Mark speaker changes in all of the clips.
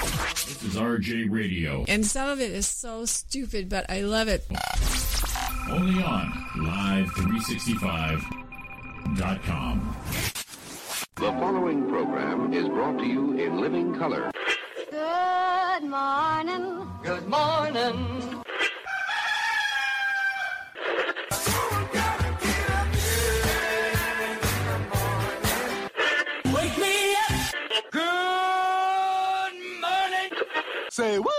Speaker 1: This is RJ Radio.
Speaker 2: And some of it is so stupid, but I love it.
Speaker 1: Only on Live365.com.
Speaker 3: The following program is brought to you in living color.
Speaker 4: Good morning. Good morning.
Speaker 5: Wake me up. Good morning. Say what?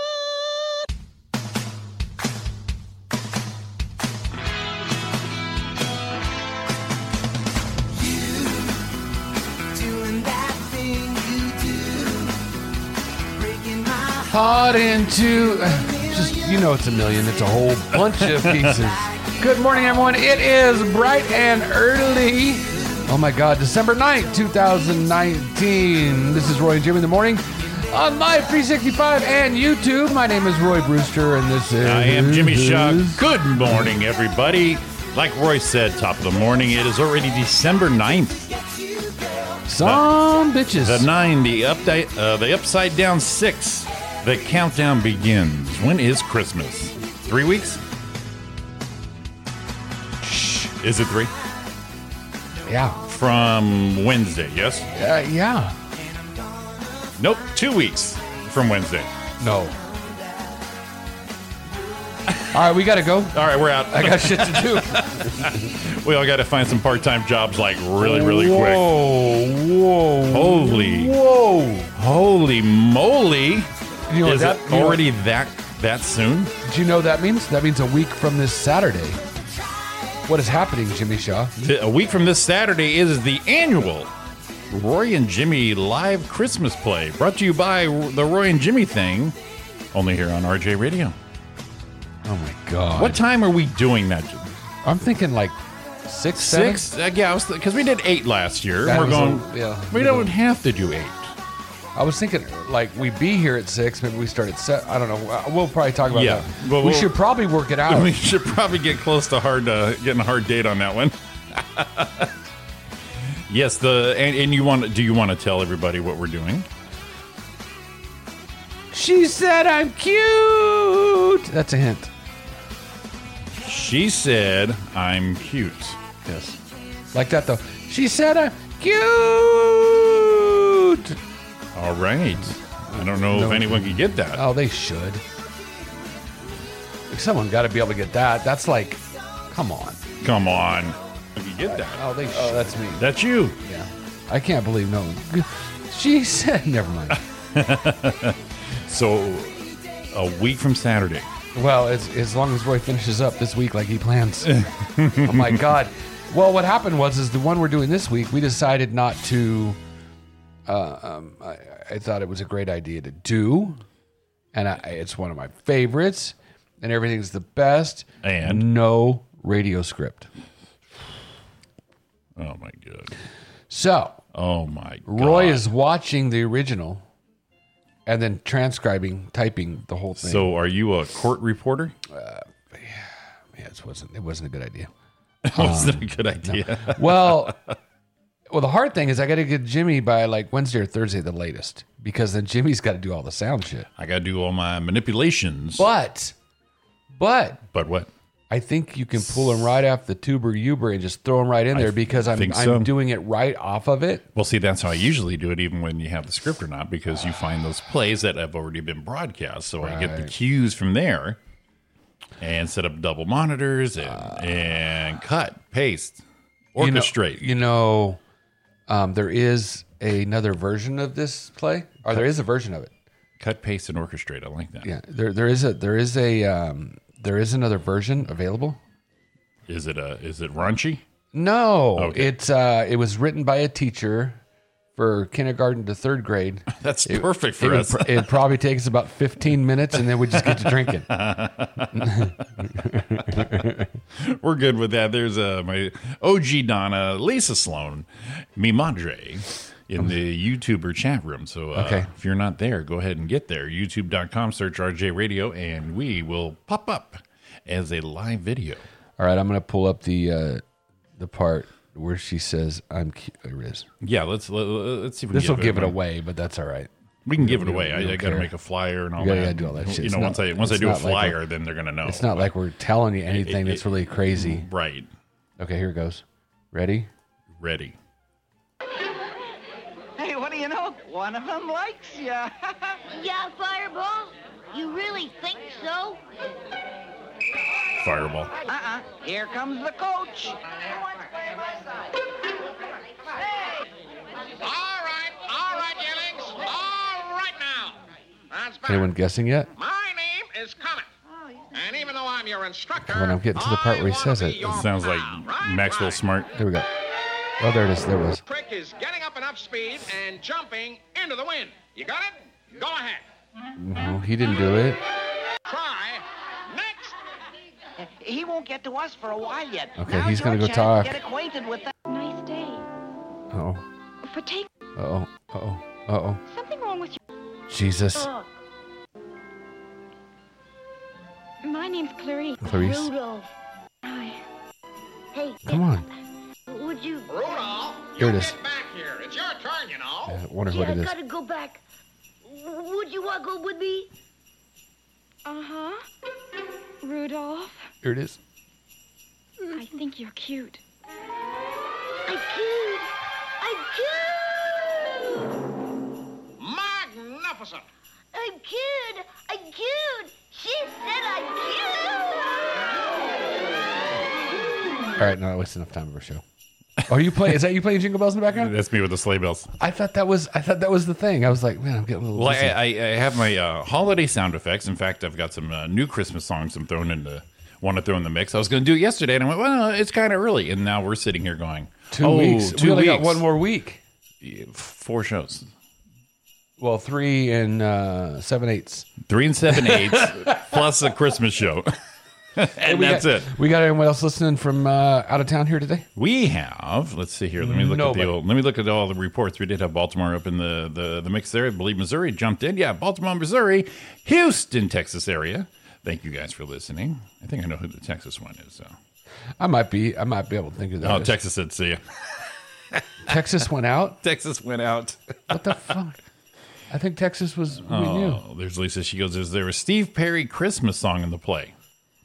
Speaker 5: Doing that thing you do, breaking my
Speaker 6: Caught into just you know it's a million. It's a whole bunch of pieces. Good morning, everyone. It is bright and early. Oh my God, December 9th, 2019. This is Roy and Jimmy in the morning on Live 365 and YouTube. My name is Roy Brewster, and this is
Speaker 7: I am Jimmy Shock. Good morning, everybody. Like Roy said, top of the morning, it is already December 9th.
Speaker 6: Some bitches.
Speaker 7: The 9, the, update, uh, the upside down 6. The countdown begins. When is Christmas? Three weeks? Shh. Is it three?
Speaker 6: yeah,
Speaker 7: From Wednesday, yes?
Speaker 6: uh, yeah.
Speaker 7: Nope, two weeks from Wednesday.
Speaker 6: No. All right, we gotta go.
Speaker 7: All right, we're out.
Speaker 6: I got shit to do.
Speaker 7: We all got to find some part time jobs like really, really quick.
Speaker 6: Whoa, whoa,
Speaker 7: Holy.
Speaker 6: whoa!
Speaker 7: Holy moly!
Speaker 6: You know what
Speaker 7: is
Speaker 6: that-
Speaker 7: it
Speaker 6: you know-
Speaker 7: already that that soon?
Speaker 6: Do you know what that means? That means a week from this Saturday. What is happening, Jimmy Shaw?
Speaker 7: Th- A week from this Saturday is the annual Roy and Jimmy live Christmas play, brought to you by the Roy and Jimmy thing, only here on RJ Radio.
Speaker 6: Oh my God!
Speaker 7: What time are we doing that? Jimmy?
Speaker 6: I'm thinking like six, seven?
Speaker 7: Six? Uh, yeah, because we did eight last year.
Speaker 6: That
Speaker 7: We're
Speaker 6: was
Speaker 7: going.
Speaker 6: a- yeah.
Speaker 7: we don't have to do eight.
Speaker 6: I was thinking like we be here at six. Maybe we start at seven. I don't know. Uh, We'll probably talk about
Speaker 7: Yeah,
Speaker 6: that.
Speaker 7: but
Speaker 6: we
Speaker 7: we'll-
Speaker 6: should probably work it out.
Speaker 7: We should probably get close to hard uh, getting a hard date on that one. yes, the and, and you want? Do you want to tell everybody what we're doing?
Speaker 6: she said I'm cute. That's a hint.
Speaker 7: She said, I'm cute.
Speaker 6: Yes. Like that though. She said I'm cute.
Speaker 7: All right. I don't know
Speaker 6: No.
Speaker 7: if anyone could get that.
Speaker 6: Oh, they should. Someone got to be able to get that. That's like, come on.
Speaker 7: Come on. If you get that.
Speaker 6: Oh, they. Oh, that's me.
Speaker 7: That's you.
Speaker 6: Yeah. I can't believe no. She said, never mind.
Speaker 7: So, a week from Saturday.
Speaker 6: well, as, as long as Roy finishes up this week like he plans. oh my God. Well, what happened was is the one we're doing this week, we decided not to. Uh, um, I, I thought it was a great idea to do, and I, it's one of my favorites, and everything's the best.
Speaker 7: And?
Speaker 6: no radio script.
Speaker 7: Oh, my God.
Speaker 6: So
Speaker 7: Oh, my God.
Speaker 6: Roy is watching the original and then transcribing, typing the whole thing.
Speaker 7: So, are you a court reporter?
Speaker 6: yeah, it wasn't it wasn't a good idea.
Speaker 7: Wasn't a good idea.
Speaker 6: Well, well, the hard thing is I got to get Jimmy by like Wednesday or Thursday, the latest, because then Jimmy's got to do all the sound shit.
Speaker 7: I got to do all my manipulations.
Speaker 6: But, but
Speaker 7: but what?
Speaker 6: I think you can pull him right off the tuber uber and just throw him right in there because I'm
Speaker 7: think
Speaker 6: I'm
Speaker 7: so.
Speaker 6: doing it right off of it.
Speaker 7: Well, see, that's how I usually do it, even when you have the script or not, because you find those plays that have already been broadcast. So I get the cues from there and set up double monitors and, and cut, paste,
Speaker 6: You know-
Speaker 7: orchestrate.
Speaker 6: You know, um, there is another version of this play, or there is a version of it.
Speaker 7: cut, paste, and orchestrate. I like that. Is
Speaker 6: Yeah, there there is a there is a um, there is another version available.
Speaker 7: it a is it raunchy?
Speaker 6: No,
Speaker 7: Okay.
Speaker 6: it's uh, it was written by a teacher for kindergarten to third grade.
Speaker 7: That's perfect
Speaker 6: it,
Speaker 7: for
Speaker 6: would
Speaker 7: us.
Speaker 6: pr- it probably takes about fifteen minutes, and then we just get to drinking.
Speaker 7: We're good with that. There's uh, my OG Donna, Lisa Sloan, mi madre in the YouTuber chat room. So uh,
Speaker 6: Okay.
Speaker 7: if you're not there, go ahead and get there. YouTube.com, search RJ Radio, and we will pop up as a live video.
Speaker 6: All right, I'm gonna pull up the uh, the part where she says, "I'm cute." Riz.
Speaker 7: Yeah, let's let, us let us see if we can
Speaker 6: This will
Speaker 7: get
Speaker 6: give it
Speaker 7: away.
Speaker 6: away, but that's all right.
Speaker 7: We can give it away.
Speaker 6: we don't
Speaker 7: I, I got to
Speaker 6: care.
Speaker 7: make a flyer and all
Speaker 6: You gotta-
Speaker 7: that.
Speaker 6: gotta do all that shit.
Speaker 7: You
Speaker 6: It's
Speaker 7: know,
Speaker 6: not-
Speaker 7: once I once I
Speaker 6: it's
Speaker 7: do a
Speaker 6: not like
Speaker 7: flyer,
Speaker 6: a-
Speaker 7: then they're gonna know.
Speaker 6: It's not like we're telling you anything
Speaker 7: it-
Speaker 6: that's really crazy.
Speaker 7: right
Speaker 6: Okay, here it goes. Ready?
Speaker 7: ready.
Speaker 5: Hey, what do you know? One of them likes you.
Speaker 4: Yeah, Fireball? You really think so?
Speaker 7: Fireball.
Speaker 5: Uh-uh. Here comes the coach.
Speaker 8: All right, all right, Yellings. All right now. That's better.
Speaker 6: Anyone guessing yet?
Speaker 8: My name is Comet. And even though I'm your instructor,
Speaker 6: Come on, I'm getting to the part where he
Speaker 8: I wanna
Speaker 6: says
Speaker 8: be
Speaker 6: it.
Speaker 8: your
Speaker 6: It
Speaker 7: Sounds like
Speaker 8: pal, right?
Speaker 7: Maxwell
Speaker 8: Right.
Speaker 7: Smart.
Speaker 6: There we go. Oh, there it is. There it was.
Speaker 8: Trick is getting up enough speed and jumping into the wind. You got it? Go ahead.
Speaker 6: No, he didn't do it.
Speaker 8: Try next.
Speaker 5: He won't get to us for a while yet.
Speaker 6: Okay,
Speaker 5: Now's
Speaker 6: he's gonna
Speaker 5: your
Speaker 6: go
Speaker 5: chance to
Speaker 6: talk.
Speaker 5: Get acquainted with that.
Speaker 4: Nice day.
Speaker 6: Oh.
Speaker 4: For take
Speaker 6: Uh oh. Uh oh. Uh oh.
Speaker 4: something wrong with you.
Speaker 6: Jesus.
Speaker 4: My name's Clarice.
Speaker 6: Clarice.
Speaker 4: Rudolph. Hi. Hey.
Speaker 6: Come on.
Speaker 4: Would you?
Speaker 8: Rudolph,
Speaker 6: Here it
Speaker 8: you
Speaker 6: is.
Speaker 8: get back here. It's your turn, you know.
Speaker 6: I wonder
Speaker 4: Yeah,
Speaker 6: what it
Speaker 4: I
Speaker 6: is.
Speaker 4: gotta go back. Would you want to go with me? Uh huh. Rudolph.
Speaker 6: Here it is.
Speaker 4: I think you're cute. I'm cute. I'm cute.
Speaker 8: Magnificent.
Speaker 4: I'm cute. I'm cute. She said I'm cute.
Speaker 6: All right, no, I wasted enough time of our show. Are you playing? Is that you playing Jingle Bells in the background?
Speaker 7: That's me with the sleigh bells.
Speaker 6: I thought that was. I thought that was the thing. I was like, man, I'm getting a little.
Speaker 7: Well, I,
Speaker 6: dizzy.
Speaker 7: I, I have my uh, holiday sound effects. In fact, I've got some uh, new Christmas songs I'm throwing into want to throw in the mix. I was going to do it yesterday, and I went, well, it's kind of early, and now we're sitting here going
Speaker 6: two
Speaker 7: "Oh,
Speaker 6: weeks.
Speaker 7: two
Speaker 6: we only got
Speaker 7: weeks."
Speaker 6: one more week.
Speaker 7: four shows,
Speaker 6: Well, three and uh, seven eighths.
Speaker 7: three and seven eights plus a Christmas show, and
Speaker 6: We
Speaker 7: that's
Speaker 6: got,
Speaker 7: it.
Speaker 6: We got anyone else listening from uh, out of town here today?
Speaker 7: We have. Let's see here. Let me look at
Speaker 6: Nobody.
Speaker 7: the old, let me look at all the reports. We did have Baltimore up in the, the the mix there. I believe Missouri jumped in. Yeah, Baltimore, Missouri, Houston, Texas area. Thank you guys for listening. I think I know who the Texas one is. So.
Speaker 6: I might be. I might be able to think of that.
Speaker 7: Oh, Texas said see ya.
Speaker 6: Texas went out.
Speaker 7: Texas went out.
Speaker 6: What the fuck? I think Texas was. We knew.
Speaker 7: Oh, there's Lisa. She goes, Is there a Steve Perry Christmas song in the play?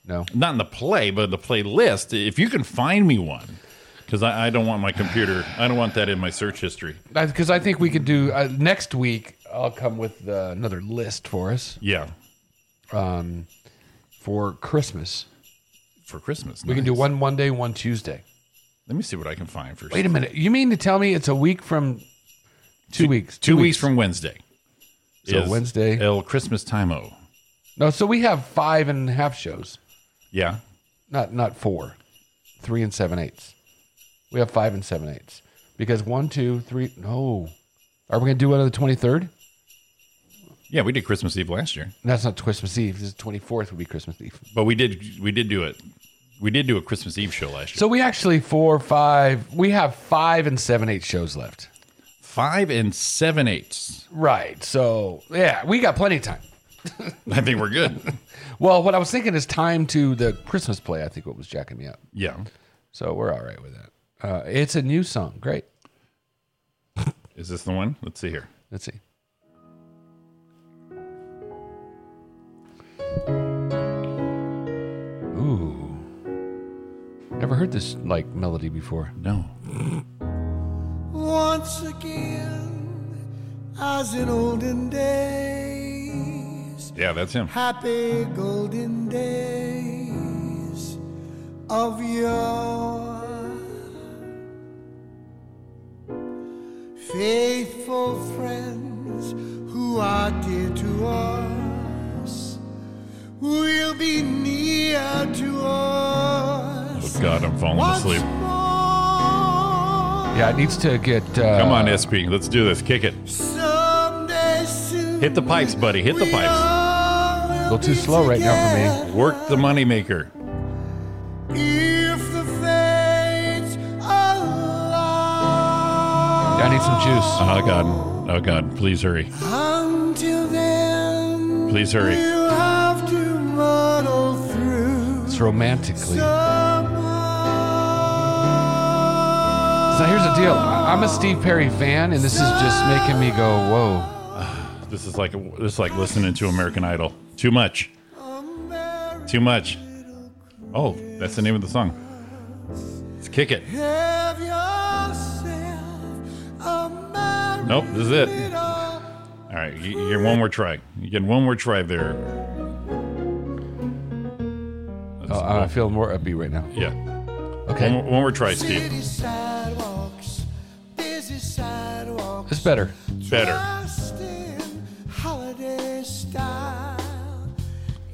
Speaker 6: No.
Speaker 7: Not in the play, but in the playlist. If you can find me one, because I, I don't want my computer, I don't want that in my search history.
Speaker 6: because I think we could do uh, next week. I'll come with uh, another list for us
Speaker 7: Yeah,
Speaker 6: um, for Christmas.
Speaker 7: for Christmas.
Speaker 6: We can do one Monday, one Tuesday.
Speaker 7: Let me see what I can find for
Speaker 6: Wait a minute. You mean to tell me it's a week from two, weeks?
Speaker 7: Two, weeks. from Wednesday.
Speaker 6: So
Speaker 7: is
Speaker 6: Wednesday.
Speaker 7: El Christmas Time O.
Speaker 6: no. So we have five and a half shows,
Speaker 7: Yeah.
Speaker 6: not not four, three and seven eighths. We have five and seven eighths because one, two, three. No, are we going to do one on the twenty third?
Speaker 7: Yeah, we did Christmas Eve last year.
Speaker 6: That's not Christmas Eve. This twenty fourth would be Christmas Eve.
Speaker 7: But we did we did do it. We did do a Christmas Eve show last year.
Speaker 6: So we actually four, five. We have five and seven, eight shows left.
Speaker 7: Five and seven eighths.
Speaker 6: Right. So yeah, we got plenty of time.
Speaker 7: I think we're good.
Speaker 6: Well, what I was thinking is time to the Christmas play. I think what was jacking me up.
Speaker 7: yeah.
Speaker 6: So we're all right with that. Uh, it's a new song. Great.
Speaker 7: Is this the one? Let's see here.
Speaker 6: Let's see. Ooh. Never heard this like melody before.
Speaker 7: No.
Speaker 9: Once again, as in olden days,
Speaker 7: Yeah, that's him.
Speaker 9: happy golden days of yore. Faithful friends who are dear to us will be near to us.
Speaker 7: Oh God, I'm falling
Speaker 9: Once
Speaker 7: asleep.
Speaker 9: more.
Speaker 6: Yeah, it needs to get. Uh,
Speaker 7: Come on, SP. Let's do this. Kick it.
Speaker 9: Someday soon.
Speaker 7: Hit the pipes, buddy. Hit the
Speaker 9: we
Speaker 7: pipes.
Speaker 9: all will
Speaker 6: A little too
Speaker 9: be
Speaker 6: slow right now for
Speaker 9: together.
Speaker 7: Work the moneymaker.
Speaker 9: If the fates allow.
Speaker 6: I need some juice.
Speaker 7: Oh God. Oh God. Please hurry.
Speaker 9: Until then,
Speaker 7: Please hurry.
Speaker 9: we'll have to muddle through.
Speaker 6: It's romantically. So
Speaker 9: somehow.
Speaker 6: here's the deal. I- I'm a Steve Perry fan, and this is just making me go, whoa.
Speaker 7: This is like this is like listening to American Idol. Too much. Too much. Oh, that's the name of the song. Let's kick it.
Speaker 9: Have yourself a merry
Speaker 7: Nope, this is it.
Speaker 9: little
Speaker 7: All right, you, you get one more try. You get one more try there. That's-
Speaker 6: Uh, I feel more upbeat right now.
Speaker 7: yeah. One, more-
Speaker 6: Okay,
Speaker 7: one more try, Steve.
Speaker 9: city sidewalks, busy
Speaker 7: Mm-hmm.
Speaker 9: sidewalks,
Speaker 6: it's better.
Speaker 7: Better.
Speaker 9: dressed in holiday style.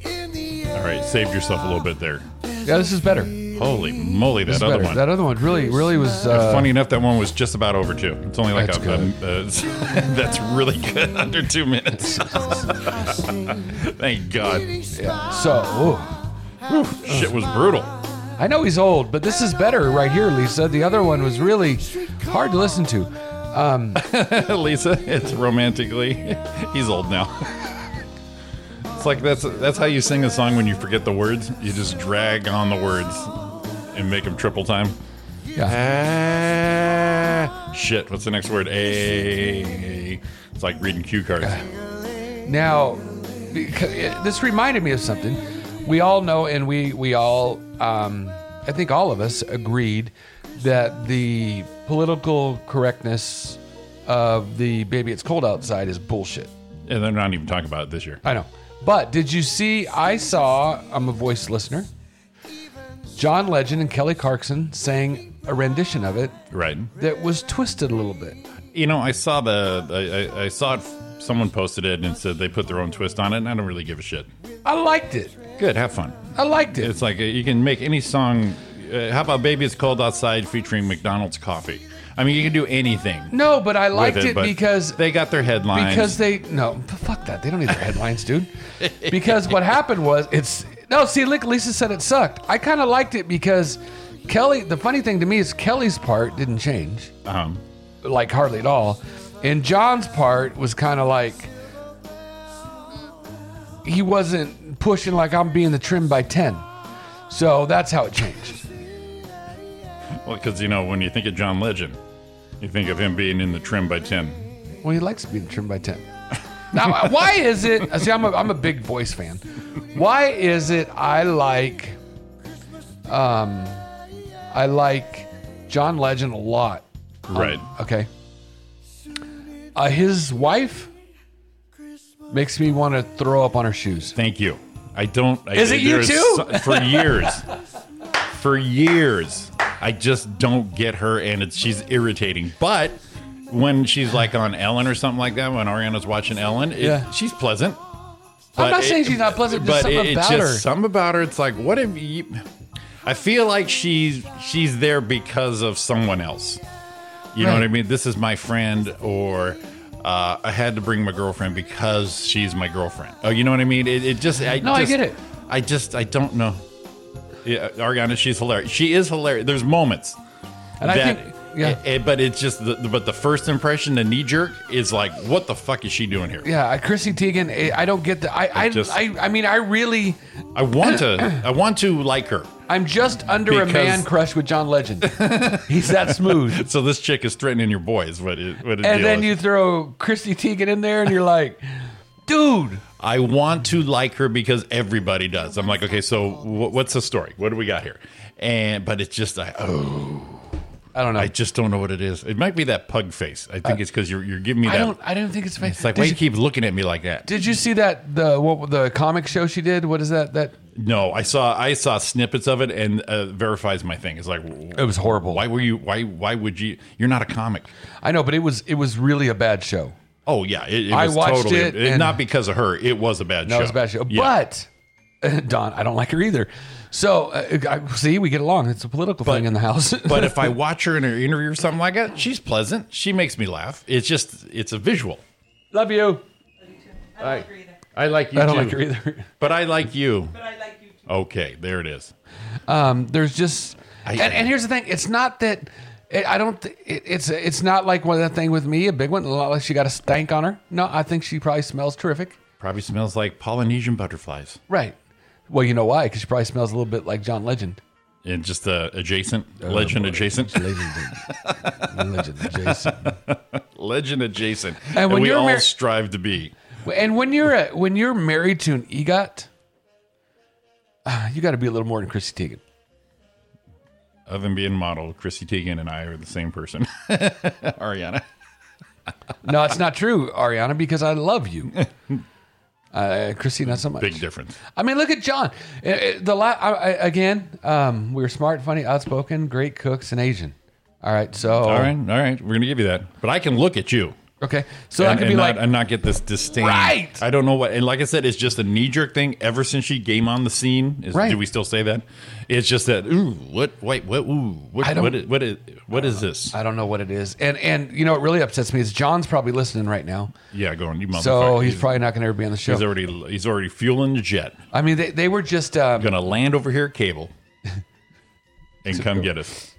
Speaker 9: In the
Speaker 7: All right, saved yourself a little bit there.
Speaker 6: Yeah, this is better.
Speaker 7: Holy moly, that
Speaker 6: This is
Speaker 7: other
Speaker 6: better.
Speaker 7: one.
Speaker 6: That other one really, really was uh,
Speaker 7: Funny enough, that one was just about over two. It's only like
Speaker 6: That's
Speaker 7: a, um, uh, that's really good under two minutes. Thank God,
Speaker 6: So ooh.
Speaker 7: shit was brutal.
Speaker 6: I know he's old, but this is better right here, Lisa. The other one was really hard to listen to.
Speaker 7: Lisa, it's romantically. He's old now. It's like that's that's how you sing a song when you forget the words. You just drag on the words and make them triple time. Ah, shit. What's the next word? A. It's like reading cue cards.
Speaker 6: Now, beca- this reminded me of something. We all know, and we we all, um, I think all of us agreed that the political correctness of the "Baby It's Cold Outside" is bullshit.
Speaker 7: And they're not even talking about it this year.
Speaker 6: I know. But did you see? I saw. I'm a voice listener. John Legend and Kelly Clarkson sang a rendition of it
Speaker 7: Right.
Speaker 6: that was twisted a little bit.
Speaker 7: You know, I saw the I, I, I saw it. Someone posted it and said they put their own twist on it, and I don't really give a shit.
Speaker 6: I liked it.
Speaker 7: Good, have fun.
Speaker 6: I liked it.
Speaker 7: It's like uh, you can make any song. Uh, how about "Baby It's Cold Outside" featuring McDonald's Coffee? I mean, you can do anything.
Speaker 6: No, but I liked
Speaker 7: with
Speaker 6: it,
Speaker 7: but
Speaker 6: because
Speaker 7: they got their headlines.
Speaker 6: Because they no fuck that they don't need their headlines, dude. Because what happened was it's no see look Lisa said it sucked. I kind of liked it because Kelly. The funny thing to me is Kelly's part didn't change
Speaker 7: um,
Speaker 6: like hardly at all, and John's part was kind of like he wasn't pushing like I'm being the trim by ten. So that's how it changed.
Speaker 7: well, because you know when you think of John Legend, you think of him being in the trim by ten.
Speaker 6: Well, he likes being trimmed by 10. Now, why is it? See, I'm a, I'm a big voice fan. Why is it I like, um, I like John Legend a lot. Um,
Speaker 7: Right.
Speaker 6: Okay. Uh, his wife makes me want to throw up on her shoes.
Speaker 7: Thank you. I don't. I,
Speaker 6: Is it you
Speaker 7: there
Speaker 6: too?
Speaker 7: so- for years, for years, I just don't get her, and it's she's irritating. But when she's like on Ellen or something like that, when Ariana's watching Ellen, it-
Speaker 6: Yeah.
Speaker 7: she's pleasant.
Speaker 6: I'm
Speaker 7: But
Speaker 6: not
Speaker 7: it-
Speaker 6: saying she's not pleasant.
Speaker 7: but
Speaker 6: Just something
Speaker 7: it,
Speaker 6: about
Speaker 7: it's just
Speaker 6: her.
Speaker 7: something about her. It's like what if you? I feel like she's she's there because of someone else. You know
Speaker 6: Right.
Speaker 7: what I mean? This is my friend, or uh, I had to bring my girlfriend because she's my girlfriend. Oh, you know what I mean? It, it just I
Speaker 6: No, I
Speaker 7: just-
Speaker 6: get it.
Speaker 7: I just I don't know. Yeah, Ariana, she's hilarious. She is hilarious. There's moments
Speaker 6: and I
Speaker 7: that,
Speaker 6: think, yeah,
Speaker 7: eh, eh, but it's just the, the- but the first impression, the knee jerk, is like, what the fuck is she doing here?
Speaker 6: yeah. I- Chrissy Teigen. eh, I don't get the. I, I,
Speaker 7: just-
Speaker 6: I, I mean, I really.
Speaker 7: I want to, I want to like her.
Speaker 6: I'm just under a
Speaker 7: Because-
Speaker 6: man crush with John Legend. He's that smooth.
Speaker 7: So this chick is threatening your boys. What it, what it
Speaker 6: and
Speaker 7: deal
Speaker 6: then
Speaker 7: is.
Speaker 6: you throw Christy Teigen in there, and you're like, dude,
Speaker 7: I want to like her because everybody does. I'm like, okay, so wh- what's the story? What do we got here? And but it's just I oh
Speaker 6: I don't know.
Speaker 7: I just don't know what it is. It might be that pug face. I think it's because you're you're giving me
Speaker 6: Uh, I
Speaker 7: that.
Speaker 6: don't. I don't think it's.
Speaker 7: it's like
Speaker 6: did
Speaker 7: why you
Speaker 6: you,
Speaker 7: keep looking at me like that?
Speaker 6: did you see that the what the comic show she did? What is that? That
Speaker 7: No, I saw I saw snippets of it and uh, verifies my thing. It's like
Speaker 6: it was horrible.
Speaker 7: why were you why why would you? You're not a comic.
Speaker 6: I know, but it was it was really a bad show.
Speaker 7: Oh yeah, it, it
Speaker 6: I
Speaker 7: was
Speaker 6: watched
Speaker 7: totally,
Speaker 6: it and-
Speaker 7: not because of her. It was a bad
Speaker 6: No,
Speaker 7: show.
Speaker 6: it was a bad show.
Speaker 7: Yeah.
Speaker 6: But Don, I don't like her either. So uh, I, see, we get along. It's a political thing in the house.
Speaker 7: but if I watch her in an interview or something like that, she's pleasant. She makes me laugh. It's just it's a visual.
Speaker 6: love you,
Speaker 7: I, I like you
Speaker 6: I don't
Speaker 7: too.
Speaker 6: like her either.
Speaker 7: But I like you. But I like you too. Okay, there it is.
Speaker 6: there's just and, and here's the thing it's not that it, i don't th- it, it's it's not like one of that thing with me a big one like she got a stank on her no i think she probably smells terrific
Speaker 7: Probably smells like Polynesian butterflies.
Speaker 6: right well you know why because she probably smells a little bit like john legend
Speaker 7: And just uh, adjacent, legend adjacent,
Speaker 6: Oh, legend legend jason
Speaker 7: legend adjacent.
Speaker 6: And
Speaker 7: And,
Speaker 6: when
Speaker 7: we
Speaker 6: you're
Speaker 7: all
Speaker 6: mar-
Speaker 7: strive to be.
Speaker 6: And when you're a, when you're married to an EGOT, uh, you got to be a little more than Chrissy Teigen.
Speaker 7: Other than being model, Chrissy Teigen and I are the same person. Ariana.
Speaker 6: No, it's not true, Ariana, because I love you. Uh, Chrissy, not so much.
Speaker 7: Big difference.
Speaker 6: I mean, look at John. Uh, uh, The la- I, I, again, um, we were smart, funny, outspoken, great cooks, and Asian. All right, so
Speaker 7: All right, all right. We're gonna give you that. But I can look at you.
Speaker 6: okay, so I
Speaker 7: and,
Speaker 6: could
Speaker 7: and
Speaker 6: be
Speaker 7: not,
Speaker 6: like,
Speaker 7: and not get this disdain.
Speaker 6: Right!
Speaker 7: I don't know what. And like I said, it's just a knee jerk thing. Ever since she came on the scene, is,
Speaker 6: Right.
Speaker 7: do we still say that? It's just that. Ooh, what? Wait, what? Ooh, what?
Speaker 6: I don't-
Speaker 7: what is, what is? What is this?
Speaker 6: I don't know what it is, and and you know what really upsets me is John's probably listening right now,
Speaker 7: yeah, going. You motherfucker.
Speaker 6: so he's probably not going to ever be on the show.
Speaker 7: He's already he's already fueling the jet.
Speaker 6: I mean, they, they were just um,
Speaker 7: Gonna land over here, cable, and come get us.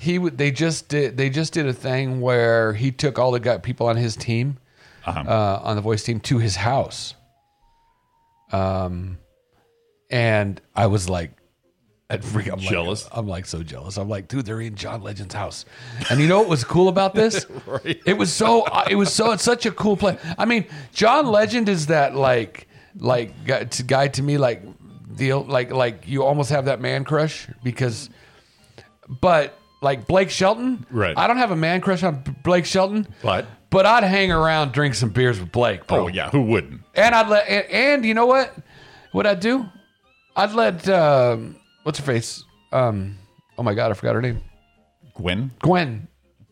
Speaker 6: he would they just did they just did a thing where he took all the gu people on his team
Speaker 7: Uh-huh.
Speaker 6: uh on the voice team to his house um and i was like I'd freak, I'm
Speaker 7: Jealous?
Speaker 6: Like, I'm like so jealous. I'm like, dude, they're in John Legend's house, and you know what was cool about this? It was so. uh, It was so. It's such a cool play. I mean, John Legend is that like like guy to, guy to me like deal like like you almost have that man crush because but like Blake Shelton,
Speaker 7: Right.
Speaker 6: I don't have a man crush on B- Blake Shelton,
Speaker 7: But-
Speaker 6: but I'd hang around, drink some beers with Blake, bro.
Speaker 7: Oh yeah, who wouldn't?
Speaker 6: and I'd let and, and you know what? What I'd do? I'd let um, what's her face? Um, oh my god, I forgot her name.
Speaker 7: Gwen.
Speaker 6: Gwen.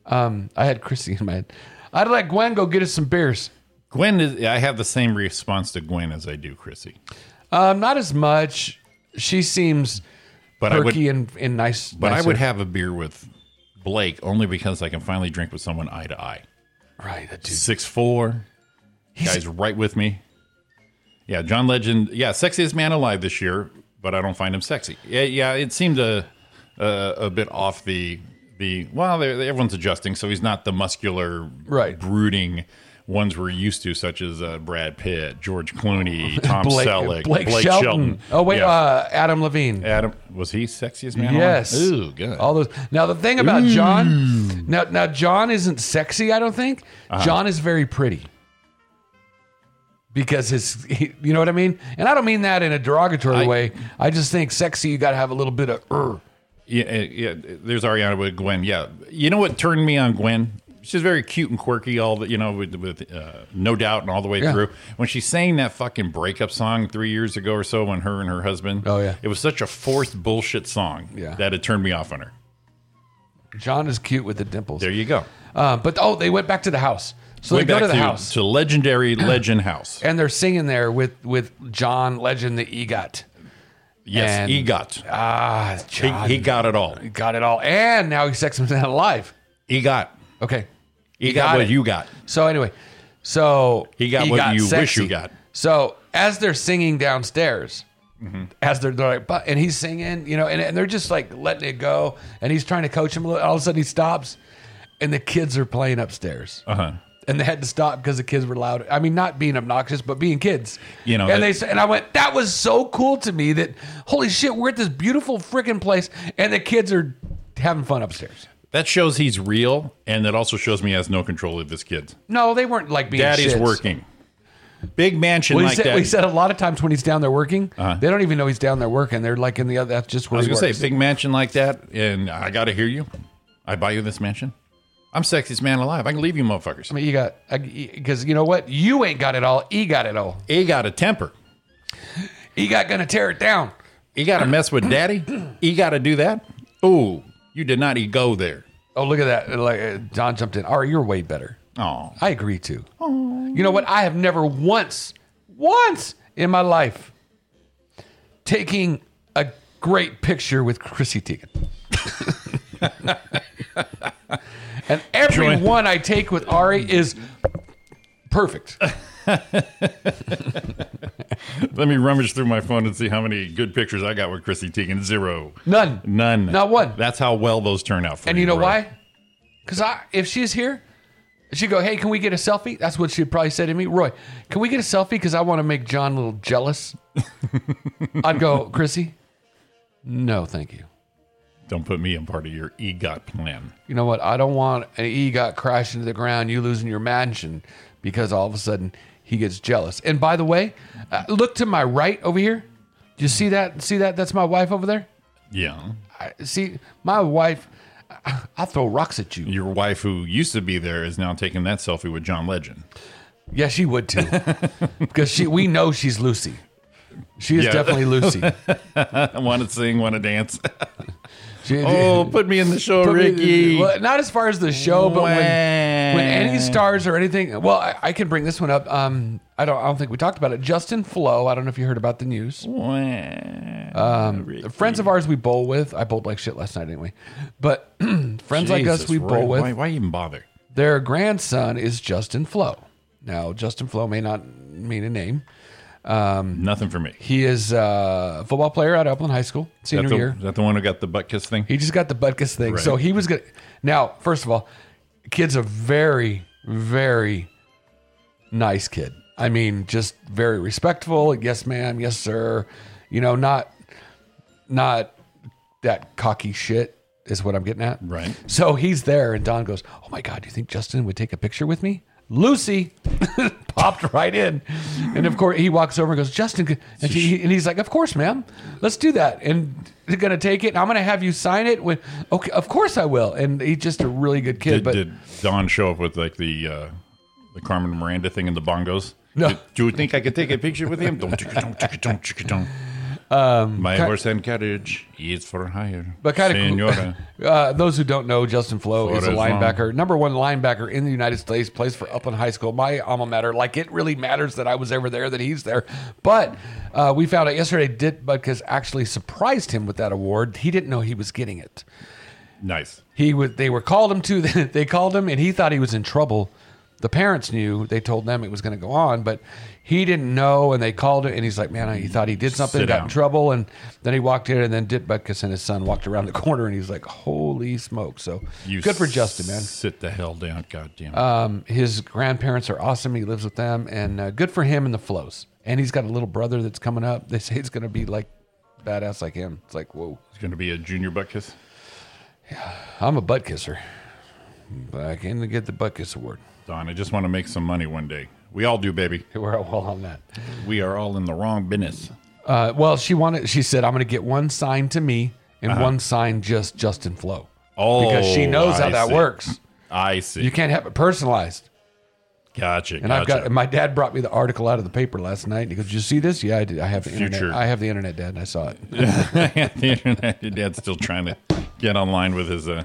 Speaker 6: Um, I had Chrissy in my head. I'd let Gwen go get us some beers.
Speaker 7: Gwen is. I have the same response to Gwen as I do Chrissy.
Speaker 6: Um, not as much. She seems
Speaker 7: But I would.
Speaker 6: perky and, and nice.
Speaker 7: But I
Speaker 6: nicer.
Speaker 7: would have a beer with Blake only because I can finally drink with someone eye to eye.
Speaker 6: right. That dude.
Speaker 7: Six four, guys, right with me. Yeah, John Legend. Yeah, sexiest man alive this year, but I don't find him sexy. Yeah, yeah, it seemed a a, a bit off the the. Well, they're, they- everyone's adjusting, so he's not the muscular,
Speaker 6: Right.
Speaker 7: brooding ones we're used to, such as uh, Brad Pitt, George Clooney, Tom Selleck,
Speaker 6: Blake, Shelton. Oh wait,
Speaker 7: Yeah.
Speaker 6: uh, Adam Levine.
Speaker 7: Adam was he sexiest man? alive?
Speaker 6: Yes.
Speaker 7: Ooh, good.
Speaker 6: All those. Now the thing about John, now now John isn't sexy. I don't think
Speaker 7: Uh-huh.
Speaker 6: John is very pretty because his, he, you know what I mean. And I don't mean that in a derogatory
Speaker 7: I-
Speaker 6: way. I just think sexy. You got to have a little bit of. er.
Speaker 7: Yeah, uh, yeah. There's Ariana with Gwen. Yeah, you know what turned me on Gwen? She's very cute and quirky. All the you know with, with uh, no doubt and all the way
Speaker 6: Yeah.
Speaker 7: through. When she sang that fucking breakup song three years ago or so, when her and her husband.
Speaker 6: Oh, yeah.
Speaker 7: it was such a forced bullshit song.
Speaker 6: Yeah.
Speaker 7: that it turned me off on her.
Speaker 6: John is cute with the dimples.
Speaker 7: There you go.
Speaker 6: Uh, but oh, they went back to the house. So
Speaker 7: Way
Speaker 6: they go
Speaker 7: back
Speaker 6: to the
Speaker 7: to,
Speaker 6: house
Speaker 7: to legendary Legend House.
Speaker 6: and they're singing there with with John Legend the EGOT.
Speaker 7: Yes,
Speaker 6: and-
Speaker 7: EGOT.
Speaker 6: Ah,
Speaker 7: He,
Speaker 6: John
Speaker 7: he got it all.
Speaker 6: got it all, and now he's sexy man alive.
Speaker 7: He got.
Speaker 6: Okay.
Speaker 7: He, got,
Speaker 6: got
Speaker 7: what
Speaker 6: it.
Speaker 7: you got.
Speaker 6: So anyway, so
Speaker 7: He got what you wish you got.
Speaker 6: So as they're singing downstairs, mm-hmm. as they're, they're like, but and he's singing, you know, and, and they're just like letting it go, and he's trying to coach him a little. All of a sudden, he stops, and the kids are playing upstairs.
Speaker 7: Uh huh.
Speaker 6: And they had to stop because the kids were loud. I mean, not being obnoxious, but being kids.
Speaker 7: You know,
Speaker 6: and
Speaker 7: that-
Speaker 6: they said, and I went, that was so cool to me that holy shit, we're at this beautiful freaking place, and the kids are having fun upstairs.
Speaker 7: That shows he's real, and that also shows me he has no control of his kids.
Speaker 6: No, they weren't like being.
Speaker 7: Daddy's
Speaker 6: shits.
Speaker 7: working. Big mansion
Speaker 6: Well, he
Speaker 7: like
Speaker 6: said,
Speaker 7: that. Uh-huh.
Speaker 6: well, he said a lot of times when he's down there working, they don't even know he's down there working. They're like in the other. That's just
Speaker 7: I
Speaker 6: where
Speaker 7: was
Speaker 6: he
Speaker 7: gonna
Speaker 6: works.
Speaker 7: say big mansion like that, and I gotta hear you. I buy you this mansion. I'm sexiest man alive. I can leave you motherfuckers.
Speaker 6: I mean, you got because you know what? You ain't got it all. He got it all.
Speaker 7: he got a temper.
Speaker 6: He got gonna tear it down.
Speaker 7: He got to mess with daddy. He got to do that. Ooh, you did not. He go there.
Speaker 6: Oh, look at that! Like uh, John jumped in. All right, you're way better.
Speaker 7: Oh,
Speaker 6: I agree too. You know what? I have never once, once in my life, taking a great picture with Chrissy Teigen. and every
Speaker 7: Join-
Speaker 6: one I take with Ari is perfect.
Speaker 7: let me rummage through my phone and see how many good pictures I got with Chrissy Teigen. Zero.
Speaker 6: None.
Speaker 7: None.
Speaker 6: Not one.
Speaker 7: That's how well those turn out for
Speaker 6: And
Speaker 7: you.
Speaker 6: you know
Speaker 7: bro.
Speaker 6: why? Because I, if she's here, she'd go, "Hey, can we get a selfie?" That's what she'd probably say to me, Roy. Can we get a selfie? Because I want to make John a little jealous. I'd go, Chrissy. No, thank you.
Speaker 7: Don't put me in part of your EGOT plan.
Speaker 6: You know what? I don't want an EGOT crashing to the ground, you losing your mansion, because all of a sudden he gets jealous. And by the way, uh, look to my right over here. Do you see that? See that? That's my wife over there.
Speaker 7: Yeah.
Speaker 6: I, see, my wife. I, I throw rocks at you.
Speaker 7: Your wife, who used to be there, is now taking that selfie with John Legend.
Speaker 6: Yeah, she would too, because she. We know she's Lucy. She is
Speaker 7: Yeah.
Speaker 6: definitely Lucy.
Speaker 7: I want to sing, want to dance.
Speaker 6: She-
Speaker 7: oh, put me in the show,
Speaker 6: But we-
Speaker 7: Ricky.
Speaker 6: well, not as far as the show, but when, when any stars or anything. Well, I, I can bring this one up. Um, I don't. I don't think we talked about it. Justin Flo. I don't know if you heard about the news.
Speaker 7: Um,
Speaker 6: The friends of ours we bowl with. I bowled like shit last night anyway. But friends like us we bowl with.
Speaker 7: Why, why even bother?
Speaker 6: Their grandson is Justin Flo. Now Justin Flo may not mean a name.
Speaker 7: Nothing for me.
Speaker 6: He is uh, a football player at Upland High School,
Speaker 7: Is
Speaker 6: senior
Speaker 7: that, the,
Speaker 6: year.
Speaker 7: is that the one who got the butt kiss thing?
Speaker 6: He just got the Butkus thing. So
Speaker 7: Right.
Speaker 6: he was gonna now, first of all, kid's a very, very nice kid. I mean, just very respectful. Yes, ma'am, yes, sir. You know, not not that cocky shit is what I'm getting at.
Speaker 7: Right.
Speaker 6: So he's there and Don goes, Oh my god, do you think Justin would take a picture with me? Lucy popped right in. And of course, he walks over and goes, Justin. could-" And, she, and he's like, Of course, ma'am. Let's do that. And they're going to take it. And I'm going to have you sign it. When, okay, of course I will. And he's just a really good kid.
Speaker 7: did,
Speaker 6: but
Speaker 7: did Don show up with like the uh, the Carmen Miranda thing in the bongos?
Speaker 6: No.
Speaker 7: Do, do you think I could take a picture with him? Don't chicka don't chicka don't chicka don't. Um, My horse and carriage is for hire.
Speaker 6: But kind
Speaker 7: Senora.
Speaker 6: of uh, those who don't know, Justin Flo
Speaker 7: For
Speaker 6: is a
Speaker 7: as long.
Speaker 6: linebacker, number one linebacker in the United States. Plays for Upland High School, my alma mater. Like it really matters that I was ever there, that he's there. But uh, we found out yesterday. Dit Butkus actually surprised him with that award. He didn't know he was getting it.
Speaker 7: nice.
Speaker 6: He was. They were called him to. They called him, and he thought he was in trouble. The parents knew. They told them it was going to go on, but he didn't know. And they called him, and he's like, "Man, I- he thought he did something,
Speaker 7: Sit
Speaker 6: got in
Speaker 7: down.
Speaker 6: trouble." And then he walked in, and then Dit Butkus and his son walked around the corner, and he's like, "Holy smoke!" So
Speaker 7: You
Speaker 6: good for Justin, man. Uh,
Speaker 7: Sit the hell down, goddamn.
Speaker 6: His grandparents are awesome. He lives with them, and uh, good for him and the flows. And he's got a little brother that's coming up. They say he's going to be like badass like him. It's like, whoa,
Speaker 7: it's going to be a junior butt kiss.
Speaker 6: I'm a butt kisser, but I can't get the butt kiss award.
Speaker 7: Don, I just want to make some money one day. We all do, baby.
Speaker 6: We're all on that.
Speaker 7: We are all in the wrong business.
Speaker 6: Uh, well, she wanted. She said, "I'm going to get one sign to me and one sign just Justin Flo."
Speaker 7: Uh-huh. Oh,
Speaker 6: because she knows how
Speaker 7: I
Speaker 6: that
Speaker 7: see.
Speaker 6: works.
Speaker 7: I see.
Speaker 6: You can't have it personalized.
Speaker 7: gotcha.
Speaker 6: And I've
Speaker 7: gotcha.
Speaker 6: got. and my dad brought me the article out of the paper last night. And he goes, "Did you see this? Yeah, I did. I have the
Speaker 7: Future.
Speaker 6: internet. I have the internet, Dad. And I saw it.
Speaker 7: the internet. Your dad's still trying to get online with his uh,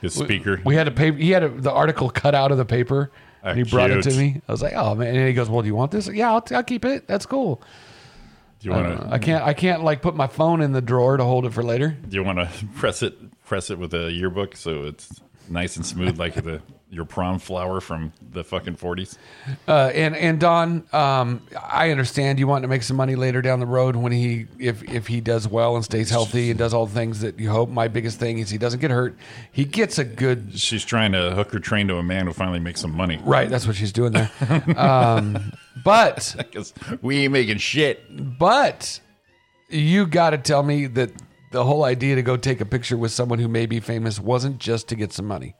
Speaker 7: his speaker.
Speaker 6: We had a paper. He had a, the article cut out of the paper.
Speaker 7: Ah,
Speaker 6: and he brought it to
Speaker 7: cute.
Speaker 6: me. I was like, "Oh man!" And he goes, "Well, do you want this? Yeah, I'll, I'll keep it. That's cool. Uh,
Speaker 7: do you want
Speaker 6: I
Speaker 7: to?
Speaker 6: can't. I can't like put my phone in the drawer to hold it for later.
Speaker 7: Do you want to press it? Press it with a yearbook so it's nice and smooth, like the your prom flower from the fucking forties.
Speaker 6: Uh, and and Don, um, I understand you want to make some money later down the road when he if if he does well and stays healthy and does all the things that you hope. My biggest thing is he doesn't get hurt. He gets a good
Speaker 7: She's trying to hook her train to a man who finally makes some money.
Speaker 6: right. That's what she's doing there. um, but
Speaker 7: Because we ain't making shit.
Speaker 6: but you got to tell me that the whole idea to go take a picture with someone who may be famous wasn't just to get some money.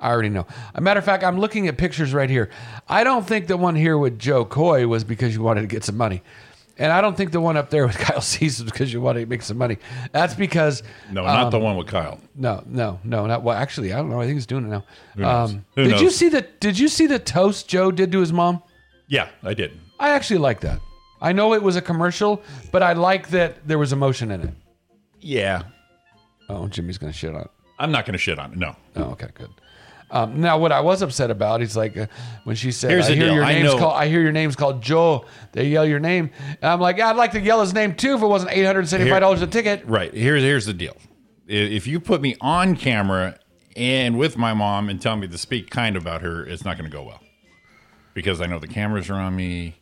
Speaker 6: I already know. A matter of fact, I'm looking at pictures right here. I don't think the one here with Joe Coy was because you wanted to get some money. And I don't think the one up there with Kyle Cease was because you wanted to make some money. That's because
Speaker 7: No, not
Speaker 6: Um,
Speaker 7: the one with Kyle.
Speaker 6: no, no, no, not well. Actually, I don't know. I think he's doing it now.
Speaker 7: knows?
Speaker 6: Um,
Speaker 7: Who
Speaker 6: did you
Speaker 7: knows?
Speaker 6: see the Did you see the toast Joe did to his mom?
Speaker 7: Yeah, I did.
Speaker 6: I actually like that. I know it was a commercial, but I like that there was emotion in it.
Speaker 7: Yeah,
Speaker 6: Oh, Jimmy's gonna shit on. it.
Speaker 7: I'm not gonna shit on it. No.
Speaker 6: Oh, okay, good. Um, now, what I was upset about is like uh, when she said,
Speaker 7: Here's
Speaker 6: "I
Speaker 7: the
Speaker 6: hear
Speaker 7: deal.
Speaker 6: your
Speaker 7: I
Speaker 6: name's
Speaker 7: know-
Speaker 6: called. I hear your name's called Joe." They yell your name, and I'm like, "I'd like to yell his name too if it wasn't eight hundred seventy-five dollars a ticket."
Speaker 7: Right. Here's here's the deal. I- If you put me on camera and with my mom and tell me to speak kind about her, it's not going to go well because I know the cameras are on me,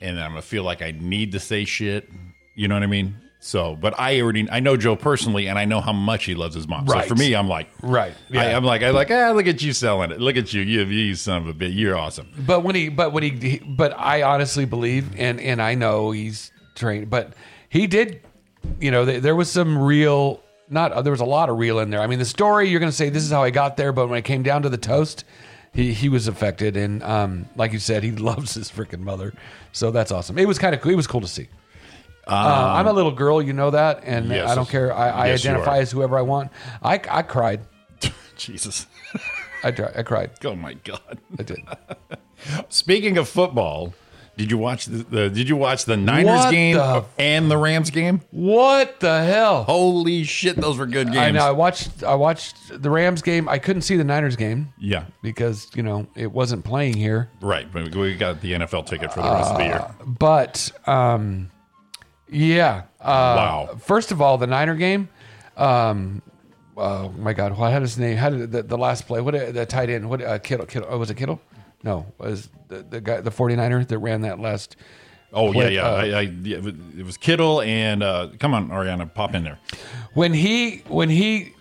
Speaker 7: and I'm gonna feel like I need to say shit. You know what I mean? So, but I already I know Joe personally, and I know how much he loves his mom.
Speaker 6: Right.
Speaker 7: So for me, I'm like,
Speaker 6: Right.
Speaker 7: I,
Speaker 6: Yeah.
Speaker 7: I'm like, I like, ah, look at you selling it. Look at you, you, you son of a bitch. You're awesome.
Speaker 6: But when he, but when he, he- but I honestly believe, and and I know he's trained, but he did. You know, th- there was some real. Not there was a lot of real in there. I mean, the story you're going to say this is how I got there, but when it came down to the toast, he he was affected, and um, like you said, he loves his freaking mother. So that's awesome. It was kind of cool. It was cool to see. Uh, I'm a little girl, you know that, and
Speaker 7: Yes.
Speaker 6: I don't care. I, I
Speaker 7: Yes, you
Speaker 6: identify
Speaker 7: are.
Speaker 6: as whoever I want. I, I cried.
Speaker 7: Jesus.
Speaker 6: I, dri- I cried.
Speaker 7: Oh my God.
Speaker 6: I did.
Speaker 7: Speaking of football, did you watch the, the did you watch the Niners
Speaker 6: What
Speaker 7: game
Speaker 6: the-
Speaker 7: and the Rams game?
Speaker 6: What the hell?
Speaker 7: Holy shit, those were good games.
Speaker 6: I know. I watched. I watched the Rams game. I couldn't see the Niners game
Speaker 7: Yeah,
Speaker 6: because you know it wasn't playing here.
Speaker 7: right. But we- we got the NFL ticket for the rest of the year.
Speaker 6: Uh, But um, yeah. Uh,
Speaker 7: wow.
Speaker 6: First of all, the Niner game. Um, oh my God! What had his name? How did the, the last play? What the tight end? What uh, Kittle? Kittle? Oh, was it Kittle? No, was the, the guy the 49er that ran that last?
Speaker 7: Oh yeah,
Speaker 6: Clint,
Speaker 7: yeah.
Speaker 6: uh,
Speaker 7: I, I, yeah. It was Kittle and uh, come on, Ariana, pop in there.
Speaker 6: when he when he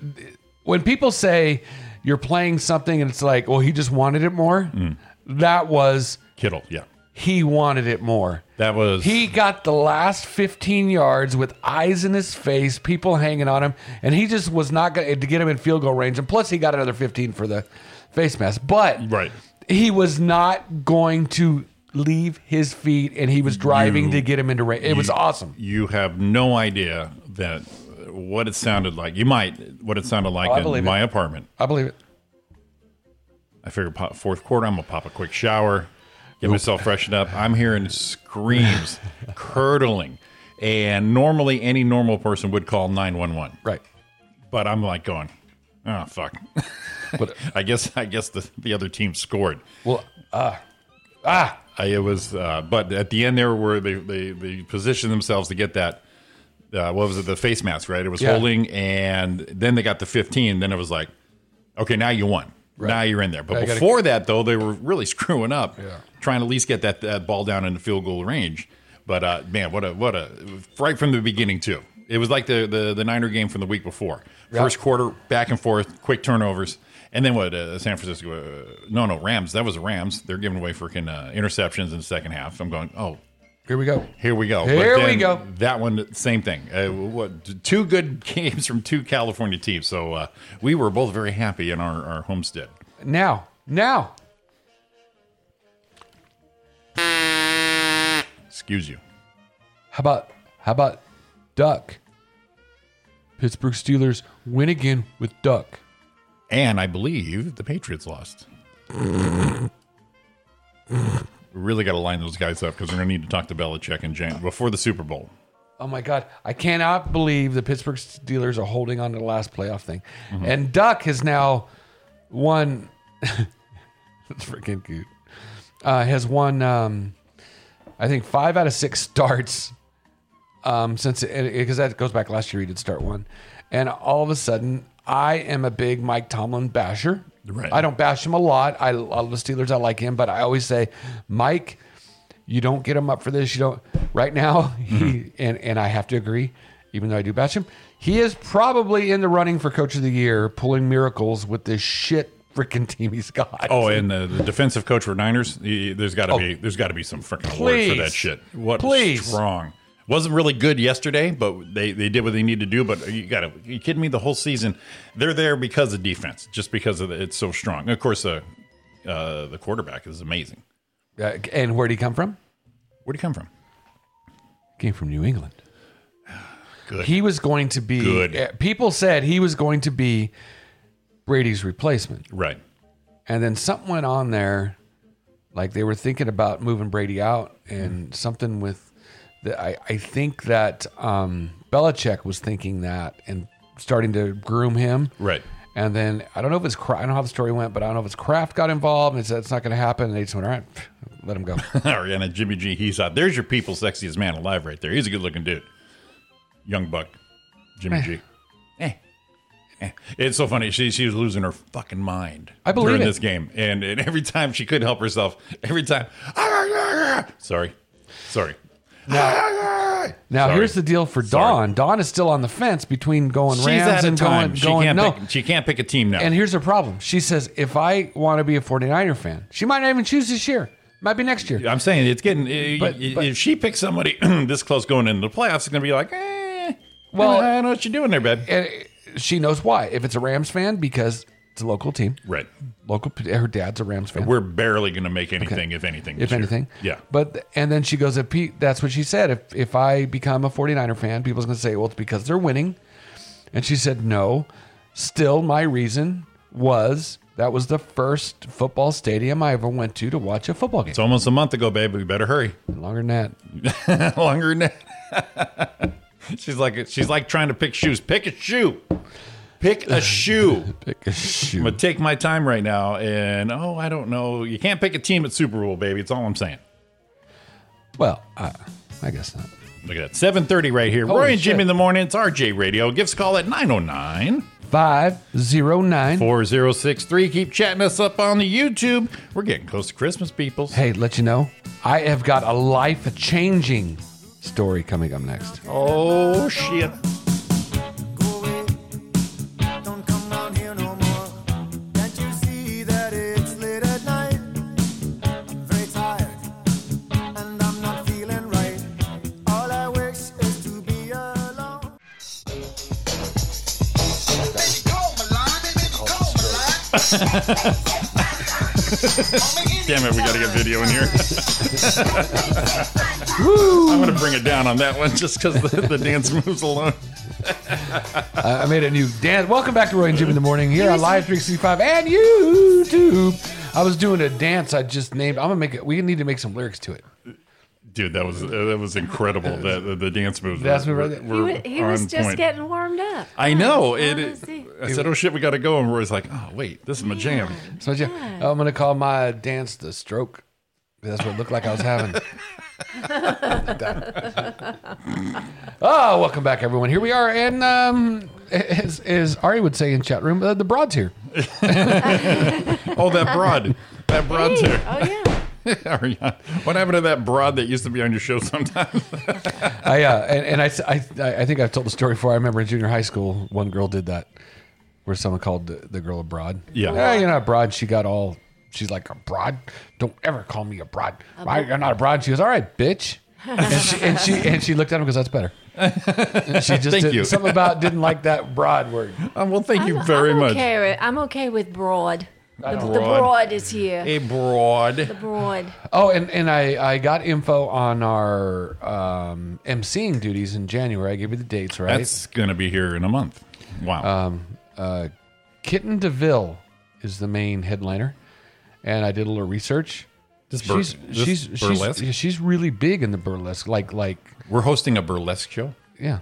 Speaker 6: when people say you're playing something and it's like well he just wanted it more
Speaker 7: Mm.
Speaker 6: that was
Speaker 7: Kittle, yeah.
Speaker 6: he wanted it more
Speaker 7: That was
Speaker 6: he got the last 15 yards with eyes in his face people hanging on him and he just was not going to get him in field goal range and plus he got another 15 for the face mask but
Speaker 7: right.
Speaker 6: he was not going to leave his feet and he was driving
Speaker 7: You-
Speaker 6: to get him into range it was
Speaker 7: You-
Speaker 6: awesome
Speaker 7: You have no idea that what it sounded like. You might what it sounded like
Speaker 6: Oh, I
Speaker 7: in
Speaker 6: believe it.
Speaker 7: my apartment.
Speaker 6: i believe it
Speaker 7: I figured pop, fourth quarter, I'm gonna pop a quick shower, get myself freshened up. I'm hearing screams, curdling, and normally any normal person would call nine one one,
Speaker 6: right
Speaker 7: but I'm like going, oh fuck.
Speaker 6: But-
Speaker 7: I guess I guess the, the other team scored.
Speaker 6: well uh,
Speaker 7: I, it was, uh, but at the end there were they they, they positioned themselves to get that. Uh, what was it? The face mask, right? It was
Speaker 6: Yeah.
Speaker 7: holding, and then they got the 15. Then it was like, okay, now you won. Now you're in there. But
Speaker 6: Now you gotta-
Speaker 7: before that, though, they were really screwing up,
Speaker 6: Yeah.
Speaker 7: trying to at least get that, that ball down in the field goal range. But uh, man, what a what a right from the beginning too. It was like the the, the Niner game from the week before. First quarter, back and forth, quick turnovers, and then what? Uh, San Francisco? Uh, no, no, Rams. That was the Rams. They're giving away freaking uh, interceptions in the second half. I'm going, oh,
Speaker 6: here we go
Speaker 7: here we go.
Speaker 6: Here we go.
Speaker 7: That one, same thing. Uh, what two good games from two California teams. So uh, we were both very happy in our, our homestead.
Speaker 6: now now
Speaker 7: Excuse you.
Speaker 6: How about how about Duck? Pittsburgh Steelers win again with Duck.
Speaker 7: And I believe the Patriots lost. we really got to line those guys up because we're going to need to talk to Belichick and Jan before the Super Bowl.
Speaker 6: Oh my God! I cannot believe the Pittsburgh Steelers are holding on to the last playoff thing, and Duck has now won. that's freaking cute. Uh, has won, um, I think, five out of six starts um, since because that goes back last year. He did start one, and all of a sudden, I am a big Mike Tomlin basher.
Speaker 7: Right.
Speaker 6: I don't bash him a lot. I love the Steelers. I like him, but I always say, Mike, you don't get him up for this. You don't. Right now,
Speaker 7: Mm-hmm.
Speaker 6: he and and I have to agree, even though I do bash him, he is probably in the running for coach of the year, pulling miracles with this shit freaking team he's got.
Speaker 7: Oh, and the, the defensive coach for Niners, he- there's got to
Speaker 6: Oh.
Speaker 7: be there's got to be some freaking award for
Speaker 6: Please.
Speaker 7: that shit. What
Speaker 6: Please.
Speaker 7: strong wasn't really good yesterday, but they, they did what they need to do. But you got to you kidding me? The whole season they're there because of defense, just because of the, it's so strong. And of course, the uh, the quarterback is amazing.
Speaker 6: Uh, and where would he come from?
Speaker 7: Where'd he come from?
Speaker 6: Came from New England.
Speaker 7: Good.
Speaker 6: He was going to be.
Speaker 7: Good.
Speaker 6: uh, People said he was going to be Brady's replacement.
Speaker 7: Right.
Speaker 6: And then something went on there, like they were thinking about moving Brady out, and something with the I, I think that um, Belichick was thinking that and starting to groom him.
Speaker 7: Right.
Speaker 6: And then I don't know if it's Kra- I don't know how the story went, but I don't know if it's Kraft got involved and said it's not going to happen. And they just went, all right, pff, let him go.
Speaker 7: Ariana Jimmy G. He's out. There's your people sexiest man alive right there. He's a good looking dude. Young buck, Jimmy G. Eh. Eh. It's so funny. She she was losing her fucking mind.
Speaker 6: I believe
Speaker 7: during
Speaker 6: it.
Speaker 7: this game, and, and every time she couldn't help herself. Every time, sorry, sorry.
Speaker 6: Now
Speaker 7: Sorry.
Speaker 6: here's the deal for
Speaker 7: Sorry.
Speaker 6: Dawn. Dawn is still on the fence between going
Speaker 7: She's
Speaker 6: Rams
Speaker 7: out of
Speaker 6: and
Speaker 7: time.
Speaker 6: going
Speaker 7: she
Speaker 6: going
Speaker 7: can't
Speaker 6: no.
Speaker 7: pick, she can't pick a team now.
Speaker 6: And here's her problem. She says, if I want to be a 49er fan, she might not even choose this year. Might be next year.
Speaker 7: I'm saying it's getting. eh,
Speaker 6: But-
Speaker 7: if
Speaker 6: but-
Speaker 7: she picks somebody this close going into the playoffs, it's gonna be like, eh.
Speaker 6: Well-
Speaker 7: I don't know what you're doing there, babe.
Speaker 6: And she knows why. If it's a Rams fan, because It's a local team.
Speaker 7: Right.
Speaker 6: Local. Her dad's a Rams fan.
Speaker 7: We're barely going to make anything, if anything.
Speaker 6: if
Speaker 7: this year.
Speaker 6: anything.
Speaker 7: Yeah.
Speaker 6: But and then she goes, if Pete, that's what she said. If if I become a 49er fan, people's gonna say, well, it's because they're winning. And she said, no. Still, my reason was that was the first football stadium I ever went to to watch a football game.
Speaker 7: It's almost a month ago, babe. We better hurry.
Speaker 6: Longer than that.
Speaker 7: Longer than that. she's like she's like trying to pick shoes. Pick a shoe. Pick a shoe.
Speaker 6: Pick a shoe.
Speaker 7: I'm gonna take my time right now, and oh, I don't know. You can't pick a team at Super Bowl, baby. It's all I'm saying.
Speaker 6: Well, I, I guess not.
Speaker 7: Look at that. 7.30 right here.
Speaker 6: Holy
Speaker 7: Roy and
Speaker 6: shit.
Speaker 7: Jimmy in the morning. It's RJ Radio. Give us a call at 909-4063.
Speaker 6: Five zero nine.
Speaker 7: Keep chatting us up on the YouTube. We're getting close to Christmas, people.
Speaker 6: Hey, let you know, I have got a life changing story coming up next.
Speaker 7: Oh, shit.
Speaker 5: Don't come down here no more. Can't you see that it's late at night? I'm very tired and I'm not feeling right. All I wish is to be alone.
Speaker 7: Damn it, we got to get video in here. I'm going to bring it down on that one just because the, the dance moves alone.
Speaker 6: I made a new dance. Welcome back to Roy and Jim in the morning here on Live 365 and YouTube. I was doing a dance I just named. I'm gonna make it. We need to make some lyrics to it.
Speaker 7: Dude, that was uh, that was incredible. The, the, the dance moves
Speaker 6: Dance
Speaker 7: were,
Speaker 6: move right there.
Speaker 7: were
Speaker 10: He, wa- he was
Speaker 7: on
Speaker 10: just
Speaker 7: point.
Speaker 10: getting warmed up.
Speaker 7: I know.
Speaker 10: Honest-
Speaker 7: It,
Speaker 10: honesty.
Speaker 7: I said, oh, shit, we got to go. And Roy's like, oh, wait, this is my jam.
Speaker 6: So I just- I'm gonna call my dance the stroke. That's what it looked like I was having. oh, welcome back, everyone. Here we are, and um, as, as Ari would say in chat room, uh, the broads here.
Speaker 7: Oh, that broad. That broad's
Speaker 10: Hey,
Speaker 7: here.
Speaker 10: Oh yeah.
Speaker 7: Ariana, what happened to that broad that used to be on your show sometimes?
Speaker 6: I uh, and, and I, I I think I've told the story before. I remember in junior high school, one girl did that, where someone called the, the girl abroad.
Speaker 7: Yeah.
Speaker 6: hey, you're not abroad. She got all. She's like abroad. Don't ever call me abroad. Right? You're not abroad. She goes, all right, bitch. and she and she and she looked at him because that's better. And she just
Speaker 7: Thank
Speaker 6: did,
Speaker 7: you.
Speaker 6: Something about didn't like that broad word.
Speaker 7: Um, well, thank you very
Speaker 10: I'm
Speaker 7: much.
Speaker 10: Okay with, I'm okay with broad. The, the
Speaker 7: Broad.
Speaker 10: broad is here.
Speaker 7: A broad.
Speaker 10: Broad.
Speaker 6: Oh, and, and I, I got info on our um, emceeing duties in January. I gave you the dates, right?
Speaker 7: That's going to be here in a month. Wow.
Speaker 6: uh, Kitten DeVille is the main headliner, and I did a little research.
Speaker 7: this bur-
Speaker 6: She's
Speaker 7: this
Speaker 6: she's
Speaker 7: burlesque.
Speaker 6: she's she's really big in the burlesque. Like like
Speaker 7: We're hosting a burlesque show.
Speaker 6: yeah,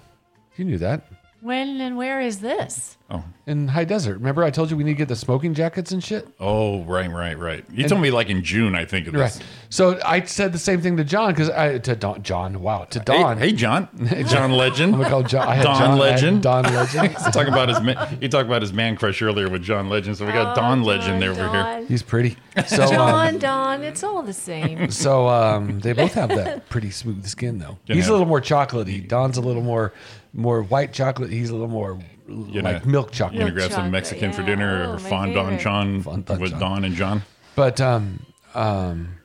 Speaker 6: you knew that
Speaker 10: When and where is this?
Speaker 7: Oh,
Speaker 6: in High Desert. Remember I told you we need to get the smoking jackets and shit.
Speaker 7: oh, right, right, right. You told me like in June, I think. Of this.
Speaker 6: Right. So I said the same thing to John because I to Don, John. Wow, to
Speaker 7: Hey,
Speaker 6: Don.
Speaker 7: hey, John. John Legend.
Speaker 6: I called John. I had
Speaker 7: Don
Speaker 6: John, I had
Speaker 7: Legend.
Speaker 6: Don Legend.
Speaker 7: Talk about his man, he talked about his man crush earlier with John Legend, so we got
Speaker 10: Oh,
Speaker 7: Don Legend there over here.
Speaker 10: Don.
Speaker 6: He's pretty. So
Speaker 10: John,
Speaker 6: Um,
Speaker 10: Don, it's all the same.
Speaker 6: so um, they both have that pretty smooth skin though.
Speaker 7: You
Speaker 6: He's a
Speaker 7: know.
Speaker 6: little more chocolatey. Don's a little more more white chocolate. He's a little more
Speaker 7: know.
Speaker 6: like milk chocolate.
Speaker 7: You gonna grab some
Speaker 10: chocolate,
Speaker 7: Mexican for
Speaker 10: yeah.
Speaker 7: dinner
Speaker 10: Oh,
Speaker 7: or
Speaker 10: my
Speaker 7: fondant
Speaker 10: favorite.
Speaker 7: John
Speaker 6: Fondant
Speaker 7: with
Speaker 6: John.
Speaker 7: Don and John?
Speaker 6: But um, um,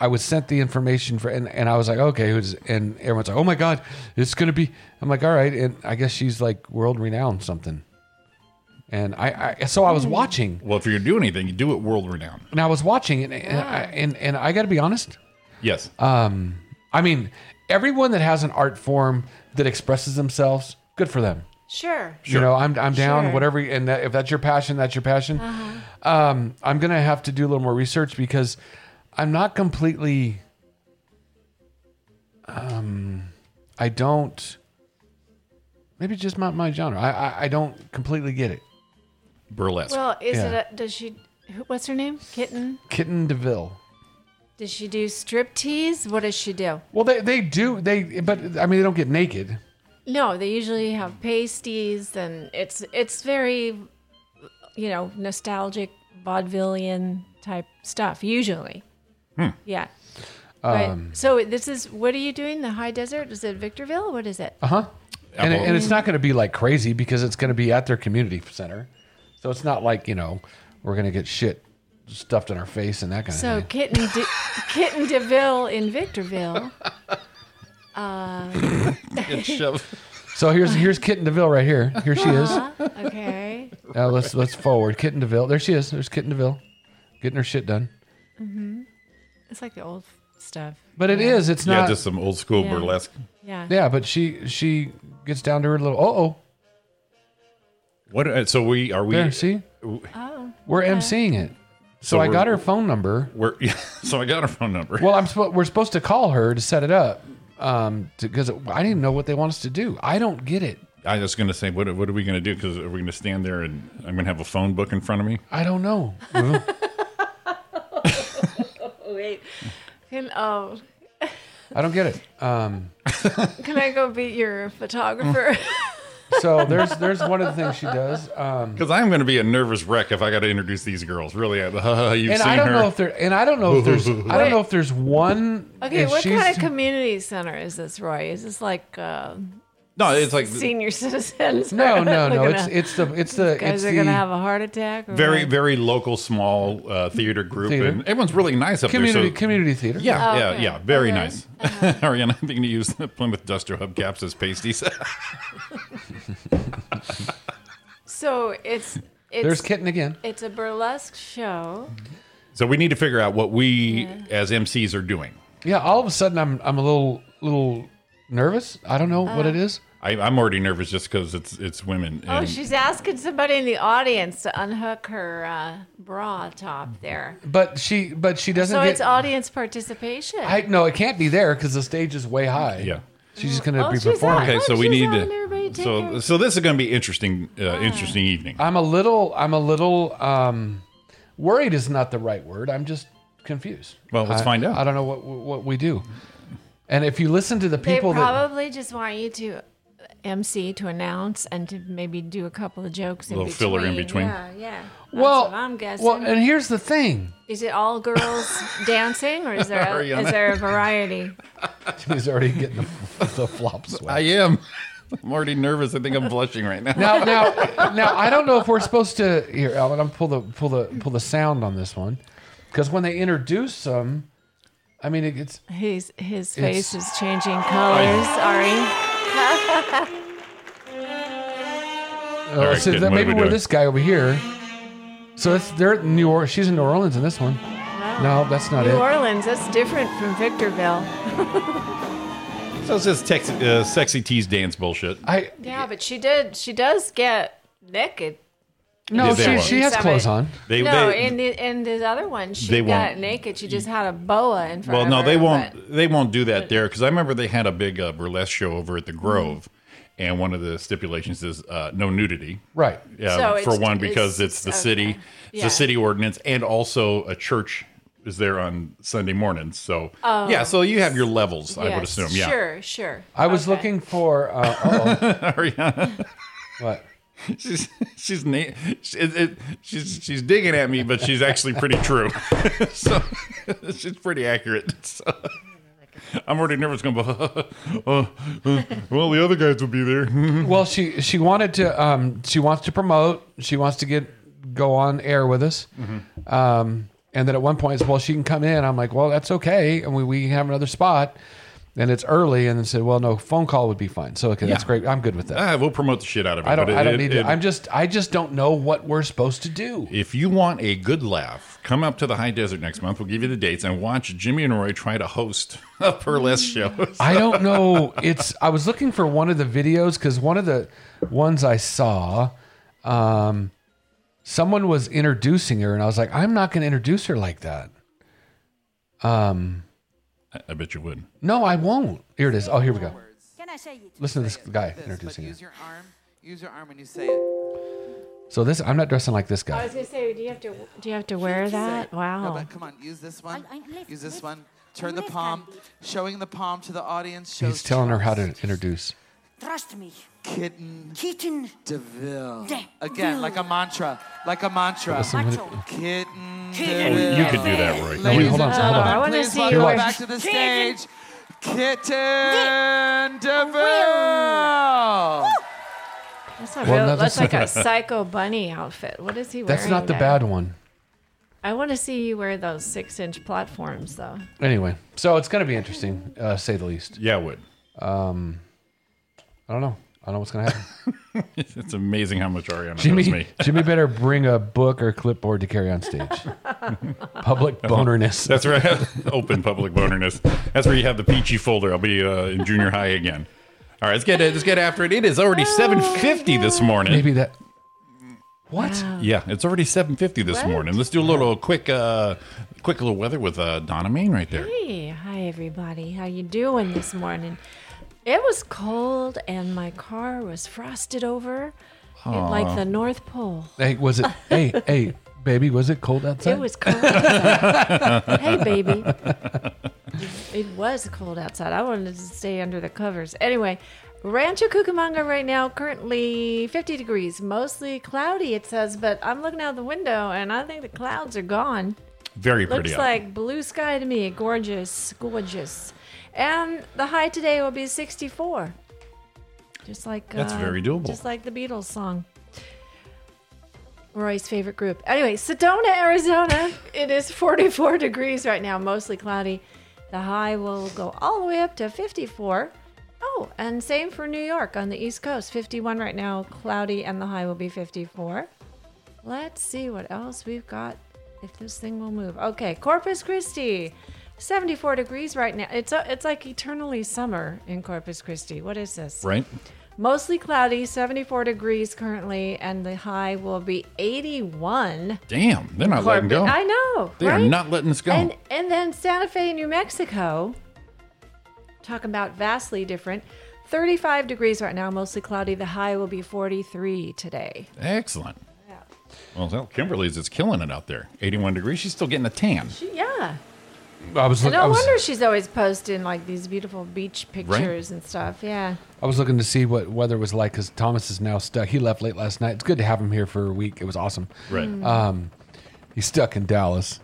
Speaker 6: I was sent the information for, and, and I was like, okay, who's? And everyone's like, oh my god, it's gonna be. I'm like, all right, and I guess she's like world renowned something. And I, I so I was watching,
Speaker 7: Well, if you're gonna do anything, you do it world renowned.
Speaker 6: and I was watching, and and, I, and and I got to be honest.
Speaker 7: Yes.
Speaker 6: Um, I mean, everyone that has an art form that expresses themselves, good for them.
Speaker 10: sure.
Speaker 6: You know, I'm I'm down,
Speaker 10: Sure. Uh-huh.
Speaker 6: whatever. And that, if that's your passion, that's your passion. Um, I'm gonna have to do a little more research because I'm not completely. Um, I don't. Maybe just not my genre. I I, I don't completely get it.
Speaker 7: Burlesque.
Speaker 10: Well, is
Speaker 6: Yeah.
Speaker 10: it? A, does she? who- What's her name? Kitten.
Speaker 6: Kitten Deville.
Speaker 10: Does she do strip tease? What does she do?
Speaker 6: Well, they they do they, but I mean they don't get naked.
Speaker 10: No, they usually have pasties, and it's it's very, you know, nostalgic vaudevillian type stuff usually. Yeah. right. So this is what are you doing? The high desert? Is it Victorville? What is it?
Speaker 6: and, it,
Speaker 7: Apple.
Speaker 6: and it's not going to be like crazy because it's going to be at their community center. So it's not like, you know, we're going to get shit stuffed in our face and that kind
Speaker 10: So
Speaker 6: of thing.
Speaker 10: kitten De- kitten Deville in Victorville.
Speaker 7: Shove.
Speaker 6: So here's here's Kitten DeVille right here. Here she is.
Speaker 10: Uh-huh. okay.
Speaker 6: Now let's let's forward. Kitten DeVille. There she is. There's Kitten DeVille, getting her shit done.
Speaker 10: It's like the old stuff.
Speaker 6: But it is. It's
Speaker 7: yeah,
Speaker 6: not.
Speaker 7: just some old school
Speaker 10: Yeah.
Speaker 7: burlesque.
Speaker 10: Yeah.
Speaker 6: yeah, but she she gets down to her little. Oh, oh,
Speaker 7: What? uh, So we are we?
Speaker 6: there. See,
Speaker 10: Oh.
Speaker 6: we're emceeing it. So,
Speaker 7: So
Speaker 6: I
Speaker 7: we're-
Speaker 6: got her phone number.
Speaker 7: We're, so I got her phone number.
Speaker 6: Well, I'm suppo- we're supposed to call her to set it up um because I didn't know what they want us to do. I don't get it.
Speaker 7: I was going to say, what, what are we going to do? Because are we going to stand there and I'm going to have a phone book in front of me?
Speaker 6: I don't know.
Speaker 10: Oh, Wait. Can oh
Speaker 6: I don't get it. Um,
Speaker 10: can I go be your photographer?
Speaker 6: so there's there's one of the things she does. Um,
Speaker 7: Because I'm going to be a nervous wreck if I got to introduce these girls. Really, I, you've
Speaker 6: and
Speaker 7: seen
Speaker 6: I don't
Speaker 7: her.
Speaker 6: know if there and I don't know if there's I don't know if there's one.
Speaker 10: Okay,
Speaker 6: if
Speaker 10: what
Speaker 6: she's-
Speaker 10: kind of community center is this, Roy? Is this like uh,
Speaker 7: no, it's like
Speaker 10: senior citizens?
Speaker 6: No, no, no.
Speaker 10: We're
Speaker 6: It's
Speaker 10: gonna-
Speaker 6: it's the it's the
Speaker 10: guys
Speaker 6: it's
Speaker 10: are
Speaker 6: the
Speaker 10: gonna have a heart attack. Or
Speaker 7: very,
Speaker 10: what?
Speaker 7: very local, small uh, theater group,
Speaker 6: Theater.
Speaker 7: and everyone's really nice up there.
Speaker 6: community
Speaker 7: So,
Speaker 6: community theater.
Speaker 7: yeah,
Speaker 10: Oh,
Speaker 7: yeah,
Speaker 10: okay.
Speaker 7: yeah. Very
Speaker 10: Okay. Uh-huh.
Speaker 7: nice. Ariana, I'm going to use the Plymouth Duster hubcaps as pasties.
Speaker 10: So it's it's
Speaker 6: There's kitten again.
Speaker 10: it's a burlesque show.
Speaker 7: so we need to figure out what we as MCs are doing.
Speaker 6: Yeah. All of a sudden, I'm I'm a little little nervous. I don't know
Speaker 10: Uh.
Speaker 6: what it is.
Speaker 7: I, I'm already nervous just because it's it's women.
Speaker 10: Oh,
Speaker 7: and-
Speaker 10: she's asking somebody in the audience to unhook her uh, bra top there.
Speaker 6: But she but she doesn't.
Speaker 10: So
Speaker 6: get,
Speaker 10: it's audience participation.
Speaker 6: I no, it can't be there because the stage is way high.
Speaker 7: Yeah.
Speaker 6: She's just gonna
Speaker 10: Oh,
Speaker 6: be
Speaker 10: she's
Speaker 6: performing.
Speaker 10: out.
Speaker 7: Okay, so
Speaker 10: Oh,
Speaker 7: we
Speaker 10: she's
Speaker 7: need
Speaker 10: on everybody
Speaker 7: to.
Speaker 10: take
Speaker 7: So,
Speaker 10: her-
Speaker 7: so this is going to be interesting. Uh, interesting evening.
Speaker 6: I'm a little. I'm a little um, worried. Is not the right word. I'm just confused.
Speaker 7: Well, let's
Speaker 6: I-
Speaker 7: find out.
Speaker 6: I don't know what what we do. And if you listen to the
Speaker 10: they
Speaker 6: people that
Speaker 10: probably just want you to MC to announce and to maybe do a couple of jokes.
Speaker 7: Little
Speaker 10: in
Speaker 7: filler in between.
Speaker 10: Yeah, yeah. That's
Speaker 6: well,
Speaker 10: what I'm guessing.
Speaker 6: well, and here's the thing.
Speaker 10: Is it all girls dancing, or is there a,
Speaker 7: Ariana.
Speaker 10: is there a variety?
Speaker 6: He's already getting the, the flop
Speaker 7: I
Speaker 6: sweat.
Speaker 7: am. I'm already nervous. I think I'm blushing right now.
Speaker 6: Now, now, now, I don't know if we're supposed to. Here, Alan, I'm pull the pull the pull the sound on this one, because when they introduce them, I mean, it, it's
Speaker 10: His his face is changing colors. Ari,
Speaker 6: Uh,
Speaker 7: All right,
Speaker 6: so
Speaker 7: kid,
Speaker 6: that
Speaker 7: what are
Speaker 6: maybe
Speaker 7: we
Speaker 6: we're
Speaker 7: doing?
Speaker 6: this guy over here. So it's they're in New Orleans. She's in New Orleans in this one. No, that's not
Speaker 10: New
Speaker 6: it.
Speaker 10: Orleans. That's different from Victorville.
Speaker 7: So it's just tex- uh, sexy tease dance bullshit.
Speaker 6: I
Speaker 10: Yeah, but she did. She does get naked.
Speaker 6: no,
Speaker 7: They
Speaker 6: she,
Speaker 7: won't.
Speaker 6: she has
Speaker 10: Seven.
Speaker 6: clothes on.
Speaker 7: They,
Speaker 10: no,
Speaker 7: they,
Speaker 10: in the in the other one, she
Speaker 7: they
Speaker 10: got
Speaker 7: won't.
Speaker 10: naked. She just had a boa in front.
Speaker 7: well,
Speaker 10: of
Speaker 7: no,
Speaker 10: her,
Speaker 7: they won't.
Speaker 10: but-
Speaker 7: They won't do that there because I remember they had a big uh, burlesque show over at the Grove, and one of the stipulations is uh, no nudity.
Speaker 6: Right.
Speaker 10: So
Speaker 7: Yeah,
Speaker 10: it's-
Speaker 7: for one because
Speaker 10: it's-
Speaker 7: it's, the
Speaker 10: okay.
Speaker 7: city, it's
Speaker 10: Yeah.
Speaker 7: a city ordinance, and also a church is there on Sunday mornings. So yeah, so you have your levels. I would
Speaker 10: Oh. Yes,
Speaker 7: assume. Yeah.
Speaker 10: Sure, sure.
Speaker 6: I was
Speaker 10: Okay.
Speaker 6: looking for uh, uh-oh.
Speaker 7: Ariana,
Speaker 6: what?
Speaker 7: she's she's na- she, it, it- she's she's digging at me, but she's actually pretty true. so she's pretty accurate. So, I'm already nervous. Going, uh, uh, well, the other guys will be there.
Speaker 6: Well, she she wanted to um she wants to promote. She wants to get go on air with us.
Speaker 7: Mm-hmm.
Speaker 6: Um, and then at one point, it's, well, she can come in. I'm like, well, that's okay, and we we have another spot. And it's early, and then said, well, no, phone call would be fine. So okay, that's
Speaker 7: Yeah.
Speaker 6: great. I'm good with that.
Speaker 7: ah, we'll promote the shit out of it.
Speaker 6: I don't.
Speaker 7: but it-
Speaker 6: I don't
Speaker 7: it-
Speaker 6: need
Speaker 7: it-
Speaker 6: to. I'm just. I just don't know what we're supposed to do.
Speaker 7: If you want a good laugh, come up to the high desert next month. We'll give you the dates and watch Jimmy and Roy try to host a burlesque show.
Speaker 6: I don't know. It's. I was looking for one of the videos because one of the ones I saw, um, someone was introducing her, and I was like, I'm not going to introduce her like that.
Speaker 7: I- I bet you would.
Speaker 6: No, I won't. Here it is. Oh, here we go.
Speaker 11: Can I say it?
Speaker 6: Listen to this guy
Speaker 9: This, but
Speaker 6: introducing her.
Speaker 9: use your arm. Use your arm when you say it.
Speaker 6: So this, I'm not dressing like this
Speaker 10: I
Speaker 6: guy.
Speaker 10: was gonna say, do you have to do you have to wear that?
Speaker 9: No,
Speaker 10: Wow.
Speaker 9: but come on, use this one.
Speaker 11: Oh. I- I- lift,
Speaker 9: use this
Speaker 11: lift.
Speaker 9: one. Turn the
Speaker 11: Lift
Speaker 9: palm.
Speaker 11: hand.
Speaker 9: Showing the palm to the audience shows.
Speaker 6: He's telling her how to introduce.
Speaker 11: Trust me.
Speaker 9: Kitten
Speaker 11: Kitten.
Speaker 9: Deville.
Speaker 11: De-
Speaker 9: Again, like a mantra. Like a mantra.
Speaker 11: Macho.
Speaker 9: Kitten
Speaker 11: Kitten
Speaker 9: Deville.
Speaker 7: Oh, You could do that, Roy.
Speaker 6: No, wait,
Speaker 9: Ladies
Speaker 6: hold on, hold on.
Speaker 9: and gentlemen,
Speaker 10: I wanna
Speaker 9: please
Speaker 10: see
Speaker 9: welcome
Speaker 10: your-
Speaker 9: back to the
Speaker 11: Kitten.
Speaker 9: stage, Kitten Deville.
Speaker 10: That's not
Speaker 6: Well,
Speaker 10: real.
Speaker 6: no,
Speaker 10: that's,
Speaker 6: that's-
Speaker 10: like a psycho bunny outfit. What is he wearing?
Speaker 6: That's not the
Speaker 10: there?
Speaker 6: bad one.
Speaker 10: I want to see you wear those six-inch platforms, though.
Speaker 6: Anyway, so it's going to be interesting, uh, say the least.
Speaker 7: Yeah, I would.
Speaker 6: I don't know. I don't know what's gonna happen.
Speaker 7: it's amazing how much Ariana knows
Speaker 6: Jimmy,
Speaker 7: me.
Speaker 6: Jimmy better bring a book or clipboard to carry on stage. Public bonerness.
Speaker 7: That's right. Open public bonerness. That's where you have the peachy folder. I'll be uh, in junior high again. All right, let's get it. Let's get after it. It is already
Speaker 10: Oh,
Speaker 7: seven fifty this morning.
Speaker 6: Maybe that. What?
Speaker 7: Yeah, it's already seven fifty this
Speaker 10: What?
Speaker 7: morning. Let's do a little quick, uh, quick little weather with uh, Donna Main right there.
Speaker 10: Hey, hi everybody. How you doing this morning? It was cold and my car was frosted over, it-
Speaker 6: Aw.
Speaker 10: like the North Pole.
Speaker 6: Hey, was it? hey, hey, baby, was it cold outside?
Speaker 10: It was cold outside. hey, baby. It was cold outside. I wanted to stay under the covers. Anyway, Rancho Cucamonga right now, currently 50 degrees, mostly cloudy, it says, but I'm looking out the window and I think the clouds are gone.
Speaker 7: Very pretty.
Speaker 10: Looks
Speaker 7: out.
Speaker 10: like blue sky to me. Gorgeous, gorgeous. And the high today will be 64. Just like uh,
Speaker 7: That's very doable.
Speaker 10: Just like the Beatles song. Roy's favorite group. Anyway, Sedona, Arizona. it is 44 degrees right now, mostly cloudy. The high will go all the way up to 54. Oh, and same for New York on the East Coast. 51 right now, cloudy, and the high will be 54. Let's see what else we've got if this thing will move. Okay, Corpus Christi. 74 degrees right now. It's uh, it's like eternally summer in Corpus Christi. What is this?
Speaker 7: right.
Speaker 10: Mostly cloudy, 74 degrees currently, and the high will be 81.
Speaker 7: Damn, they're not letting
Speaker 10: Corpus-
Speaker 7: go.
Speaker 10: I know.
Speaker 7: Oh, They
Speaker 10: right?
Speaker 7: are not letting us go.
Speaker 10: And and then Santa Fe, New Mexico. Talking about vastly different. 35 degrees right now, mostly cloudy. The high will be 43 today.
Speaker 7: Excellent. Well, hell, Kimberly's is killing it out there. 81 degrees. She's still getting a tan.
Speaker 10: She, yeah.
Speaker 6: I was
Speaker 10: So
Speaker 6: look, I
Speaker 10: no
Speaker 6: was,
Speaker 10: wonder she's always posting like these beautiful beach pictures and stuff. Yeah.
Speaker 6: I was looking to see what weather was like because Thomas is now stuck. He left late last night. It's good to have him here for a week. It was awesome.
Speaker 7: Right. Mm.
Speaker 6: Um, he's stuck in Dallas.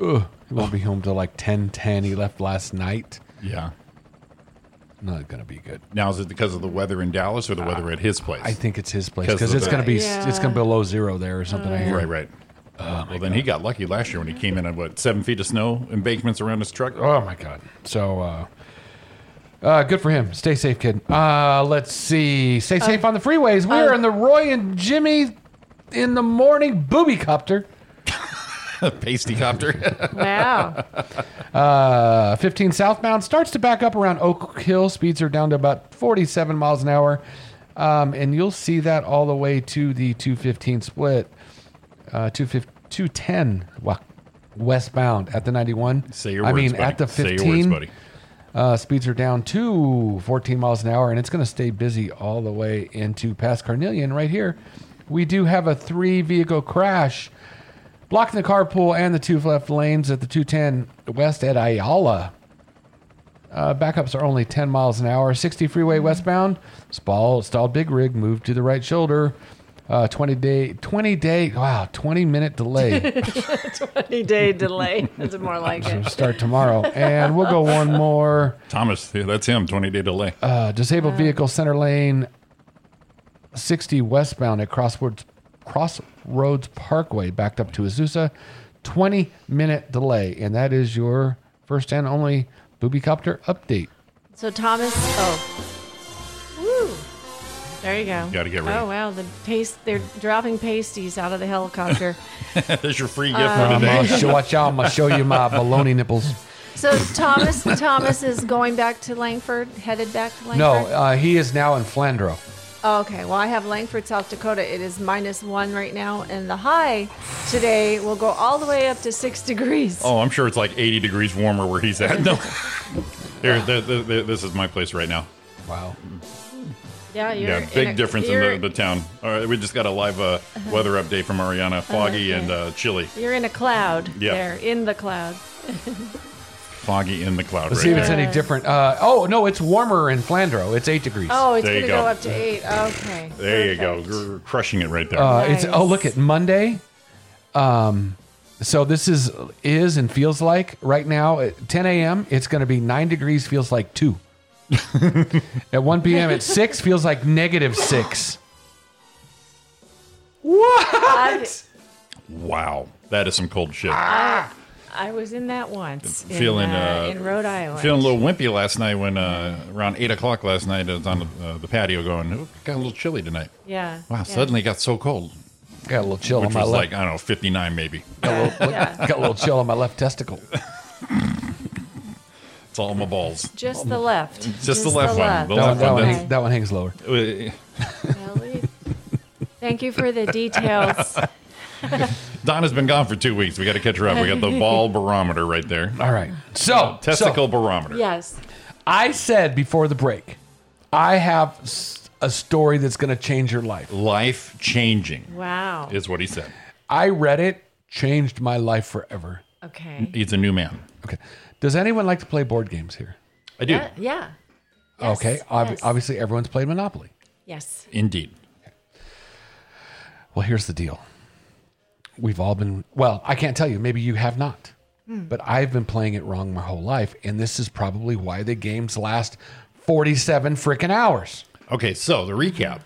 Speaker 6: Ugh, he won't be home till like ten ten. He left last night.
Speaker 7: Yeah.
Speaker 6: Not gonna be good.
Speaker 7: Now, is it because of the weather in Dallas or
Speaker 10: Uh,
Speaker 7: the weather at his place?
Speaker 6: I think it's his place
Speaker 7: 'Cause
Speaker 6: because
Speaker 7: of
Speaker 6: it's
Speaker 7: the-
Speaker 6: gonna be it's
Speaker 10: Yeah.
Speaker 6: gonna be below zero there or something. I hear.
Speaker 7: Right, right.
Speaker 10: Oh
Speaker 7: Uh, well, then he got lucky last year when he came in at what seven feet of snow embankments around his truck.
Speaker 6: Oh my god! So, uh, uh, good for him. Stay safe, kid. Uh, let's see. Stay safe on the freeways. We are in the Roy and Jimmy in the morning booby copter.
Speaker 7: pasty copter.
Speaker 10: Wow.
Speaker 6: Uh, 15 southbound starts to back up around Oak Hill. Speeds are down to about 47 miles an hour. Um, and you'll see that all the way to the 215 split. Uh, 215 210 wa- westbound at the 91.
Speaker 7: Say your
Speaker 6: I
Speaker 7: words,
Speaker 6: mean,
Speaker 7: buddy.
Speaker 6: at the
Speaker 7: Say your
Speaker 6: 15.
Speaker 7: words, buddy.
Speaker 6: Uh, speeds are down to 14 miles an hour, and it's going to stay busy all the way into past Carnelian right here. We do have a three vehicle crash blocking the carpool and the two left lanes at the 210 west at Ayala. Uh, backups are only 10 miles an hour. 60 freeway westbound. Spall, stalled big rig moved to the right shoulder. Uh, 20 day, 20 day, wow, 20 minute delay.
Speaker 10: 20 day delay. That's more like
Speaker 6: We'll
Speaker 10: it.
Speaker 6: start tomorrow. And we'll go one more.
Speaker 7: Thomas, yeah, that's him. Twenty day delay.
Speaker 6: Uh, disabled vehicle center lane 60 westbound at Crossroads, Crossroads Parkway, backed up to Azusa. 20 minute delay. And that is your first and only booby copter update.
Speaker 10: So Thomas, oh, woo, there you go.
Speaker 7: Gotta get ready.
Speaker 10: Oh wow, the paste. They're dropping pasties out of the helicopter.
Speaker 7: There's your free gift
Speaker 10: uh,
Speaker 7: for
Speaker 6: I'm
Speaker 7: today.
Speaker 6: gonna show, watch out. I'm going to show you my baloney nipples.
Speaker 10: so Thomas, Thomas is going back to Langford, headed back to Langford.
Speaker 6: No, uh, he is now in Flandreau.
Speaker 10: Oh, okay. Well, I have Langford, South Dakota. It is minus one right now, and the high today will go all the way up to six degrees.
Speaker 7: Oh, I'm sure it's like 80 degrees warmer where he's at. No, here, th th th this is my place right now.
Speaker 6: Wow.
Speaker 10: yeah, you're
Speaker 7: yeah,
Speaker 10: in
Speaker 7: big
Speaker 10: a-
Speaker 7: difference
Speaker 10: you're- Uh-huh.
Speaker 7: in the, the town. All right, we just got a live uh, weather update from Ariana. Foggy and uh, chilly.
Speaker 10: You're in a cloud.
Speaker 7: Yeah.
Speaker 10: There, in the cloud.
Speaker 7: Foggy in the cloud.
Speaker 6: Let's
Speaker 7: right
Speaker 6: see if it's
Speaker 7: there.
Speaker 6: any different. Uh, oh, no, it's warmer in Flandreau. It's eight degrees.
Speaker 10: Oh, it's
Speaker 7: There you
Speaker 10: going to
Speaker 7: go.
Speaker 10: go up to eight. Okay.
Speaker 7: There you go. Gr- crushing it right there.
Speaker 6: Uh, It's
Speaker 10: Nice.
Speaker 6: oh look at Monday. Um, so this is is and feels like right now at 10 a.m. It's going to be nine degrees. Feels like two. at 1 p.m. at six feels like negative six.
Speaker 10: I've-
Speaker 7: wow. That is some cold shit.
Speaker 10: I was in that once. in,
Speaker 7: feeling
Speaker 10: uh,
Speaker 7: uh,
Speaker 10: in Rhode Island.
Speaker 7: Feeling a little wimpy last night when uh, around eight o'clock last night I was on the, uh, the patio going. "Ooh, got a little chilly tonight.
Speaker 10: Yeah,
Speaker 7: Wow.
Speaker 10: yeah.
Speaker 7: Suddenly got so cold.
Speaker 6: Got a little chill
Speaker 7: Which
Speaker 6: on my
Speaker 7: was
Speaker 6: left.
Speaker 7: like I don't know, fifty nine maybe.
Speaker 6: got a little chill on my left testicle.
Speaker 7: It's all in my balls.
Speaker 10: Just the left.
Speaker 7: Just, the left one.
Speaker 10: left.
Speaker 7: The
Speaker 6: That one,
Speaker 7: left
Speaker 6: that, one
Speaker 7: one.
Speaker 6: hangs, that one hangs lower.
Speaker 7: that's-
Speaker 10: Thank you for the details.
Speaker 7: Donna's been gone for two weeks. We got to catch her up. We got the ball barometer right there.
Speaker 6: All right. So
Speaker 7: testicle barometer.
Speaker 10: yes.
Speaker 6: I said before the break, I have s- a story that's going to change your life.
Speaker 7: Life changing
Speaker 10: Wow.
Speaker 7: is what he said.
Speaker 6: I read it, changed my life forever.
Speaker 10: Okay.
Speaker 7: He's a new man.
Speaker 6: Okay. Does anyone like to play board games here?
Speaker 7: I do
Speaker 10: Yeah. yeah. Yes,
Speaker 6: okay. Ob-
Speaker 10: yes.
Speaker 6: Obviously, everyone's played Monopoly.
Speaker 10: Yes.
Speaker 7: indeed.
Speaker 6: Well, here's the deal. We've all been, well, I can't tell you. Maybe you have not.
Speaker 10: Hmm.
Speaker 6: But I've been playing it wrong my whole life. And this is probably why the games last 47 freaking hours.
Speaker 7: Okay, so the recap.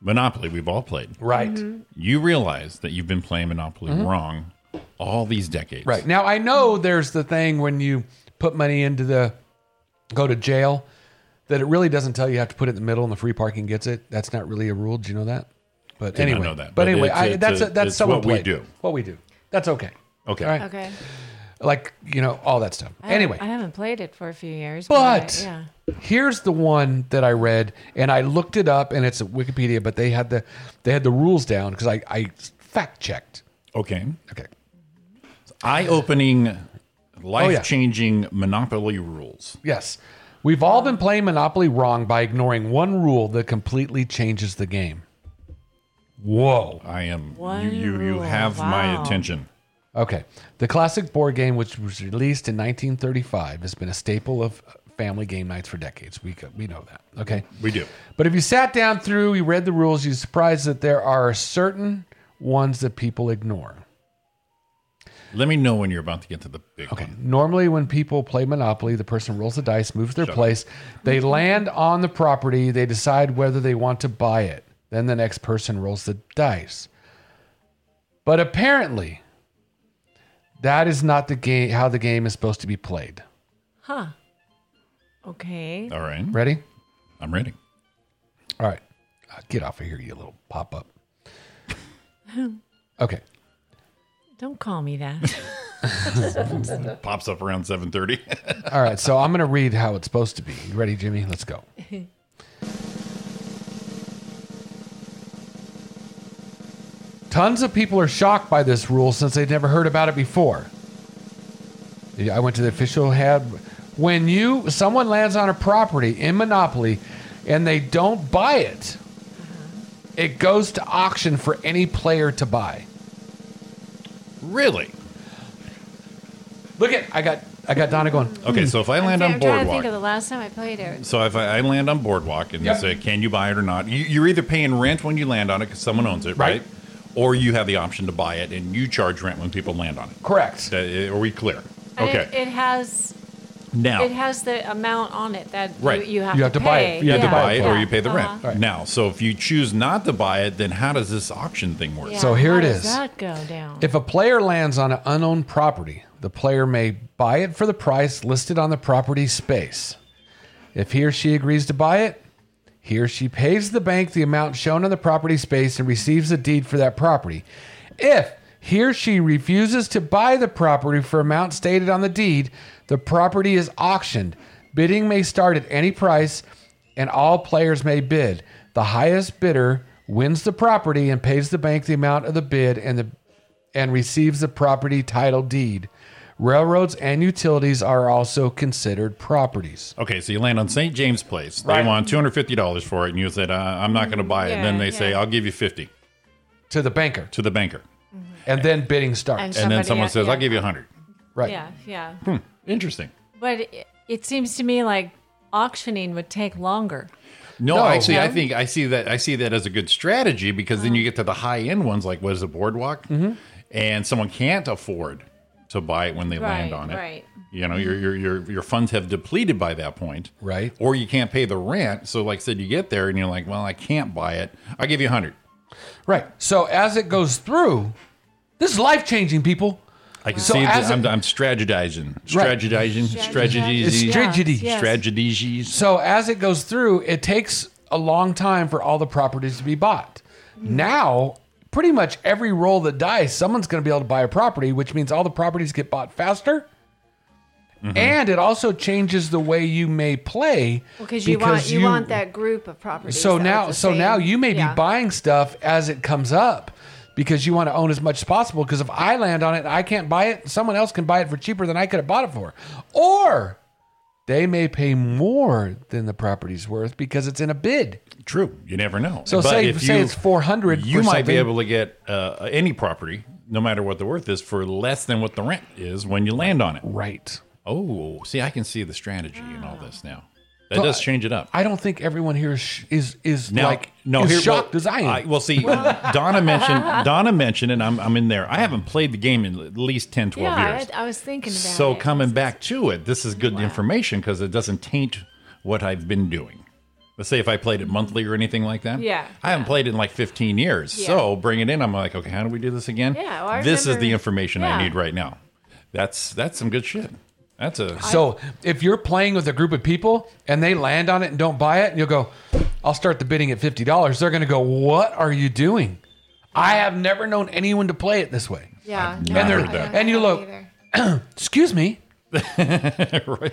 Speaker 7: Monopoly, we've all played.
Speaker 6: Right.
Speaker 10: Mm-hmm.
Speaker 7: You realize that you've been playing Monopoly wrong all these decades.
Speaker 6: Right. Now, I know there's the thing when you put money into the go to jail that it really doesn't tell you you have to put it in the middle and the free parking gets it. That's not really a rule. Do you know that? But
Speaker 7: Did not
Speaker 6: anyway,
Speaker 7: know that,
Speaker 6: but,
Speaker 7: but
Speaker 6: anyway,
Speaker 7: it's-
Speaker 6: I,
Speaker 7: it's
Speaker 6: that's
Speaker 7: a-
Speaker 6: a, that's
Speaker 7: it's
Speaker 6: someone
Speaker 7: what we
Speaker 6: played.
Speaker 7: do.
Speaker 6: What we do. That's okay.
Speaker 7: Okay.
Speaker 6: All right.
Speaker 10: Okay.
Speaker 6: Like you know all that stuff.
Speaker 10: I-
Speaker 6: anyway,
Speaker 10: I haven't played it for a few years.
Speaker 6: But
Speaker 10: I- yeah.
Speaker 6: here's the one that I read, and I looked it up, and it's at Wikipedia. But they had the they had the rules down because I, I fact checked.
Speaker 7: Okay.
Speaker 6: Okay,
Speaker 7: Eye opening,
Speaker 6: yeah.
Speaker 7: life changing Monopoly rules.
Speaker 6: yes, we've all been playing Monopoly wrong by ignoring one rule that completely changes the game. Whoa.
Speaker 7: I am, you,
Speaker 10: One
Speaker 7: you, you
Speaker 10: rule.
Speaker 7: have
Speaker 10: Wow.
Speaker 7: my attention.
Speaker 6: Okay, the classic board game, which was released in 1935, has been a staple of family game nights for decades. We co- we know that. Okay,
Speaker 7: We do.
Speaker 6: But if you sat down through, you read the rules, you're surprised that there are certain ones that people ignore.
Speaker 7: Let me know when you're about to get to the big
Speaker 6: Okay.
Speaker 7: one.
Speaker 6: Normally, when people play Monopoly, the person rolls the dice, moves their place, they land on the property, they decide whether they want to buy it. Then the next person rolls the dice. But apparently, that is not the game how the game is supposed to be played.
Speaker 10: Huh. Okay.
Speaker 7: All right.
Speaker 6: Ready?
Speaker 7: I'm ready.
Speaker 6: All right. Uh, Get off of here, you little pop up. Okay.
Speaker 10: Don't call me that.
Speaker 7: Pops up around 7.30.
Speaker 6: All right, so I'm going to read how it's supposed to be. You ready, Jimmy? Let's go. Tons of people are shocked by this rule since they'd never heard about it before. Yeah, I went to the official head. When you someone lands on a property in Monopoly and they don't buy it, it goes to auction for any player to buy.
Speaker 7: really?
Speaker 6: Look at I got I got Donna going.
Speaker 7: Okay, so if I land
Speaker 10: I'm
Speaker 7: on
Speaker 10: trying to think of
Speaker 7: Boardwalk,
Speaker 10: the last time I played it.
Speaker 7: so if I, I land on Boardwalk and
Speaker 6: Yep.
Speaker 7: they say, can you buy it or not? You, you're either paying rent when you land on it because someone owns it,
Speaker 6: Right.
Speaker 7: right? Or you have the option to buy it and you charge rent when people land on it.
Speaker 6: Correct.
Speaker 7: Uh, Are we clear?
Speaker 10: And
Speaker 7: Okay.
Speaker 10: It, it has
Speaker 7: now
Speaker 10: it has the amount on it that you-
Speaker 7: Right.
Speaker 10: you, have,
Speaker 6: You have to buy it.
Speaker 10: pay.
Speaker 7: you have to
Speaker 10: Yeah.
Speaker 7: buy it or
Speaker 10: Yeah.
Speaker 7: you pay the
Speaker 10: Uh-huh.
Speaker 7: rent.
Speaker 6: Right.
Speaker 7: Now, so if you choose not to buy it, then how does this auction thing work?
Speaker 10: Yeah,
Speaker 6: So here
Speaker 10: how
Speaker 6: it
Speaker 10: does
Speaker 6: is.
Speaker 10: that go down?
Speaker 6: If a player lands on an unowned property, the player may buy it for the price listed on the property space. If he or she agrees to buy it, he or she pays the bank the amount shown on the property space and receives a deed for that property. If he or she refuses to buy the property for amount stated on the deed, the property is auctioned. Bidding may start at any price and all players may bid. The highest bidder wins the property and pays the bank the amount of the bid and the and receives the property title deed. Railroads and utilities are also considered properties.
Speaker 7: Okay, so you land on St. James Place. They
Speaker 6: Right.
Speaker 7: want two hundred fifty dollars for it, and you said, uh, "I'm not going to buy it." and then
Speaker 10: Mm, Yeah,
Speaker 7: they say,
Speaker 10: yeah.
Speaker 7: "I'll give you fifty
Speaker 6: To the banker.
Speaker 7: to the banker,"
Speaker 6: And then bidding starts.
Speaker 10: And-
Speaker 7: and then
Speaker 10: Somebody-
Speaker 7: someone
Speaker 10: yeah,
Speaker 7: says,
Speaker 10: yeah.
Speaker 7: "I'll give you a hundred. Hmm,
Speaker 6: Right.
Speaker 10: yeah, yeah.
Speaker 7: Interesting.
Speaker 10: But it, it seems to me like auctioning would take longer.
Speaker 7: No,
Speaker 6: No.
Speaker 7: actually, I
Speaker 10: No?
Speaker 7: think I see that. I see that as a good strategy because then you get to the high end ones, like what is a boardwalk, and someone can't afford to buy it when they land
Speaker 10: Right,
Speaker 7: on it.
Speaker 10: right.
Speaker 7: You know, your, your your your funds have depleted by that point,
Speaker 6: Right.
Speaker 7: Or you can't pay the rent. So, like I said, you get there and you're like, "Well, I can't buy it. I'll give you a hundred.
Speaker 6: Right. So as it goes through, this is life changing, people.
Speaker 7: I can
Speaker 6: So
Speaker 7: see that
Speaker 6: as a-
Speaker 7: I'm, I'm strategizing,
Speaker 6: Right.
Speaker 7: strategizing, strategizing,
Speaker 6: Strategy.
Speaker 7: strategy, strategies.
Speaker 6: So as it goes through, it takes a long time for all the properties to be bought.
Speaker 10: Mm-hmm.
Speaker 6: Now, pretty much every roll of the dice, someone's going to be able to buy a property, which means all the properties get bought faster. And it also changes the way you may play
Speaker 10: because you want you, want that group of properties.
Speaker 6: So
Speaker 10: that are
Speaker 6: now,
Speaker 10: the
Speaker 6: so
Speaker 10: same.
Speaker 6: now you may
Speaker 10: Yeah.
Speaker 6: be buying stuff as it comes up because you want to own as much as possible. Because if I land on it, and I can't buy it. Someone else can buy it for cheaper than I could have bought it for, or they may pay more than the property's worth because it's in a bid.
Speaker 7: True, you never know.
Speaker 6: So
Speaker 7: But
Speaker 6: say,
Speaker 7: if
Speaker 6: say
Speaker 7: you-
Speaker 6: it's four hundred.
Speaker 7: You might be able to get uh, any property, no matter what the worth is, for less than what the rent is when you land on it.
Speaker 6: Right.
Speaker 7: Oh, see, I can see the strategy and all this now. That
Speaker 6: So
Speaker 7: does
Speaker 6: I-
Speaker 7: change it up.
Speaker 6: I don't think everyone here is sh- is, is
Speaker 7: Now,
Speaker 6: like
Speaker 7: no,
Speaker 6: is
Speaker 7: here-
Speaker 6: shocked
Speaker 7: well,
Speaker 6: as I am.
Speaker 7: well, see, Donna mentioned Donna mentioned, and I'm I'm in there. I haven't played the game in at least 10, 12
Speaker 10: yeah,
Speaker 7: years.
Speaker 10: I, I was thinking about
Speaker 7: so
Speaker 10: it.
Speaker 7: coming back to it, this is good information because it doesn't taint what I've been doing. Let's say if I played it monthly or anything like that.
Speaker 10: Mm-hmm. Yeah,
Speaker 7: I haven't played it in like 15 years.
Speaker 10: Yeah.
Speaker 7: So bring it in. I'm like, okay, how do we do this again?
Speaker 10: Yeah, well, I
Speaker 7: this is
Speaker 10: remember-
Speaker 7: the information
Speaker 10: yeah.
Speaker 7: I need right now. That's that's some good shit. That's a
Speaker 6: So if you're playing with a group of people and they land on it and don't buy it, and you'll go, I'll start the bidding at fifty dollars. They're going to go, What are you doing? I have never known anyone to play it this way.
Speaker 10: yeah,
Speaker 6: And
Speaker 10: no, I
Speaker 6: they're-
Speaker 10: don't
Speaker 6: and
Speaker 10: have
Speaker 6: you
Speaker 10: that
Speaker 6: look-
Speaker 10: either.
Speaker 6: Excuse me.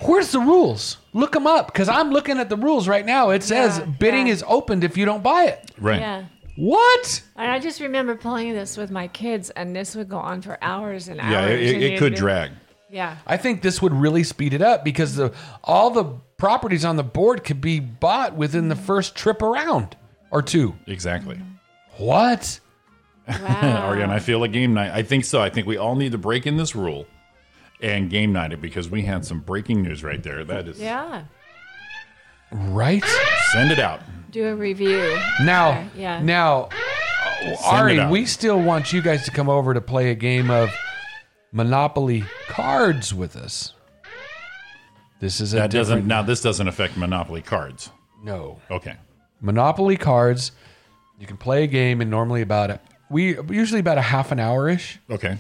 Speaker 6: Where's the rules? Look them up because I'm looking at the rules right now. It says
Speaker 10: Yeah,
Speaker 6: bidding
Speaker 10: yeah.
Speaker 6: is opened if you don't buy it.
Speaker 7: right.
Speaker 10: Yeah.
Speaker 6: What?
Speaker 10: And I just remember playing this with my kids, and this would go on for hours and hours.
Speaker 7: Yeah, it,
Speaker 10: and
Speaker 7: it, it
Speaker 10: you'd
Speaker 7: could
Speaker 10: be-
Speaker 7: drag.
Speaker 10: Yeah,
Speaker 6: I think this would really speed it up because the all the properties on the board could be bought within the first trip around or two.
Speaker 7: Exactly.
Speaker 10: Mm-hmm.
Speaker 6: What?
Speaker 7: Ariane, I feel like game night. I think so. I think we all need to break in this rule and game night it because we had some breaking news right there. That is,
Speaker 10: yeah.
Speaker 6: Right?
Speaker 7: send it out.
Speaker 10: Do a review.
Speaker 6: Now,
Speaker 10: yeah.
Speaker 6: now,
Speaker 7: it
Speaker 6: Ari,
Speaker 7: out.
Speaker 6: we still want you guys to come over to play a game of Monopoly cards with us. This is a
Speaker 7: That doesn't.
Speaker 6: different-
Speaker 7: Now this doesn't affect Monopoly cards.
Speaker 6: no
Speaker 7: Okay.
Speaker 6: Monopoly cards. You can play a game in normally about a, we usually about a half an hour ish,
Speaker 7: Okay.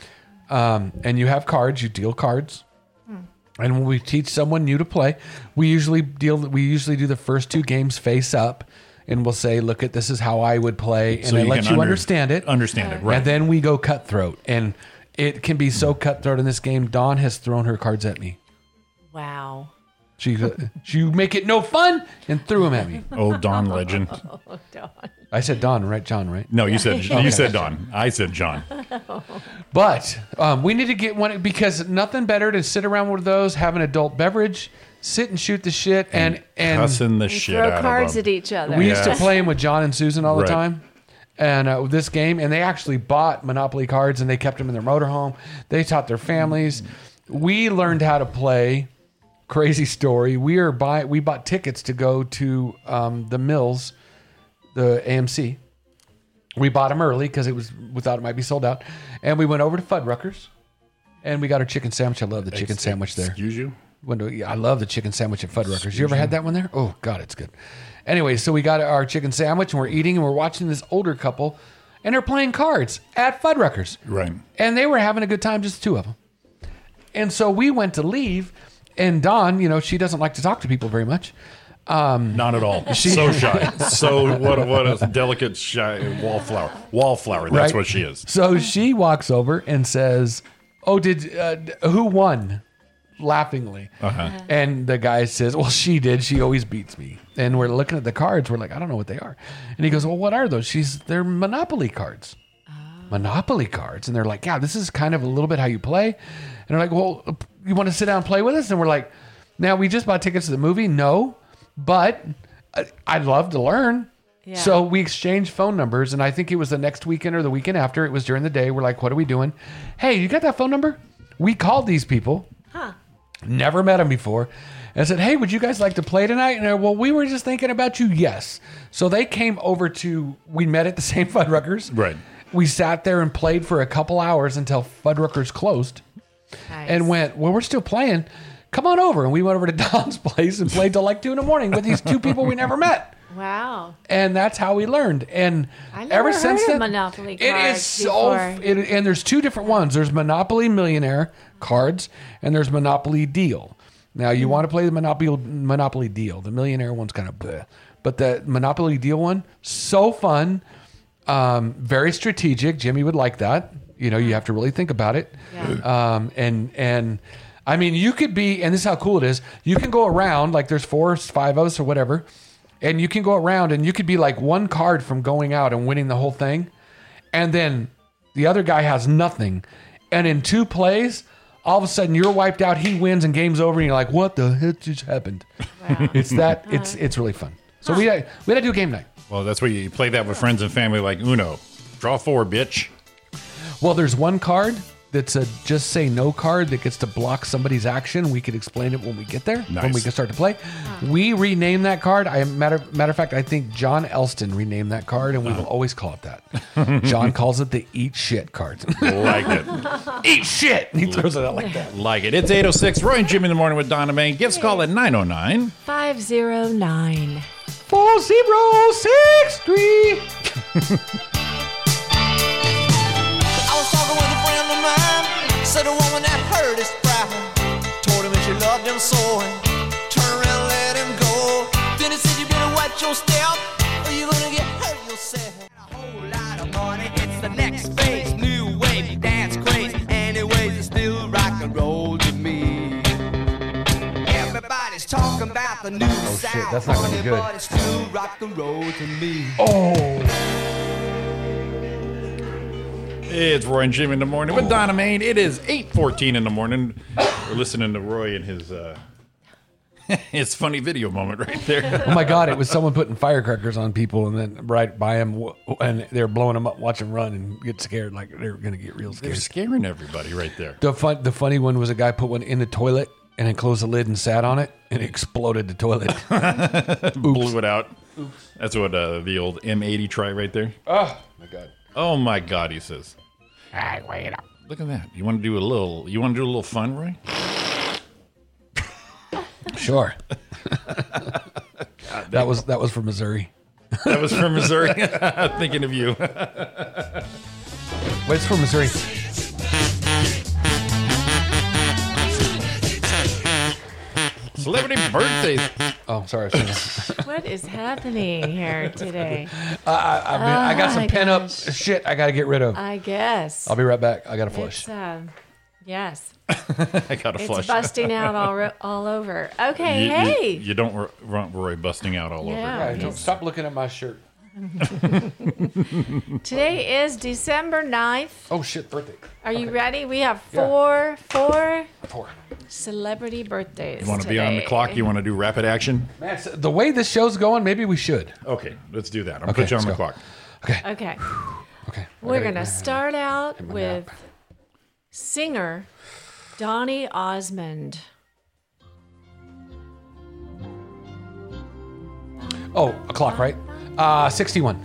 Speaker 6: um, and you have cards. You deal cards. And when we teach someone new to play, we usually deal. We usually do the first two games face up, and we'll say, "Look at this is how I would play," and I let you
Speaker 7: under-
Speaker 6: understand it.
Speaker 7: Understand it. Right.
Speaker 6: And then we go cutthroat. And it can be so cutthroat in this game. Dawn has thrown her cards at me.
Speaker 10: Wow.
Speaker 6: She, uh, she make it no fun and threw them at me.
Speaker 7: oh, Don Legend.
Speaker 10: Oh, God.
Speaker 6: I said Dawn, right? John, right?
Speaker 7: No, you said you said Don. I said John.
Speaker 6: But um, we need to get one because nothing better to sit around with those, have an adult beverage, sit and shoot the shit, and and,
Speaker 7: Cussing the shit
Speaker 10: Throw
Speaker 7: out of
Speaker 10: cards
Speaker 7: them.
Speaker 10: at each other.
Speaker 6: we used to
Speaker 7: Yes.
Speaker 6: play them with John and Susan all the
Speaker 7: Right.
Speaker 6: time. And uh, this game, and they actually bought Monopoly cards and they kept them in their motorhome. They taught their families. We learned how to play. Crazy story. We are buy. We bought tickets to go to um, the Mills, the AMC. We bought them early because it was we thought it might be sold out, and we went over to Fuddruckers, and we got our chicken sandwich. I love the chicken sandwich there.
Speaker 7: Excuse you.
Speaker 6: When do- yeah, I love the chicken sandwich at Fuddruckers. You ever had that one there? Oh God, it's good. Anyway, so we got our chicken sandwich and we're eating and we're watching this older couple, and they're playing cards at Fuddruckers,
Speaker 7: Right.
Speaker 6: and they were having a good time, just the two of them. And so we went to leave, and Dawn, you know, she doesn't like to talk to people very much.
Speaker 7: Not at all. so shy. So what? a- What a delicate shy wallflower. Wallflower. That's
Speaker 6: Right?
Speaker 7: what she is.
Speaker 6: So she walks over and says, "Oh, did uh, d- who won?" Laughingly,
Speaker 7: Uh-huh.
Speaker 6: and the guy says, "Well, she did. She always beats me." And we're looking at the cards. We're like, "I don't know what they are." And he goes, "Well, what are those?" She's, "They're Monopoly cards." Monopoly cards, and they're like, "Yeah, this is kind of a little bit how you play." And they're like, "Well, uh, you want to sit down and play with us?" And we're like, "Now we just bought tickets to the movie. No, but I- I'd love to learn."
Speaker 10: Yeah.
Speaker 6: So we exchanged phone numbers, and I think it was the next weekend or the weekend after. It was during the day. We're like, "What are we doing?" Hey, you got that phone number? We called these people. Never met him before. And said, "Hey, would you guys like to play tonight?" And they're, well, we were just thinking about you. Yes. So they came over to. We met at the same Fuddruckers.
Speaker 7: Right.
Speaker 6: We sat there and played for a couple hours until Fuddruckers closed, and went. Well, we're still playing. Come on over. And we went over to Don's place and played till like two in the morning with these two people we never met.
Speaker 10: Wow.
Speaker 6: and that's how we learned. And
Speaker 10: I never
Speaker 6: ever
Speaker 10: heard
Speaker 6: since
Speaker 10: of
Speaker 6: then,
Speaker 10: Monopoly
Speaker 6: it
Speaker 10: cards
Speaker 6: is so. f-
Speaker 10: before.
Speaker 6: It, and there's two different ones. There's Monopoly Millionaire cards, and there's Monopoly Deal. Now you want to play the Monopoly Monopoly Deal. The Millionaire one's kind of, bleh. but the Monopoly Deal one so fun, um, very strategic. Jimmy would like that. You know, you have to really think about it. Um, and and I mean, you could be, and this is how cool it is. You can go around like there's four, five of us or whatever and you can go around and you could be like one card from going out and winning the whole thing and then the other guy has nothing and in two plays all of a sudden you're wiped out he wins and game's over and you're like what the heck just happened it's that it's it's really fun so we had, we had to do a game night
Speaker 7: Well, that's what you play that with friends and family, like Uno. Draw four, bitch.
Speaker 6: well there's one card that's a just say no card that gets to block somebody's action we could explain it when we get there when
Speaker 7: Nice.
Speaker 6: we can start to play we rename that card i matter matter of fact i think john elston renamed that card and we will always call it that John calls it the eat shit card.
Speaker 7: like it.
Speaker 6: eat shit. He throws it out like that.
Speaker 7: Like it. It's 806. Roy and Jimmy in the morning with Donna May. Give us a call oh at 909.
Speaker 10: 509.
Speaker 6: Four zero six three.
Speaker 5: I was talking with a friend of mine. Said the woman that hurt his pride. Told him that she loved him so. And turned around and let him go. Then he said, You better watch your step, or you're gonna get hurt yourself. A whole lot of money. It's the next phase. New wave, dance craze. Anyways, it's still rock and roll to me. Everybody's talking about the new oh,
Speaker 6: shit, that's not gonna be good.
Speaker 5: But it's still rock and roll to me.
Speaker 6: Oh.
Speaker 7: It's Roy and Jimmy in the morning with Donna May. It is 814 in the morning. We're listening to Roy and his uh his funny video moment right there.
Speaker 6: Oh my god! It was someone putting firecrackers on people, and then right by him, w- and they're blowing them up. Watch them run and get scared, like they're gonna get real
Speaker 7: They're
Speaker 6: scared.
Speaker 7: scaring everybody right there.
Speaker 6: The fun, the funny one was a guy put one in the toilet and then closed the lid and sat on it and it exploded the toilet.
Speaker 7: Blew it out. That's what uh, the old M80 try right there.
Speaker 6: oh my god!
Speaker 7: Oh my God, he says. Look at that. You want to do a little? You want to do a little fun, Roy?
Speaker 6: Sure. that was that was from Missouri.
Speaker 7: That was from Missouri. Thinking of you.
Speaker 6: Wait, it's from Missouri.
Speaker 7: Celebrity birthdays.
Speaker 6: Oh, sorry. I was-
Speaker 10: What is happening here today?
Speaker 6: I, mean, I got
Speaker 10: Oh
Speaker 6: some
Speaker 10: my
Speaker 6: pent up
Speaker 10: gosh.
Speaker 6: shit I got to get rid of.
Speaker 10: I guess.
Speaker 6: I'll be right back. I got to flush.
Speaker 10: It's, um, yes.
Speaker 7: I got to
Speaker 10: It's
Speaker 7: flush.
Speaker 10: busting out all, ro- all over. Okay,
Speaker 7: You,
Speaker 10: hey.
Speaker 7: you, you don't ro- want Roy busting out all
Speaker 10: Yeah.
Speaker 7: over.
Speaker 10: Right, don't
Speaker 6: stop looking at my shirt.
Speaker 10: Today is December 9th.
Speaker 6: Oh, shit, birthday.
Speaker 10: Are you ready? We have
Speaker 6: Yeah.
Speaker 10: four, four
Speaker 6: Four.
Speaker 10: celebrity birthdays.
Speaker 7: You want to be on the
Speaker 10: today.
Speaker 7: clock? You want to do rapid action?
Speaker 6: Man, so the way this show's going, maybe we should.
Speaker 7: Okay, let's do that. I'm
Speaker 6: Okay,
Speaker 7: put you on
Speaker 6: let's
Speaker 7: the
Speaker 6: go.
Speaker 7: clock.
Speaker 10: Okay.
Speaker 6: Okay. I
Speaker 10: We're
Speaker 6: gotta-
Speaker 10: going to start out
Speaker 6: my
Speaker 10: with
Speaker 6: nap.
Speaker 10: singer Donny Osmond.
Speaker 6: Oh, a clock, right? Uh, 61.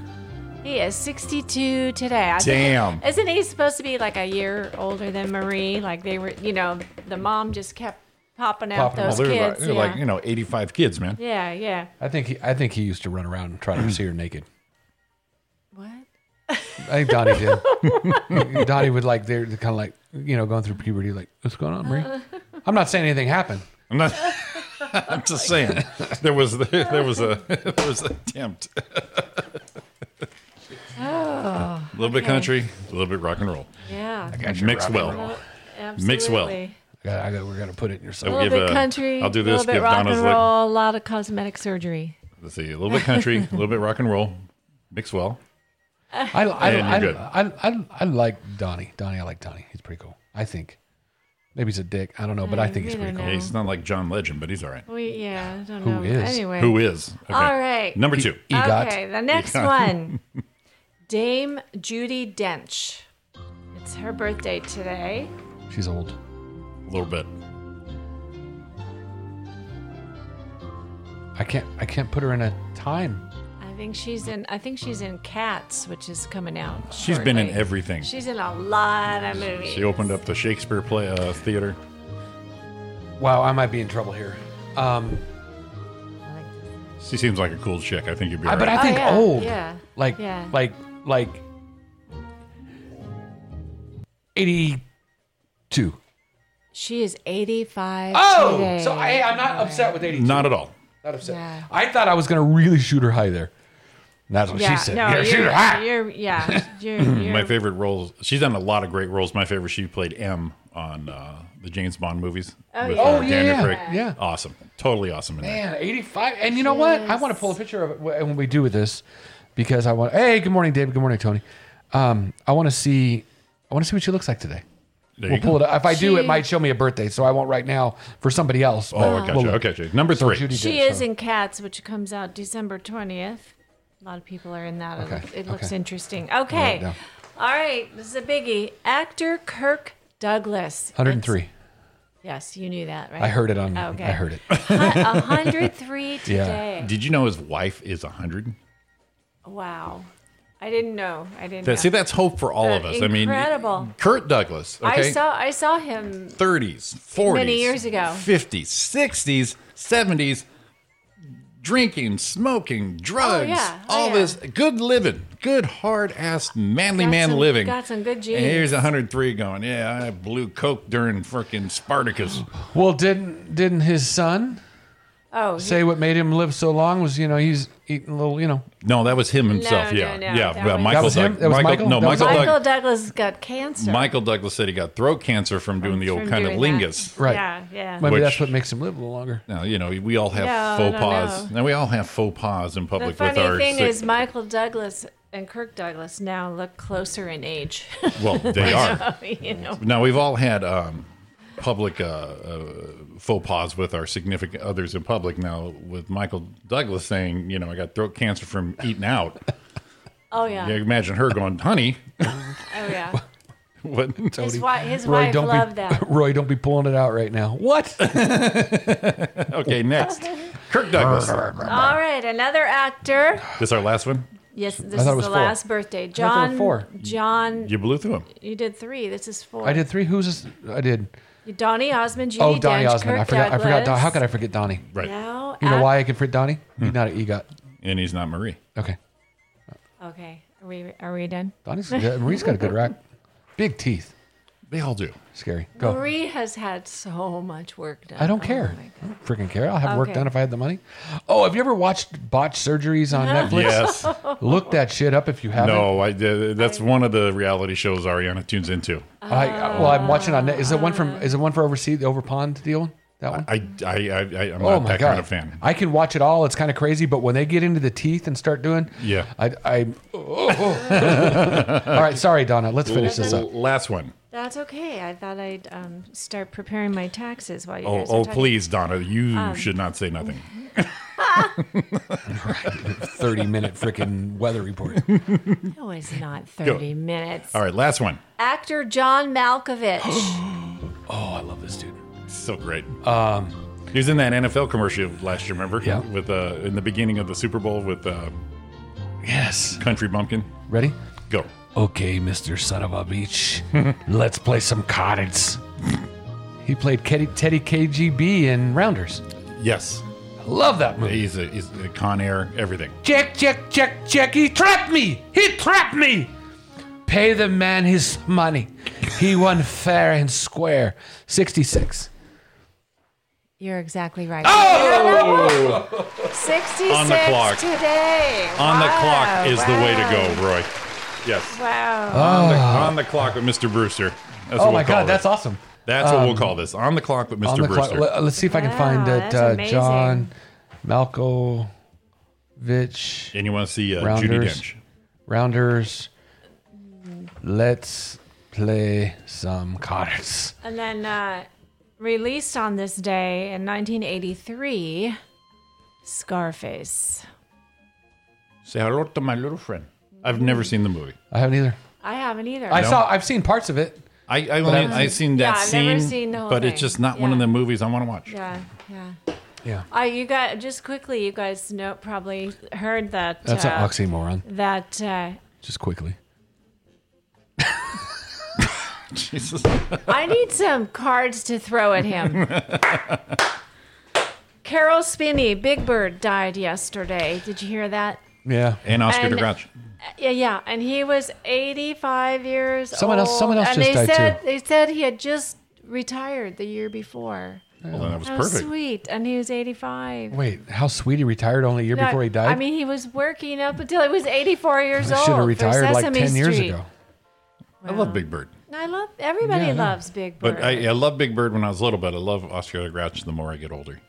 Speaker 10: He is 62 today. I think-
Speaker 7: Damn.
Speaker 10: isn't he supposed to be like a year older than Marie? Like they were, you know, the mom just kept popping out
Speaker 6: Popping
Speaker 10: those
Speaker 7: Well, they're like,
Speaker 10: kids.
Speaker 7: they're
Speaker 10: yeah.
Speaker 7: like, you know, 85 kids, man.
Speaker 10: yeah, yeah.
Speaker 6: I think he, I think he used to run around and try to see her naked.
Speaker 10: What?
Speaker 6: I think Donnie did. Donnie would like they're kind of like you know going through puberty, like what's going on, Marie?
Speaker 10: Uh-huh.
Speaker 6: I'm not saying anything happened.
Speaker 7: I'm not. I'm just saying there was there was a there was an attempt. A little bit
Speaker 10: okay.
Speaker 7: country, a little bit rock and roll,
Speaker 10: Yeah.
Speaker 7: mixed well. Mix well.
Speaker 10: Absolutely.
Speaker 6: I gotta, I gotta, we're gonna put it in your
Speaker 10: A
Speaker 6: soul.
Speaker 10: little
Speaker 7: give
Speaker 10: bit
Speaker 7: a-
Speaker 10: country.
Speaker 7: I'll do
Speaker 10: A
Speaker 7: this,
Speaker 10: little bit
Speaker 7: give
Speaker 10: rock
Speaker 7: Donna's
Speaker 10: and
Speaker 7: like-
Speaker 10: roll. A lot of cosmetic surgery.
Speaker 7: Let's see, a little bit country, a little bit rock and roll, mix well.
Speaker 6: I, I,
Speaker 7: And
Speaker 6: I,
Speaker 7: you're good.
Speaker 6: I, I, I, like Donnie. Donnie, I like Donnie. He's pretty cool. I think. Maybe he's a dick. I don't know, but I,
Speaker 10: I
Speaker 6: think he's
Speaker 10: really
Speaker 6: pretty cool.
Speaker 10: don't
Speaker 7: Yeah, he's not like John Legend, but he's all right.
Speaker 10: We yeah. I don't
Speaker 6: Who
Speaker 10: know.
Speaker 6: is?
Speaker 10: Anyway.
Speaker 7: Who is? Okay.
Speaker 10: All right.
Speaker 7: Number two.
Speaker 6: EGOT.
Speaker 10: Okay, the next
Speaker 7: EGOT.
Speaker 10: one. Dame Judy Dench. It's her birthday today.
Speaker 6: She's old.
Speaker 7: A little bit.
Speaker 6: I can't. I can't put her in a time.
Speaker 10: I think she's in. I think she's in Cats, which is coming out.
Speaker 7: She's been in
Speaker 10: shortly.
Speaker 7: everything.
Speaker 10: She's in a lot of movies.
Speaker 7: She opened up the Shakespeare play uh, theater.
Speaker 6: Wow, I might be in trouble here. Um,
Speaker 7: She seems like a cool chick. I think you'd be.
Speaker 6: I-
Speaker 7: all
Speaker 6: but I
Speaker 7: right.
Speaker 6: think
Speaker 10: Oh, yeah,
Speaker 6: old.
Speaker 10: yeah,
Speaker 6: Like
Speaker 10: yeah.
Speaker 6: like like eighty two.
Speaker 10: She is 85
Speaker 6: Oh,
Speaker 10: today.
Speaker 6: so hey, I'm not upset with eighty two.
Speaker 7: not at all.
Speaker 6: Not upset.
Speaker 10: Yeah.
Speaker 6: I thought I was gonna really shoot her high there. And that's what
Speaker 10: yeah,
Speaker 6: Oh, she said.
Speaker 10: no,
Speaker 6: yeah,
Speaker 10: you're,
Speaker 6: shoot her high.
Speaker 10: you're, yeah, you're, you're,
Speaker 7: My favorite roles. She's done a lot of great roles. My favorite. She played M on uh, the James Bond movies.
Speaker 10: Oh,
Speaker 7: with,
Speaker 10: yeah.
Speaker 7: uh,
Speaker 10: Oh,
Speaker 6: yeah,
Speaker 7: Daniel
Speaker 6: yeah,
Speaker 7: Craig.
Speaker 6: yeah.
Speaker 7: Awesome. Totally awesome. In that.
Speaker 6: Man, 85. And you know what? I want to pull a picture of it wh- when we do with this because I want. Hey, good morning, David. Good morning, Tony. Um, I want to see. I want to see what she looks like today.
Speaker 7: There
Speaker 6: we'll
Speaker 7: you
Speaker 6: pull
Speaker 7: go.
Speaker 6: it. Up. If I do, it
Speaker 10: She-
Speaker 6: might show me a birthday, so I won't right now for somebody else. but
Speaker 7: Oh, I gotcha.
Speaker 6: we'll look.
Speaker 7: okay, gotcha. Number
Speaker 6: So
Speaker 7: three.
Speaker 6: Judy
Speaker 10: she
Speaker 6: did,
Speaker 10: is
Speaker 6: so-
Speaker 10: in Cats, which comes out December 20th. A lot of people are in that. It
Speaker 6: Okay,
Speaker 10: looks- It looks
Speaker 6: okay.
Speaker 10: interesting.
Speaker 6: it
Speaker 10: Okay.
Speaker 6: down.
Speaker 10: All right. This is a biggie. Actor Kirk Douglas.
Speaker 6: 103.
Speaker 10: It's- yes, you knew that, right? Oh,
Speaker 6: I heard it on.
Speaker 10: Okay.
Speaker 6: I heard it.
Speaker 10: Hu- 103 today.
Speaker 7: Did you know his wife is hundred?
Speaker 10: Wow. I didn't know. I didn't
Speaker 7: That,
Speaker 10: know.
Speaker 7: see, that's hope for all
Speaker 10: Uh,
Speaker 7: of us. I
Speaker 10: incredible.
Speaker 7: mean, Kurt Douglas. Okay?
Speaker 10: I saw I saw him
Speaker 7: 30s, 40s,
Speaker 10: years ago.
Speaker 7: 50s, 60s, 70s, drinking, smoking, drugs,
Speaker 10: yeah. Oh,
Speaker 7: all
Speaker 10: yeah.
Speaker 7: this good living, good hard ass manly
Speaker 10: Got
Speaker 7: man
Speaker 10: some-
Speaker 7: living.
Speaker 10: got some good
Speaker 7: And here's
Speaker 10: genes.
Speaker 7: 103 going, yeah, I blew coke during frickin' Spartacus.
Speaker 6: Well, didn't didn't his son
Speaker 10: Oh,
Speaker 6: say what made him live so long was you know he's eating a little you know
Speaker 7: No, that was him himself.
Speaker 10: no,
Speaker 7: yeah,
Speaker 10: no,
Speaker 7: yeah.
Speaker 10: that
Speaker 7: well,
Speaker 10: was-
Speaker 7: Michael,
Speaker 6: That was him?
Speaker 7: Doug-
Speaker 6: That was Michael?
Speaker 7: No,
Speaker 6: That was
Speaker 7: Michael,
Speaker 10: Michael
Speaker 7: Doug-
Speaker 10: Douglas got cancer.
Speaker 7: Michael Douglas said he got throat cancer from doing the old
Speaker 10: from
Speaker 7: kind of
Speaker 10: doing that.
Speaker 7: lingus.
Speaker 6: Right.
Speaker 10: Yeah, yeah.
Speaker 6: maybe
Speaker 7: Which-
Speaker 6: that's what makes him live a little longer.
Speaker 7: No, you know, we all have
Speaker 10: No,
Speaker 7: faux
Speaker 10: no,
Speaker 7: pas.
Speaker 10: no.
Speaker 7: And we all have faux pas in
Speaker 10: the
Speaker 7: public with
Speaker 10: funny
Speaker 7: our
Speaker 10: thing
Speaker 7: sick-
Speaker 10: is, Michael Douglas and Kirk Douglas now look closer in age.
Speaker 7: Well, they are.
Speaker 10: you know,
Speaker 7: Now we've all had um, public uh, uh, faux pas with our significant others in public. Now with Michael Douglas saying, you know, I got throat cancer from eating out.
Speaker 10: oh yeah,
Speaker 7: You imagine her going, "Honey,
Speaker 10: oh yeah.
Speaker 7: what?"
Speaker 10: His, wi- his wife
Speaker 6: e- don't be
Speaker 10: loved that.
Speaker 6: Roy, don't be pulling it out right now. What?
Speaker 7: Okay, next, Kirk Douglas.
Speaker 10: All right, another actor.
Speaker 7: this our last one.
Speaker 10: Yes, this
Speaker 6: I
Speaker 10: is
Speaker 6: thought it
Speaker 10: the
Speaker 6: was four.
Speaker 10: last birthday.
Speaker 6: there were
Speaker 10: John.
Speaker 6: four.
Speaker 10: John,
Speaker 7: You blew through him.
Speaker 10: you did three. This is four.
Speaker 6: I did three. Who's this? I did.
Speaker 10: Donnie Osmond, Judy
Speaker 6: Oh, Donnie
Speaker 10: Dench,
Speaker 6: Osmond.
Speaker 10: Kirk
Speaker 6: I forgot. I forgot. Don-
Speaker 10: Douglas.
Speaker 6: How could I forget Donnie?
Speaker 7: Right,
Speaker 10: Now,
Speaker 6: You know
Speaker 10: ac-
Speaker 6: why I can forget Donnie?
Speaker 7: Hmm.
Speaker 6: He's not an EGOT.
Speaker 7: and he's not Marie.
Speaker 6: Okay.
Speaker 10: Okay, are we are we done?
Speaker 6: Donnie's good. Marie's got a good rack. Big teeth.
Speaker 7: They all do.
Speaker 6: Scary. Go.
Speaker 10: Marie has had so much work done.
Speaker 6: I don't
Speaker 10: Oh
Speaker 6: care.
Speaker 10: my God.
Speaker 6: I don't freaking care. I'll have work
Speaker 10: Okay.
Speaker 6: done if I had the money. Oh, have you ever watched botched surgeries on Netflix?
Speaker 7: Yes.
Speaker 6: Look that shit up if you haven't.
Speaker 7: no, I. uh, that's one of the reality shows Ariana tunes into.
Speaker 6: I, well, I'm watching on. Net- Is it one from? Is it one for overseas? The over pond deal? That one.
Speaker 7: I. I. I. I I'm
Speaker 6: oh
Speaker 7: not
Speaker 6: my
Speaker 7: that
Speaker 6: god!
Speaker 7: kind of fan.
Speaker 6: I can watch it all. It's kind of crazy, but when they get into the teeth and start doing,
Speaker 7: Yeah.
Speaker 6: I. I all right, sorry, Donna. Let's finish this up.
Speaker 7: Last one.
Speaker 10: That's okay. I thought I'd um, start preparing my taxes while you
Speaker 7: Oh,
Speaker 10: guys are
Speaker 7: oh
Speaker 10: talking.
Speaker 7: please, Donna, you should not say nothing.
Speaker 6: Thirty-minute freaking weather report.
Speaker 10: No, it's not 30 minutes.
Speaker 7: All right, last one.
Speaker 10: Actor John Malkovich.
Speaker 6: Oh, I love this dude.
Speaker 7: So great. Um, he was in that NFL commercial last year. Remember?
Speaker 6: Yeah.
Speaker 7: With uh, in the beginning of the Super Bowl with uh,
Speaker 6: Yes.
Speaker 7: Country Bumpkin.
Speaker 6: Ready?
Speaker 7: Go.
Speaker 6: Okay, Mister Son of a Beach. Let's play some cottage. He played Teddy, Teddy KGB in Rounders.
Speaker 7: Yes.
Speaker 6: I love that movie.
Speaker 7: He's a, he's a Con Air. Everything.
Speaker 6: Check, check, check, check. He trapped me. He trapped me. Pay the man his money. He won fair and square. 66.
Speaker 10: You're exactly right. Oh! 66
Speaker 7: On the clock.
Speaker 10: today.
Speaker 7: On the
Speaker 10: Wow,
Speaker 7: clock is the way to
Speaker 10: wow, Uh,
Speaker 7: go, Roy. Yes.
Speaker 10: Wow.
Speaker 7: On, the, on the clock with Mr. Brewster. That's what
Speaker 6: Oh
Speaker 7: we'll
Speaker 6: my
Speaker 7: call
Speaker 6: God, that's
Speaker 7: it.
Speaker 6: awesome.
Speaker 7: That's what we'll call this. On the clock with
Speaker 6: On
Speaker 7: Mr.
Speaker 6: the clock.
Speaker 7: Brewster.
Speaker 6: Let, us see if I can find
Speaker 10: Wow,
Speaker 6: it.
Speaker 10: that's
Speaker 6: Uh,
Speaker 10: amazing.
Speaker 6: John Malkovich,
Speaker 7: and you want to see uh, Judy
Speaker 6: Rounders.
Speaker 7: Dench?
Speaker 6: Rounders. Let's play some cards.
Speaker 10: And then uh, released on this day in 1983, Scarface.
Speaker 7: Say hello to my little friend. I've never seen the movie.
Speaker 6: I haven't either.
Speaker 10: I haven't either.
Speaker 6: I saw. I've seen parts of it.
Speaker 7: I, I only,
Speaker 6: I've-
Speaker 7: I've seen that
Speaker 10: Yeah, I've
Speaker 7: scene,
Speaker 10: never seen the whole
Speaker 7: but it's
Speaker 10: thing.
Speaker 7: just not one of
Speaker 10: Yeah.
Speaker 7: the movies I want to watch.
Speaker 10: Yeah, yeah.
Speaker 6: Yeah.
Speaker 10: I you got just quickly. You guys know probably heard that
Speaker 6: That's
Speaker 10: uh,
Speaker 6: an oxymoron.
Speaker 10: that uh,
Speaker 6: Just quickly.
Speaker 7: Jesus.
Speaker 10: I need some cards to throw at him. Carol Spinney, Big Bird, died yesterday. Did you hear that?
Speaker 6: Yeah.
Speaker 7: And Oscar
Speaker 10: And-
Speaker 7: the Grouch.
Speaker 10: Yeah, yeah, and he was 85 years
Speaker 7: Someone
Speaker 10: old.
Speaker 7: else- someone else
Speaker 10: and
Speaker 7: just
Speaker 10: they
Speaker 7: died,
Speaker 10: said,
Speaker 7: too.
Speaker 10: They said he had just retired the year before.
Speaker 6: Well, then that was
Speaker 10: How
Speaker 6: perfect.
Speaker 10: Oh, sweet, and he was 85.
Speaker 6: Wait, how sweet he retired only a year
Speaker 10: No,
Speaker 6: before he died?
Speaker 10: I mean, he was working up until he was 84 years
Speaker 6: I
Speaker 10: old.
Speaker 6: should have
Speaker 10: for
Speaker 6: retired like
Speaker 10: Sesame
Speaker 6: 10 years
Speaker 10: Street.
Speaker 6: ago.
Speaker 7: I love Big Bird.
Speaker 10: I love everybody
Speaker 7: Yeah, I know.
Speaker 10: loves Big Bird.
Speaker 7: But uh, I, I love Big Bird when I was little, but I love Oscar the Grouch the more I get older.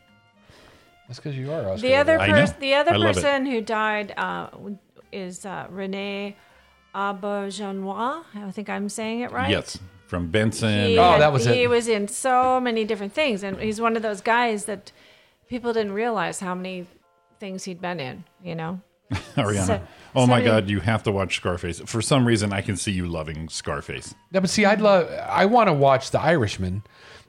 Speaker 6: That's because you are Oscar.
Speaker 10: the other
Speaker 7: I know.
Speaker 10: person, the other
Speaker 7: I love it.
Speaker 10: person who died uh, w- is uh, Renee Auberjonois. I think I'm saying it right.
Speaker 7: Yes. From Benson.
Speaker 10: He
Speaker 6: Oh,
Speaker 10: had- He was in so many different things, and he's one of those guys that people didn't realize how many things he'd been in. You know,
Speaker 7: Ariana.
Speaker 10: So-
Speaker 7: oh my
Speaker 10: somebody-
Speaker 7: God, you have to watch Scarface. For some reason, I can see you loving Scarface.
Speaker 6: No, but see, I'd love. I want to watch The Irishman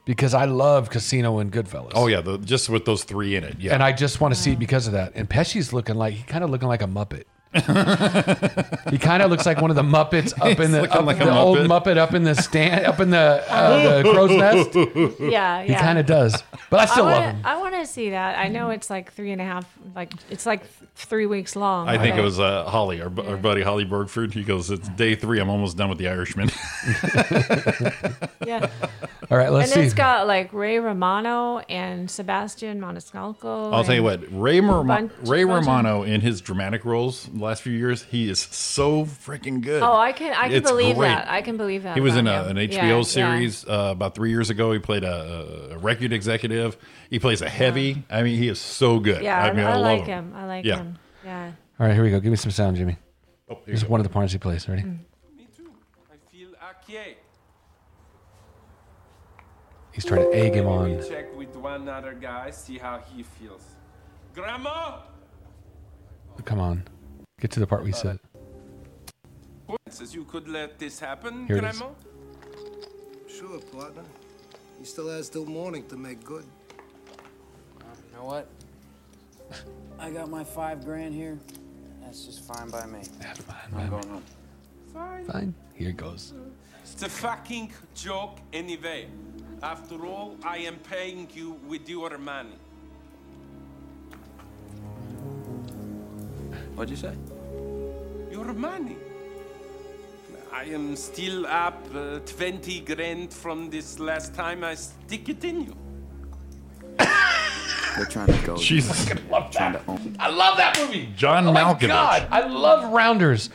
Speaker 6: because I love Casino and Goodfellas.
Speaker 7: Oh yeah, the, just with those three in it. Yeah,
Speaker 6: And I just want to
Speaker 10: Mm.
Speaker 6: see it because of that. And Pesci's looking like he kind of looking like a Muppet. he kind of looks like one of the Muppets up in
Speaker 7: He's
Speaker 6: the,
Speaker 7: looking
Speaker 6: up
Speaker 7: like
Speaker 6: the
Speaker 7: a
Speaker 6: old
Speaker 7: Muppet.
Speaker 6: Muppet up in the stand up in the, uh, the crow's nest.
Speaker 10: Yeah,
Speaker 6: he
Speaker 10: yeah.
Speaker 6: kind of does. But I still
Speaker 10: wanna,
Speaker 6: love him.
Speaker 10: I want to see that. I know it's like three and a half, like it's like three weeks long.
Speaker 7: I think
Speaker 10: but-
Speaker 7: it was uh, Holly, our, bu- our buddy Holly Bergford. He goes, "It's day three. I'm almost done with the Irishman."
Speaker 10: Yeah.
Speaker 6: All right, let's
Speaker 10: and
Speaker 6: see.
Speaker 10: it's got like Ray Romano and Sebastian Maniscalco.
Speaker 7: I'll tell you
Speaker 10: and
Speaker 7: what, Ray, Mar-
Speaker 10: Bunch-
Speaker 7: Ray
Speaker 10: bunch of-
Speaker 7: Romano in his dramatic roles the last few years, he is so freaking good.
Speaker 10: Oh, I can I can
Speaker 7: It's
Speaker 10: believe
Speaker 7: great.
Speaker 10: that. I can believe that.
Speaker 7: He was in a,
Speaker 10: about
Speaker 7: an
Speaker 10: him.
Speaker 7: HBO
Speaker 10: Yeah, yeah.
Speaker 7: series uh, about three years ago. He played a, a record executive. He plays a heavy. I mean, he is so good.
Speaker 10: Yeah, I,
Speaker 7: mean,
Speaker 10: I
Speaker 7: love
Speaker 10: like him. I like
Speaker 7: Yeah.
Speaker 10: him. Yeah.
Speaker 6: All right, here we go. Give me some sound, Jimmy.
Speaker 7: Oh, here
Speaker 6: Just
Speaker 7: you go.
Speaker 6: one of the parts he plays. Ready? He's trying to egg him
Speaker 12: We
Speaker 6: on.
Speaker 12: check with one other guy, see how he feels. Grandma,
Speaker 6: Come on, get to the part we said.
Speaker 12: says you could let this happen,
Speaker 6: Here it is.
Speaker 12: Grandma.
Speaker 13: Sure, partner. He still has till morning to make good.
Speaker 14: You know what? I got my five grand here. That's just fine by me. That's fine I'm going home.
Speaker 6: Fine. Here it goes.
Speaker 12: It's a fucking joke anyway. After all, I am paying you with your money.
Speaker 14: What'd you say?
Speaker 12: Your money. I am still up uh, 20 grand from this last time I stick it in you.
Speaker 14: They're trying to go.
Speaker 7: Jesus.
Speaker 14: Trying to own.
Speaker 6: I love that movie.
Speaker 7: John
Speaker 6: oh
Speaker 7: Malkovich.
Speaker 6: My God, I love rounders.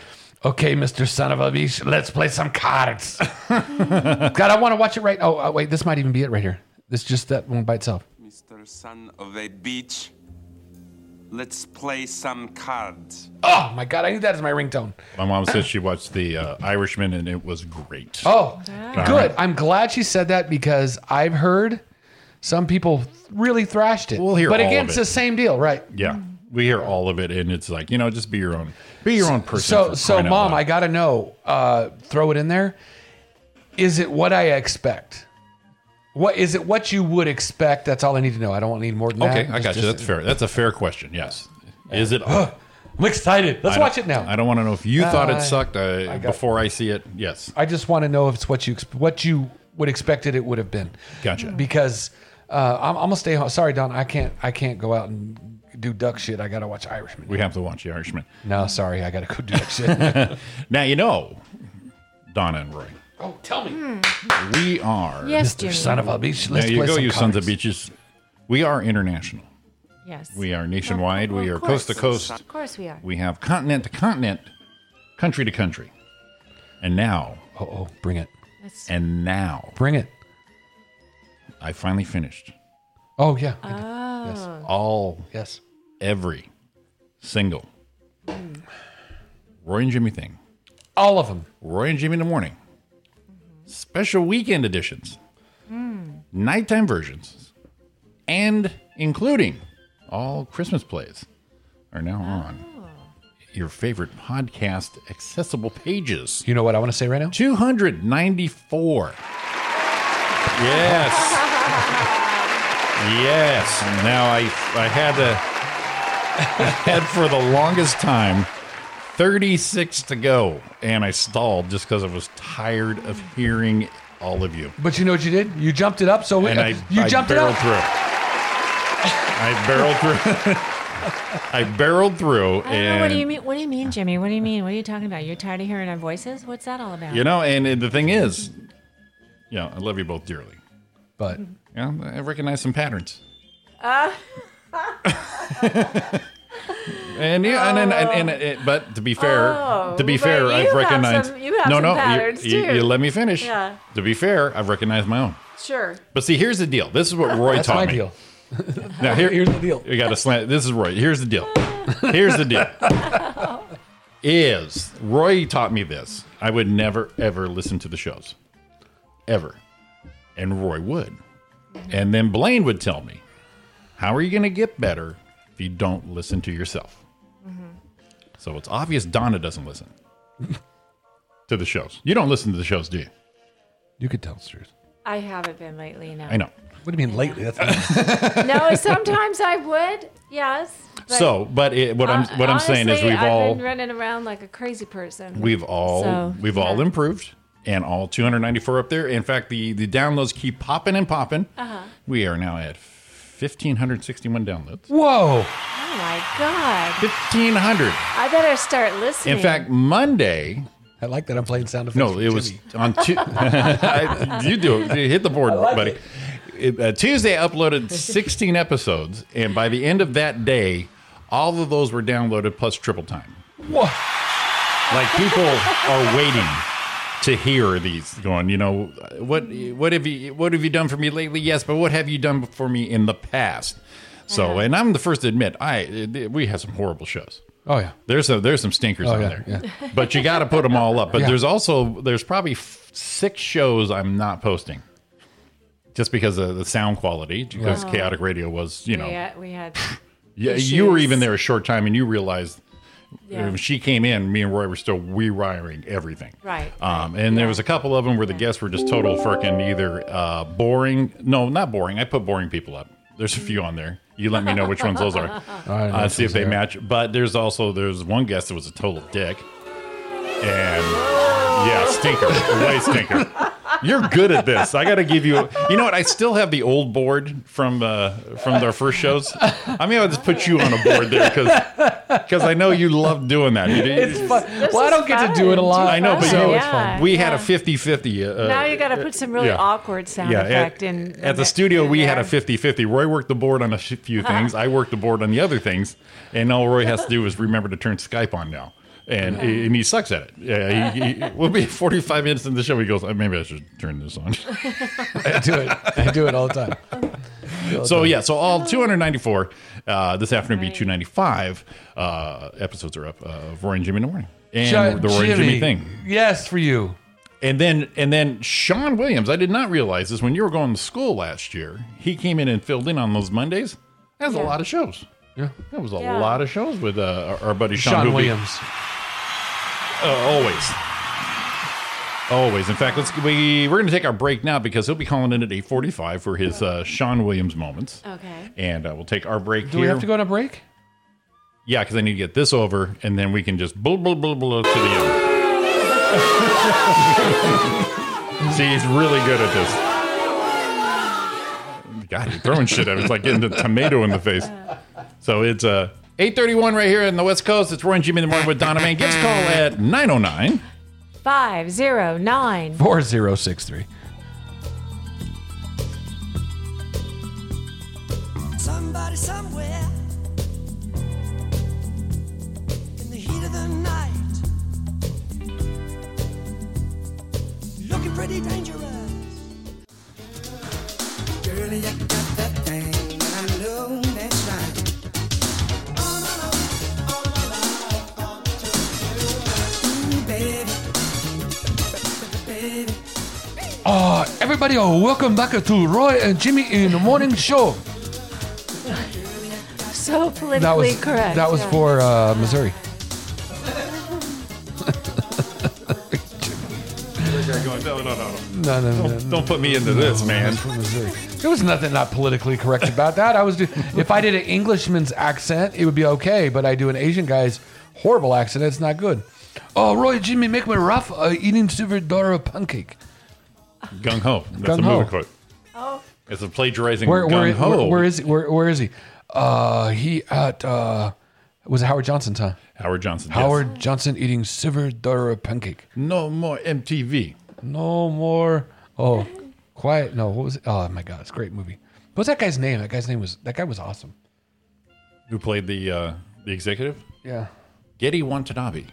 Speaker 6: Okay, Mr. Son of a Beach, let's play some cards. God, I want to watch it right. Oh, uh, wait, this might even be it right here. This is just that one by itself.
Speaker 12: Mr. Son of a Beach, let's play some cards.
Speaker 6: Oh my God, I need that as my ringtone.
Speaker 7: My mom said she watched the uh, Irishman and it was great. Uh,
Speaker 6: Oh,
Speaker 7: Yeah.
Speaker 6: good. I'm glad she said that because I've heard some people really thrashed it. We'll
Speaker 7: hear
Speaker 6: but
Speaker 7: all
Speaker 6: again,
Speaker 7: of
Speaker 6: it's
Speaker 7: it.
Speaker 6: the same deal, right?
Speaker 7: Yeah, we hear all of it, and it's like you know, just be your own, be your own person.
Speaker 6: So,
Speaker 7: for
Speaker 6: so
Speaker 7: crying out
Speaker 6: mom,
Speaker 7: loud.
Speaker 6: I gotta know. Uh, throw it in there. Is it what I expect? What is it? What you would expect? That's all I need to know. I don't need more than that.
Speaker 7: okay, I
Speaker 6: Just-
Speaker 7: got you.
Speaker 6: just-
Speaker 7: That's fair. That's a fair question. Yes, is it?
Speaker 6: I'm excited. Let's
Speaker 7: I don't-
Speaker 6: watch it now.
Speaker 7: I don't want to know if you thought
Speaker 6: Uh,
Speaker 7: it sucked uh,
Speaker 6: I got-
Speaker 7: before I see it. Yes,
Speaker 6: I just want to know if it's what you ex- what you would expected it would have been.
Speaker 7: Gotcha.
Speaker 6: Because uh, I'm, I'm gonna stay home. Sorry, Don. I can't. I can't go out and do duck shit. I gotta watch Irishman.
Speaker 7: we have to watch The Irishman.
Speaker 6: No, sorry, I gotta go do duck shit.
Speaker 7: now you know, Donna and Roy,
Speaker 6: oh, tell me.
Speaker 10: Hmm.
Speaker 7: we are
Speaker 10: Yes, Mr. Jimmy. Son of a
Speaker 6: bitch.
Speaker 7: There
Speaker 6: Let's
Speaker 7: you
Speaker 6: play
Speaker 7: go,
Speaker 6: some
Speaker 7: you sons of
Speaker 6: cards.
Speaker 7: beaches. We are international.
Speaker 10: Yes.
Speaker 7: We are nationwide. we
Speaker 10: Of
Speaker 7: are coast to
Speaker 10: course.
Speaker 7: coast.
Speaker 10: Of course we are.
Speaker 7: We have continent to continent, country to country, and now.
Speaker 6: Oh, oh, bring it.
Speaker 10: That's-
Speaker 7: And now,
Speaker 6: bring it.
Speaker 7: I finally finished.
Speaker 6: Oh yeah.
Speaker 10: Oh.
Speaker 7: all
Speaker 6: yes
Speaker 7: every single
Speaker 10: Hmm.
Speaker 7: roy and jimmy thing
Speaker 6: all of them
Speaker 7: roy and jimmy in the morning special weekend editions
Speaker 10: Mm.
Speaker 7: nighttime versions and including all christmas plays are now on your favorite podcast accessible pages
Speaker 6: you know what i want to say right now
Speaker 7: 294 yes Yes. Now I I had to I had for the longest time 36 to go and I stalled just cuz I was tired of hearing all of you.
Speaker 6: But uh, you know what you did? You jumped it up. So we,
Speaker 7: And I
Speaker 6: you
Speaker 7: I
Speaker 6: jumped it
Speaker 7: barreled
Speaker 6: up.
Speaker 7: through. I I barreled through. I barreled through,
Speaker 10: I don't know.
Speaker 7: and
Speaker 10: What do you mean? What do you mean, Jimmy? What do you mean? What are you talking about? You're tired of hearing our voices? What's that all about?
Speaker 7: you know, and, and the thing is, you know, I love you both dearly,
Speaker 6: but
Speaker 7: yeah, I recognize some patterns,
Speaker 10: Uh,
Speaker 7: and yeah, and, and, and, and it, but to be fair,
Speaker 10: Oh,
Speaker 7: to be
Speaker 10: but
Speaker 7: fair,
Speaker 10: you
Speaker 7: I've
Speaker 10: have
Speaker 7: recognized
Speaker 10: some- you have
Speaker 7: no,
Speaker 10: some
Speaker 7: no,
Speaker 10: patterns,
Speaker 7: you, you,
Speaker 10: too.
Speaker 7: you let me finish.
Speaker 10: Yeah.
Speaker 7: To be fair, I've recognized my own.
Speaker 10: sure.
Speaker 7: But see, here's the deal. This is what Roy
Speaker 6: That's
Speaker 7: taught
Speaker 6: my
Speaker 7: me.
Speaker 6: deal.
Speaker 7: now here, here's the deal. You got to slant. This is Roy. Here's the deal. Here's the deal. is Roy taught me this? I would never ever listen to the shows, ever, and Roy would, and then Blaine would tell me, "How are you going to get better if you don't listen to yourself?" So it's obvious Donna doesn't listen to the shows. You don't listen to the shows, do you?
Speaker 6: You could tell the truth.
Speaker 10: I haven't been lately. No.
Speaker 7: I know.
Speaker 6: What do you mean lately? That's
Speaker 10: no, sometimes I would. Yes. but
Speaker 7: so, but it, what I'm what I'm saying is
Speaker 10: honestly,
Speaker 7: we've
Speaker 10: I've
Speaker 7: all
Speaker 10: been running around like a crazy person.
Speaker 7: We've all
Speaker 10: So,
Speaker 7: we've all improved, and all 294 up there. In fact, the the downloads keep popping and popping.
Speaker 10: Uh-huh.
Speaker 7: We are now at 1561 downloads.
Speaker 6: Whoa,
Speaker 10: Oh my god!
Speaker 7: 1500.
Speaker 10: I better start listening.
Speaker 7: In fact, Monday.
Speaker 6: I like that I'm playing sound effects.
Speaker 7: No, it was on two. you do it. You hit the board, buddy. It- uh, Tuesday, I uploaded 16 episodes, and by the end of that day, all of those were downloaded plus triple time.
Speaker 6: Whoa.
Speaker 7: Like people are waiting to hear these. Going, you know, what what have you what have you done for me lately? Yes, but what have you done for me in the past?
Speaker 10: Uh-huh.
Speaker 7: So, and I'm the first to admit, I we have some horrible shows.
Speaker 6: Oh yeah.
Speaker 7: There's some there's some stinkers
Speaker 6: Oh,
Speaker 7: out
Speaker 6: yeah,
Speaker 7: there,
Speaker 6: yeah.
Speaker 7: but you got to put them all up. But
Speaker 6: Yeah.
Speaker 7: there's also there's probably f- six shows I'm not posting, just because of the sound quality. Because
Speaker 10: Oh.
Speaker 7: chaotic radio was, you know,
Speaker 10: we
Speaker 7: yeah,
Speaker 10: had, we had
Speaker 7: you were
Speaker 10: issues.
Speaker 7: even there a short time and you realized
Speaker 10: Yeah.
Speaker 7: when she came in, me and Roy were still rewiring everything.
Speaker 10: Right.
Speaker 7: Um, and there was a couple of them where the guests were just total frickin' either uh, boring. No, not boring. I put boring people up. There's a few on there. You let me know which ones those are.
Speaker 6: All right,
Speaker 7: uh,
Speaker 6: which
Speaker 7: see if
Speaker 6: ones
Speaker 7: they
Speaker 6: they are.
Speaker 7: match. But there's also there's one guest that was a total dick. And yeah, stinker, way stinker. You're good at this. I got to give you. You know what? I still have the old board from uh, from our first shows. I mean, I'll just put you on a board there because I know you love doing that. You, do-
Speaker 6: It's fun. well, I don't get to do it a lot.
Speaker 7: I know, but
Speaker 6: so
Speaker 7: you,
Speaker 6: it's fun.
Speaker 7: we had a 50 50. Uh,
Speaker 10: now you got to put some really
Speaker 7: yeah.
Speaker 10: awkward sound
Speaker 7: yeah,
Speaker 10: effect
Speaker 7: at,
Speaker 10: in.
Speaker 7: at the studio, we had a 50 50. Roy worked the board on a sh- few things. I worked the board on the other things. And all Roy has to do is remember to turn Skype on now. And, and he sucks at it. Yeah, he, he, we'll be 45 minutes into the show. He goes, "Oh, maybe I should turn this on.
Speaker 6: I do it. I do it all the time.
Speaker 7: so yeah, so all 294 uh, this afternoon will be 295 uh, episodes are up uh, of Roy and Jimmy in the morning and
Speaker 6: Shut-
Speaker 7: the Roy and Jimmy
Speaker 6: Jimmy.
Speaker 7: thing.
Speaker 6: Yes, for you.
Speaker 7: And then and then Sean Williams, I did not realize this when you were going to school last year. He came in and filled in on those Mondays. That's
Speaker 6: Yeah.
Speaker 7: a lot of shows.
Speaker 6: Yeah,
Speaker 7: that was a
Speaker 6: Yeah.
Speaker 7: lot of shows with uh, our, our buddy Sean,
Speaker 6: Sean
Speaker 7: who we-
Speaker 6: Williams.
Speaker 7: uh, always. Always. In fact, let's we we're going to take our break now because he'll be calling in at 8:45 for his uh, Sean Williams moments.
Speaker 10: Okay.
Speaker 7: And uh, we'll take our break
Speaker 6: Do
Speaker 7: here.
Speaker 6: we have to go on a break?
Speaker 7: Yeah, because I need to get this over, and then we can just blah blah blah blah to the end. See, he's really good at this. God, you're throwing shit at me. It's like getting a tomato in the face. So it's uh, 831 right here in the West Coast. It's Roy and Jimmy in the morning with Donna Man. Give us a call at 909
Speaker 10: five zero nine.
Speaker 6: 4063.
Speaker 15: Somebody somewhere in the heat of the night looking pretty dangerous. Girl, you got that thing, I know that's right. Ooh, baby, baby.
Speaker 6: Uh, everybody, uh, welcome back to Roy and Jimmy in the morning show.
Speaker 10: So politically
Speaker 6: That was
Speaker 10: correct.
Speaker 6: That was
Speaker 10: yeah.
Speaker 6: for uh, Missouri.
Speaker 7: no, no, no,
Speaker 6: No, no, no.
Speaker 7: Don't, don't put me into this, man.
Speaker 6: There was nothing not politically correct about that. I was, do- if I did an Englishman's accent, it would be okay. But I do an Asian guy's horrible accent. It's not good. Oh, Roy, Jimmy, make me rough uh, eating silver dollar pancake.
Speaker 7: Gung Ho. That's
Speaker 6: Gung
Speaker 7: a
Speaker 6: Ho.
Speaker 7: movie quote.
Speaker 10: Oh.
Speaker 7: It's a plagiarizing
Speaker 6: Where, where,
Speaker 7: Gung Ho.
Speaker 6: where, where is he? Where, where is he? Uh, he at uh, was it Howard Johnson's, huh?
Speaker 7: Howard Johnson. yes.
Speaker 6: Howard Johnson eating silver dollar pancake.
Speaker 7: No more MTV.
Speaker 6: No more. Oh, quiet. No, what was it? Oh my God, it's a great movie. What's that guy's name? That guy's name was that guy was awesome.
Speaker 7: who played the uh, the executive.
Speaker 6: Yeah.
Speaker 7: Getty Watanabe.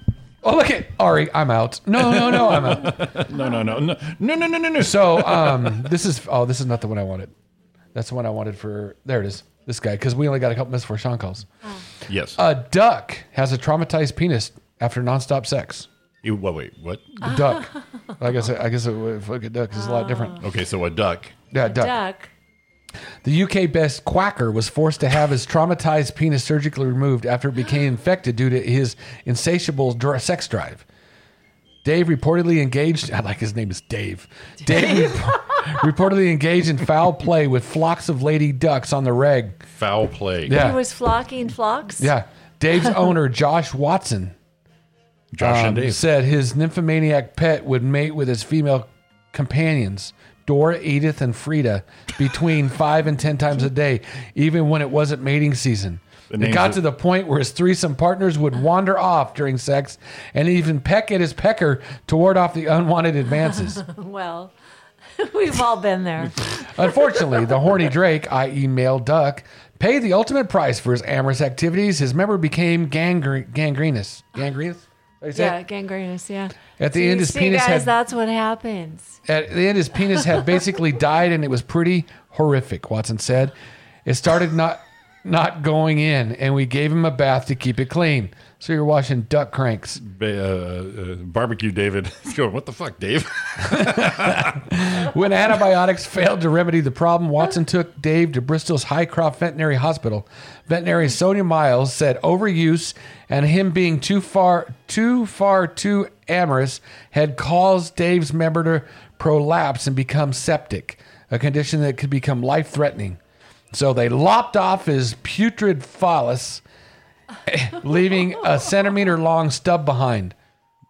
Speaker 6: Oh look at Ari. I'm out. No, no, no, I'm out.
Speaker 7: no, no, no, no, no, no, no, no, no.
Speaker 6: So um, this is oh, this is not the one I wanted. That's the one I wanted for. There it is. This guy because we only got a couple minutes before Sean calls.
Speaker 7: yes.
Speaker 6: A duck has a traumatized penis after nonstop sex.
Speaker 7: You, well, wait, what?
Speaker 6: A duck. I guess I guess a fucking duck is a lot different.
Speaker 7: Okay, so Oh. a duck.
Speaker 6: Yeah, duck. The UK best quacker was forced to have his traumatized penis surgically removed after it became infected due to his insatiable dr- sex drive. Dave reportedly engaged. I like his name is Dave. Dave rep- reportedly engaged in foul play with flocks of lady ducks on the reg.
Speaker 7: Foul play.
Speaker 10: He
Speaker 6: Yeah,
Speaker 10: was flocking flocks.
Speaker 6: yeah. Dave's owner Josh Watson
Speaker 7: Josh
Speaker 6: um,
Speaker 7: and Dave.
Speaker 6: said his nymphomaniac pet would mate with his female companions, Dora, Edith, and Frida, between five and ten times a day, even when it wasn't mating season.
Speaker 7: The
Speaker 6: it
Speaker 7: names
Speaker 6: got
Speaker 7: are-
Speaker 6: to the point where his threesome partners would wander off during sex and even peck at his pecker to ward off the unwanted advances.
Speaker 10: well, we've all been there.
Speaker 6: Unfortunately, the horny Drake, i.e., male duck, paid the ultimate price for his amorous activities. His member became gangre- gangrenous. Gangrenous? Is that-
Speaker 10: yeah, gangrenous. Yeah.
Speaker 6: At the
Speaker 10: So
Speaker 6: end,
Speaker 10: you
Speaker 6: his
Speaker 10: see,
Speaker 6: penis
Speaker 10: guys,
Speaker 6: had-
Speaker 10: that's what happens.
Speaker 6: At the end, his penis had basically died, and it was pretty horrific. Watson said, "It started not not going in, and we gave him a bath to keep it clean." So you're washing duck cranks.
Speaker 7: Ba- uh, uh, barbecue David. He's going, what the fuck, Dave?
Speaker 6: Oh, When antibiotics failed to remedy the problem, Watson took Dave to Bristol's Highcroft Veterinary Hospital. Veterinary Sonia Miles said overuse and him being too far, too far, too amorous had caused Dave's member to prolapse and become septic, a condition that could become life threatening. So they lopped off his putrid phallus, leaving a centimeter long stub behind.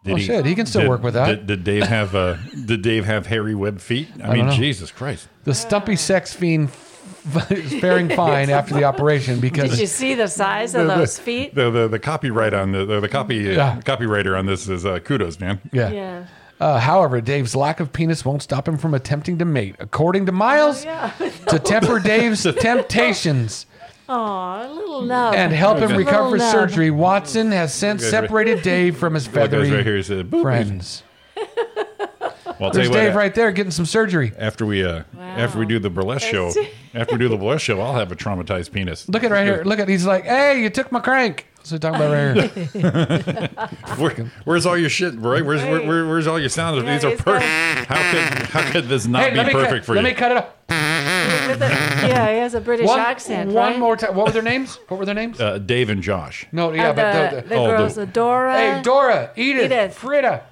Speaker 6: oh shit, he can still
Speaker 7: did-
Speaker 6: work with that.
Speaker 7: Did, did Dave have uh, Did Dave have hairy web feet? I,
Speaker 6: I
Speaker 7: mean,
Speaker 6: don't know.
Speaker 7: Jesus Christ.
Speaker 6: The stumpy sex fiend f- is faring fine after the operation because
Speaker 10: Did you see the size
Speaker 7: The-
Speaker 10: of
Speaker 7: the-
Speaker 10: those feet?
Speaker 7: The, the the copyright on the the, the copy
Speaker 6: Yeah.
Speaker 7: copywriter on this is uh, kudos, man.
Speaker 6: yeah.
Speaker 10: Yeah. Oh,
Speaker 6: Uh, however, Dave's lack of penis won't stop him from attempting to mate. According to Miles, to temper Dave's temptations
Speaker 10: Aw, a little nub.
Speaker 6: and help him
Speaker 10: Little
Speaker 6: recover
Speaker 10: nub.
Speaker 6: surgery, Watson has since
Speaker 7: Guys, right-
Speaker 6: separated Dave from his
Speaker 7: That guy's
Speaker 6: feathery
Speaker 7: right here is a boop.
Speaker 6: friends.
Speaker 7: Well, I'll tell
Speaker 6: There's
Speaker 7: you what, uh,
Speaker 6: Dave right there getting some surgery.
Speaker 7: after we uh, after we do the burlesque show, after we do the burlesque show, I'll have a traumatized penis.
Speaker 6: Look at right here. Look at he's like, hey, you took my crank. So talking about right here.
Speaker 7: Where, where's all your shit, Roy? Where's where, where, where's all your sounds?
Speaker 10: Yeah,
Speaker 7: These are
Speaker 10: he's
Speaker 7: perfect. How could how could this not
Speaker 6: Hey, let
Speaker 7: be
Speaker 6: me cut-
Speaker 7: perfect for
Speaker 6: let
Speaker 7: you?
Speaker 6: me cut it up.
Speaker 10: With a- yeah, he has a British
Speaker 6: One,
Speaker 10: accent.
Speaker 6: one
Speaker 10: right?
Speaker 6: more time. What were their names? What were their names?
Speaker 7: uh, Dave and Josh.
Speaker 6: No, yeah,
Speaker 10: Yeah,
Speaker 6: but
Speaker 10: the,
Speaker 6: Uh, the,
Speaker 10: the,
Speaker 7: oh, the-
Speaker 10: girls, Adora.
Speaker 6: Hey, Dora, Edith,
Speaker 10: Uh, Edith.
Speaker 6: Frida.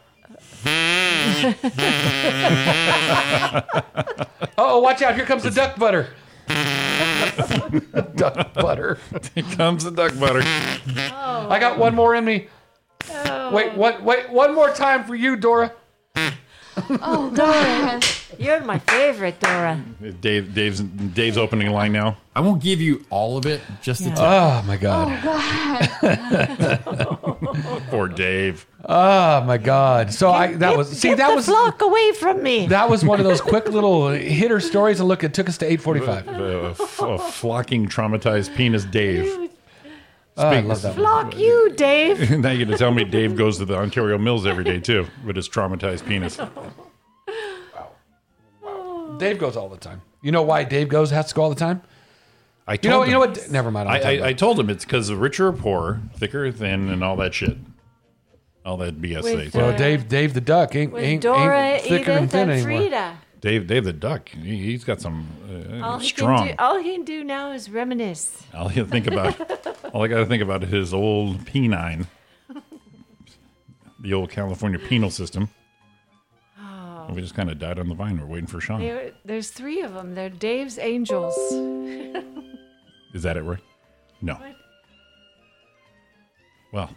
Speaker 6: oh, watch out. Here comes the duck butter. duck butter.
Speaker 7: Here comes the duck butter.
Speaker 6: I got one more in me. Wait, what? Wait, one more time for you, Dora.
Speaker 10: oh, Dora. You're my favorite, Dora.
Speaker 7: Dave Dave's Dave's opening line now. I won't give you all of it, just the
Speaker 6: Oh, my God.
Speaker 7: Poor Dave.
Speaker 6: Oh, my God. So I that was, see,
Speaker 10: Get
Speaker 6: that
Speaker 10: the
Speaker 6: was.
Speaker 10: flock away from me.
Speaker 6: That was one of those quick little hitter stories, and look, it took us to eight forty-five.
Speaker 7: A, a flocking traumatized penis Dave.
Speaker 6: Oh, I
Speaker 7: Speak-
Speaker 6: love that. One.
Speaker 10: flock you, Dave.
Speaker 7: now you to tell me Dave goes to the Ontario Mills every day too with his traumatized penis.
Speaker 6: Dave goes all the time. You know why Dave goes has to go all the time?
Speaker 7: I told
Speaker 6: You know,
Speaker 7: him,
Speaker 6: you know what? Never mind. I'll tell
Speaker 7: I,
Speaker 6: you.
Speaker 7: I, I told him it's because richer or poor, thicker or thin, and all that shit. All that BS.
Speaker 10: With,
Speaker 7: they-
Speaker 10: uh,
Speaker 6: Well, Dave, Dave the Duck ain't,
Speaker 10: With
Speaker 6: ain't,
Speaker 10: Dora,
Speaker 6: ain't thicker
Speaker 10: Edith,
Speaker 6: than thin
Speaker 10: and
Speaker 6: anymore.
Speaker 10: Frida.
Speaker 7: Dave, Dave the Duck. He, he's got some uh,
Speaker 10: All he, can
Speaker 7: strong.
Speaker 10: do, all he can do now is reminisce.
Speaker 7: All I think about, all I got to think about is his old P9, the old California penal system.
Speaker 10: Oh,
Speaker 7: We just kind of died on the vine. We're waiting for Sean.
Speaker 10: there, there's three of them. They're Dave's angels.
Speaker 7: Is that it, Roy? No. Well,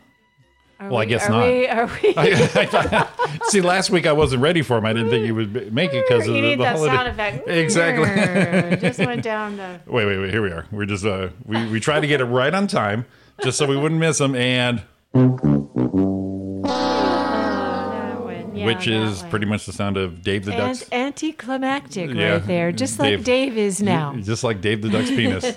Speaker 10: Are
Speaker 7: well, I
Speaker 10: we-
Speaker 7: guess
Speaker 10: are
Speaker 7: not.
Speaker 10: we- are we-
Speaker 7: I- I thought- see, last week I wasn't ready for him. I didn't think he would b- make it because of
Speaker 10: You
Speaker 7: the,
Speaker 10: need
Speaker 7: the
Speaker 10: that
Speaker 7: holiday.
Speaker 10: sound effect. Mm,
Speaker 7: Exactly.
Speaker 10: Just went down the.
Speaker 7: Wait, wait, wait. Here we are. We're just uh, we we tried to get it right on time, just so we wouldn't miss him, and
Speaker 10: Yeah,
Speaker 7: which
Speaker 10: that
Speaker 7: is pretty much the sound of Dave the
Speaker 10: And
Speaker 7: Duck's.
Speaker 10: anticlimactic
Speaker 7: Yeah.
Speaker 10: right there, just like Dave, is now.
Speaker 7: Just like Dave the Duck's penis.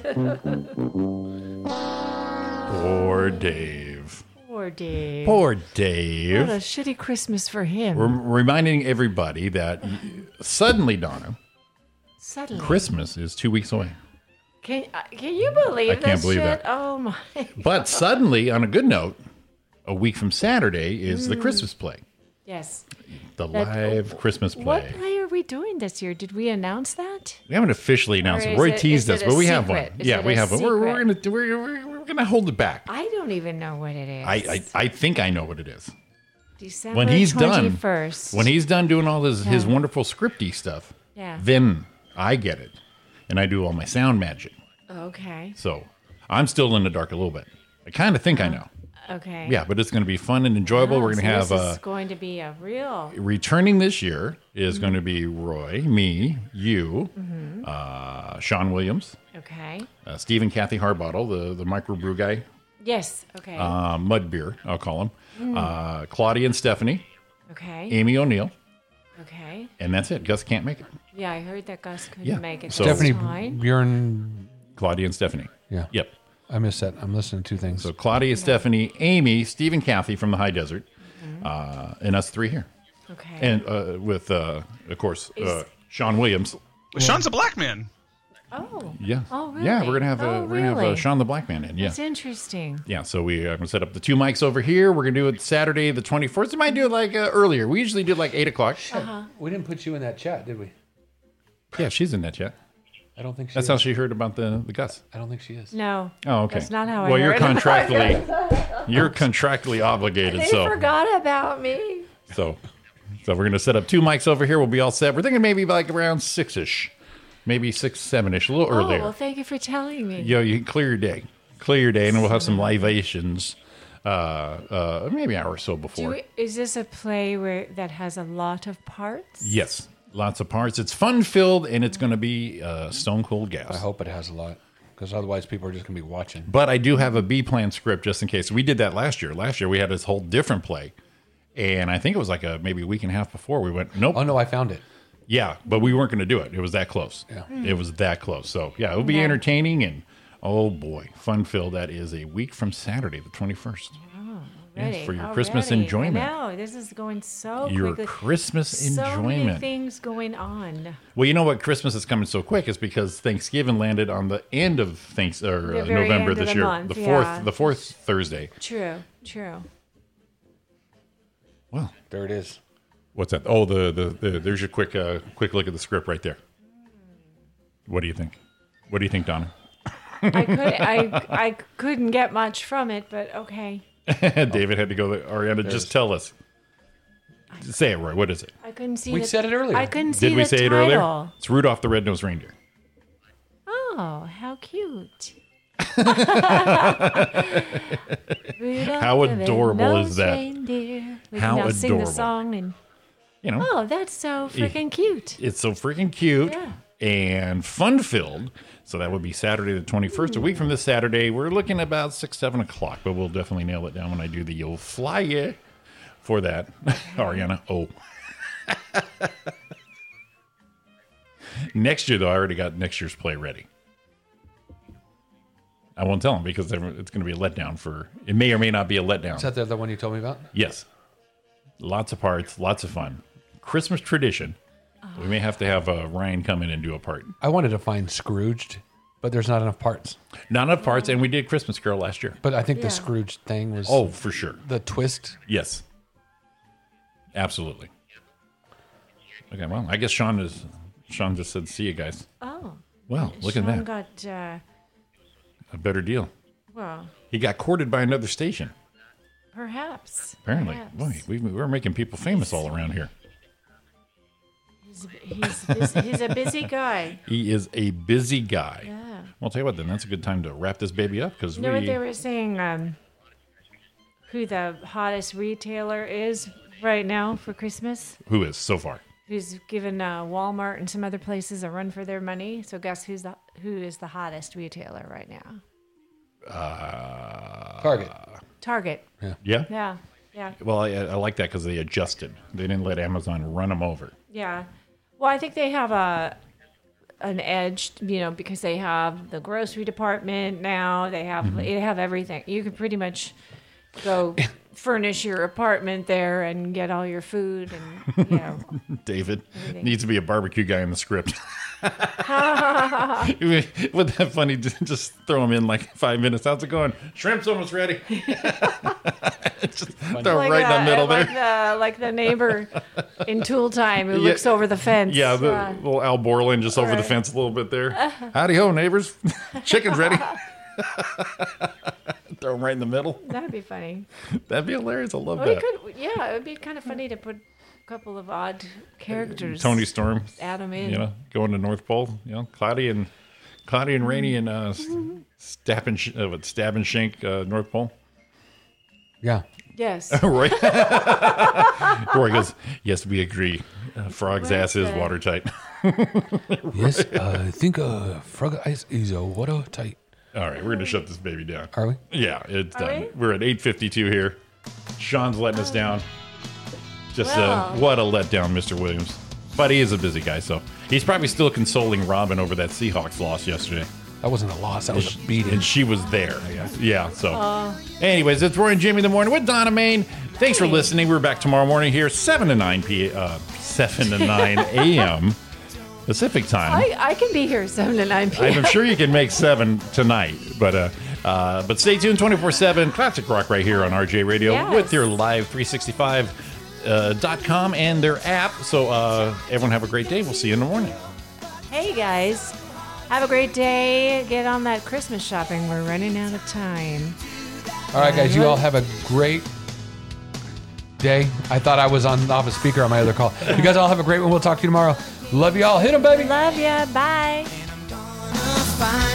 Speaker 7: Poor Dave.
Speaker 10: Poor Dave.
Speaker 7: Poor
Speaker 10: What a
Speaker 7: Dave.
Speaker 10: shitty Christmas for him.
Speaker 7: We're reminding everybody that suddenly, Donna,
Speaker 10: Suddenly,
Speaker 7: Christmas is two weeks away.
Speaker 10: Can, uh, can you believe
Speaker 7: I
Speaker 10: this
Speaker 7: can't believe
Speaker 10: shit?
Speaker 7: that.
Speaker 10: Oh my!
Speaker 7: But suddenly, on a good note, a week from Saturday is the
Speaker 10: Mm.
Speaker 7: Christmas play,
Speaker 10: Yes.
Speaker 7: the
Speaker 10: That-
Speaker 7: live Christmas play.
Speaker 10: What play are we doing this year? Did we announce that?
Speaker 7: We haven't officially announced
Speaker 10: Or
Speaker 7: it.
Speaker 10: is
Speaker 7: Roy
Speaker 10: it-
Speaker 7: teased
Speaker 10: is
Speaker 7: us,
Speaker 10: it
Speaker 7: but
Speaker 10: a
Speaker 7: we have one.
Speaker 10: secret? Is
Speaker 7: Yeah,
Speaker 10: it
Speaker 7: we
Speaker 10: a
Speaker 7: have one. We're, we're
Speaker 10: secret?
Speaker 7: gonna we're, we're, we're gonna hold it back.
Speaker 10: I don't even know what it is.
Speaker 7: I, I I think I know what it is.
Speaker 10: December
Speaker 7: when he's done,
Speaker 10: 21st.
Speaker 7: when he's done doing all his his
Speaker 10: Yeah.
Speaker 7: wonderful scripty stuff,
Speaker 10: Yeah.
Speaker 7: then I get it, and I do all my sound magic.
Speaker 10: Okay.
Speaker 7: So I'm still in the dark a little bit. I kind of think I know.
Speaker 10: Okay.
Speaker 7: Yeah, but it's going to be fun and enjoyable.
Speaker 10: Oh,
Speaker 7: We're going to
Speaker 10: Uh-huh. so
Speaker 7: have
Speaker 10: This
Speaker 7: uh,
Speaker 10: is going to be a real.
Speaker 7: returning this year is
Speaker 10: Mm-hmm.
Speaker 7: going to be Roy, me, you, uh, Sean Williams,
Speaker 10: Okay.
Speaker 7: uh, Steve and Kathy Harbottle, the the microbrew guy,
Speaker 10: Yes. Okay.
Speaker 7: uh, mud beer, I'll call him,
Speaker 10: Mm.
Speaker 7: uh, Claudia and Stephanie,
Speaker 10: okay.
Speaker 7: Amy O'Neill,
Speaker 10: Okay.
Speaker 7: and that's it. Gus can't make it.
Speaker 10: Yeah, I heard that Gus couldn't
Speaker 7: Yeah.
Speaker 10: make it.
Speaker 7: So-
Speaker 10: this
Speaker 7: Stephanie-
Speaker 10: time.
Speaker 7: Bjorn, Claudia and Stephanie. Yeah. Yep.
Speaker 6: I missed that. I'm listening to two things.
Speaker 7: So Claudia, Stephanie, Amy, Steve, and Kathy from the High Desert, uh, and us three here.
Speaker 10: Mm-hmm. Okay.
Speaker 7: And uh, with, uh, of course,
Speaker 10: Is-
Speaker 7: uh, Sean Williams.
Speaker 16: Well, Sean's a black man.
Speaker 10: Oh.
Speaker 7: Yeah.
Speaker 10: Oh,
Speaker 7: Yeah,
Speaker 10: really?
Speaker 7: we're gonna have uh,
Speaker 10: Oh,
Speaker 7: we're gonna have uh,
Speaker 10: really?
Speaker 7: Sean the Black Man in. Yeah.
Speaker 10: That's interesting.
Speaker 7: Yeah, so we uh, set up the two mics over here. We're gonna do it Saturday the twenty fourth. We might do it like uh, earlier. We usually do like eight o'clock.
Speaker 10: Uh-huh.
Speaker 6: We didn't put you in that chat, did we?
Speaker 7: Yeah, she's in that yet.
Speaker 6: I don't think she
Speaker 7: That's
Speaker 6: is.
Speaker 7: how she heard about the the Gus.
Speaker 6: I don't think she is.
Speaker 10: No.
Speaker 7: Oh, okay.
Speaker 10: That's not how I
Speaker 7: well, you're
Speaker 10: heard about
Speaker 7: contractually
Speaker 10: it.
Speaker 7: you're contractually obligated.
Speaker 10: They
Speaker 7: so
Speaker 10: forgot about me.
Speaker 7: so so we're gonna set up two mics over here. We'll be all set. We're thinking maybe like around six ish, maybe six seven ish, a little
Speaker 10: Oh,
Speaker 7: earlier.
Speaker 10: well, thank you for telling me.
Speaker 7: Yo, you can clear your day, clear your day, and we'll have some libations. Uh, uh, maybe an hour or so
Speaker 10: Do
Speaker 7: before.
Speaker 10: we, is this a play where that has a lot of parts?
Speaker 7: Yes, lots of parts. It's fun filled, and it's going to be uh, stone cold gas.
Speaker 6: I hope it has a lot because otherwise people are just going to be watching.
Speaker 7: But I do have a B plan script just in case. We did that last year. Last year we had this whole different play, and I think it was like a maybe a week and a half before we went. Nope. Oh
Speaker 6: no, I found it.
Speaker 7: Yeah, but we weren't going to do it. It was that close.
Speaker 6: Yeah.
Speaker 7: it was that close. So yeah, it will be
Speaker 10: Yeah.
Speaker 7: entertaining and oh boy, fun filled. That is a week from Saturday, the twenty first.
Speaker 10: Oh,
Speaker 7: Yes,
Speaker 10: already,
Speaker 7: for your Christmas
Speaker 10: already.
Speaker 7: enjoyment.
Speaker 10: I know, this is going so
Speaker 7: Your
Speaker 10: quickly.
Speaker 7: Christmas
Speaker 10: So many
Speaker 7: enjoyment.
Speaker 10: things going on.
Speaker 7: Well, you know what? Christmas is coming so quick is because Thanksgiving landed on the end of thanks or
Speaker 10: The
Speaker 7: uh,
Speaker 10: very end
Speaker 7: November
Speaker 10: of
Speaker 7: this
Speaker 10: the
Speaker 7: year,
Speaker 10: month,
Speaker 7: the fourth,
Speaker 10: yeah.
Speaker 7: the fourth Thursday.
Speaker 10: True, true.
Speaker 7: Well,
Speaker 6: there it is.
Speaker 7: What's that? Oh, the the, the there's your quick uh, quick look at the script right there. What do you think? What do you think, Donna?
Speaker 10: I could I I couldn't get much from it, but okay.
Speaker 7: David had to go. There. Ariana, just tell us. Say it, Roy. What is it?
Speaker 10: I couldn't see.
Speaker 6: We
Speaker 10: the,
Speaker 6: said it earlier.
Speaker 10: I couldn't see
Speaker 7: Did we
Speaker 10: the
Speaker 7: say it
Speaker 10: title.
Speaker 7: earlier? It's Rudolph the Red-Nosed Reindeer.
Speaker 10: Oh, how cute! Rudolph
Speaker 7: How
Speaker 10: the
Speaker 7: adorable is
Speaker 10: Red-Nosed
Speaker 7: that?
Speaker 10: Reindeer. We
Speaker 7: How
Speaker 10: can now sing the
Speaker 7: adorable. E.
Speaker 10: song and
Speaker 7: You know.
Speaker 10: oh, that's so freaking cute.
Speaker 7: It's so freaking cute
Speaker 10: Yeah.
Speaker 7: and fun filled. So that would be Saturday the 21st, a week from this Saturday. We're looking about six, seven o'clock, but we'll definitely nail it down when I do the yo fly yeah for that. Ariana, oh. next year, though, I already got next year's play ready. I won't tell them because they're- it's going to be a letdown for it, may or may not be a letdown.
Speaker 6: Is that the other one you told me about?
Speaker 7: Yes. Lots of parts, lots of fun. Christmas tradition. We may have to have uh, Ryan come in and do a part.
Speaker 6: I wanted to find Scrooged, but there's not enough parts.
Speaker 7: Not enough parts, and we did Christmas Carol last year.
Speaker 6: But I think
Speaker 7: Yeah.
Speaker 6: the Scrooge thing was.
Speaker 7: Oh, for sure.
Speaker 6: The twist.
Speaker 7: Yes. Absolutely. Okay, well, I guess Sean is. Sean just said, "See you guys."
Speaker 10: Oh,
Speaker 7: Wow, look at
Speaker 10: Sean
Speaker 7: that.
Speaker 10: Got uh,
Speaker 7: A better deal.
Speaker 10: well,
Speaker 7: He got courted by another station.
Speaker 10: perhaps.
Speaker 7: Apparently,
Speaker 10: perhaps.
Speaker 7: boy, we, we're making people famous all around here.
Speaker 10: He's, he's, busy, he's a busy guy.
Speaker 7: He is a busy guy.
Speaker 10: Yeah.
Speaker 7: Well, I'll tell you what, then that's a good time to wrap this baby up because
Speaker 10: You know what
Speaker 7: we
Speaker 10: they were saying? Um, who the hottest retailer is right now for Christmas?
Speaker 7: Who is so far?
Speaker 10: Who's given uh, Walmart and some other places a run for their money? So guess who's the who is the hottest retailer right now?
Speaker 7: Uh,
Speaker 6: Target.
Speaker 10: Target.
Speaker 7: Yeah. Yeah.
Speaker 10: Yeah. Yeah.
Speaker 7: Well, I, I like that because they adjusted. They didn't let Amazon run them over.
Speaker 10: Yeah. Well, I think they have a an edge, you know, because they have the grocery department now. They have
Speaker 7: Mm-hmm.
Speaker 10: they have everything. You can pretty much go furnish your apartment there and get all your food and you know.
Speaker 7: David
Speaker 10: Everything.
Speaker 7: needs to be a barbecue guy in the script. Would that funny? to Just throw him in like five minutes. How's it going? Shrimp's almost ready. Just throw him
Speaker 10: Like uh,
Speaker 7: right in
Speaker 10: a-
Speaker 7: the middle
Speaker 10: like
Speaker 7: there.
Speaker 10: The, like the neighbor in Tool Time who
Speaker 7: Yeah.
Speaker 10: looks over the fence.
Speaker 7: Yeah, the
Speaker 10: Uh,
Speaker 7: little Al Borland just over the
Speaker 10: Right.
Speaker 7: fence a little bit there. Howdy ho, neighbors. Chicken's ready. Throw him right in the middle.
Speaker 10: that'd be funny.
Speaker 7: That'd be hilarious. I love
Speaker 10: Well, we
Speaker 7: that.
Speaker 10: Oh, could, yeah, it would be kind of funny to put a couple of odd characters.
Speaker 7: Tony Storm.
Speaker 10: Add 'em in.
Speaker 7: You know, going to North Pole. You know, cloudy and cloudy and rainy and uh, stab and sh- uh, what, stab and shank uh, North Pole.
Speaker 6: Yeah.
Speaker 10: Yes.
Speaker 7: Roy. Roy goes. Yes, we agree. Uh, frog's
Speaker 10: Well
Speaker 7: ass is
Speaker 10: said.
Speaker 7: watertight.
Speaker 6: Yes, I think uh, Frog Ice is a watertight.
Speaker 7: All right, we're gonna shut this baby down.
Speaker 6: Are we?
Speaker 7: Yeah, it's
Speaker 10: Are
Speaker 7: done.
Speaker 10: we? Oh.
Speaker 7: We're at eight fifty-two here. Sean's letting us down. Just
Speaker 10: Well.
Speaker 7: uh, what a letdown, Mister Williams. But he is a busy guy, so he's probably still consoling Robin over that Seahawks loss yesterday.
Speaker 6: That wasn't a loss. That was a beating.
Speaker 7: And she was there. Yeah. So,
Speaker 10: Oh.
Speaker 7: anyways, it's Roy and Jimmy in the morning with Donna Main. Thanks for listening. We're back tomorrow morning here, seven to nine p. Uh, seven to nine a.m. Pacific time.
Speaker 10: I, I can be here 7 to 9 p.m.
Speaker 7: I'm sure you can make seven tonight, but uh, uh, but stay tuned 24 7 classic rock right here on RJ Radio
Speaker 10: Yes.
Speaker 7: with your live 365 uh, dot com and their app. So uh, everyone have a great day. We'll see you in the morning.
Speaker 10: Hey guys, have a great day. Get on that Christmas shopping. We're running out of time.
Speaker 6: All right, guys, you all have a great day. I thought I was on off a speaker on my other call. You guys all have a great one. We'll talk to you tomorrow. Love you all. Hit them, baby.
Speaker 10: Love ya. Bye.
Speaker 15: Fine.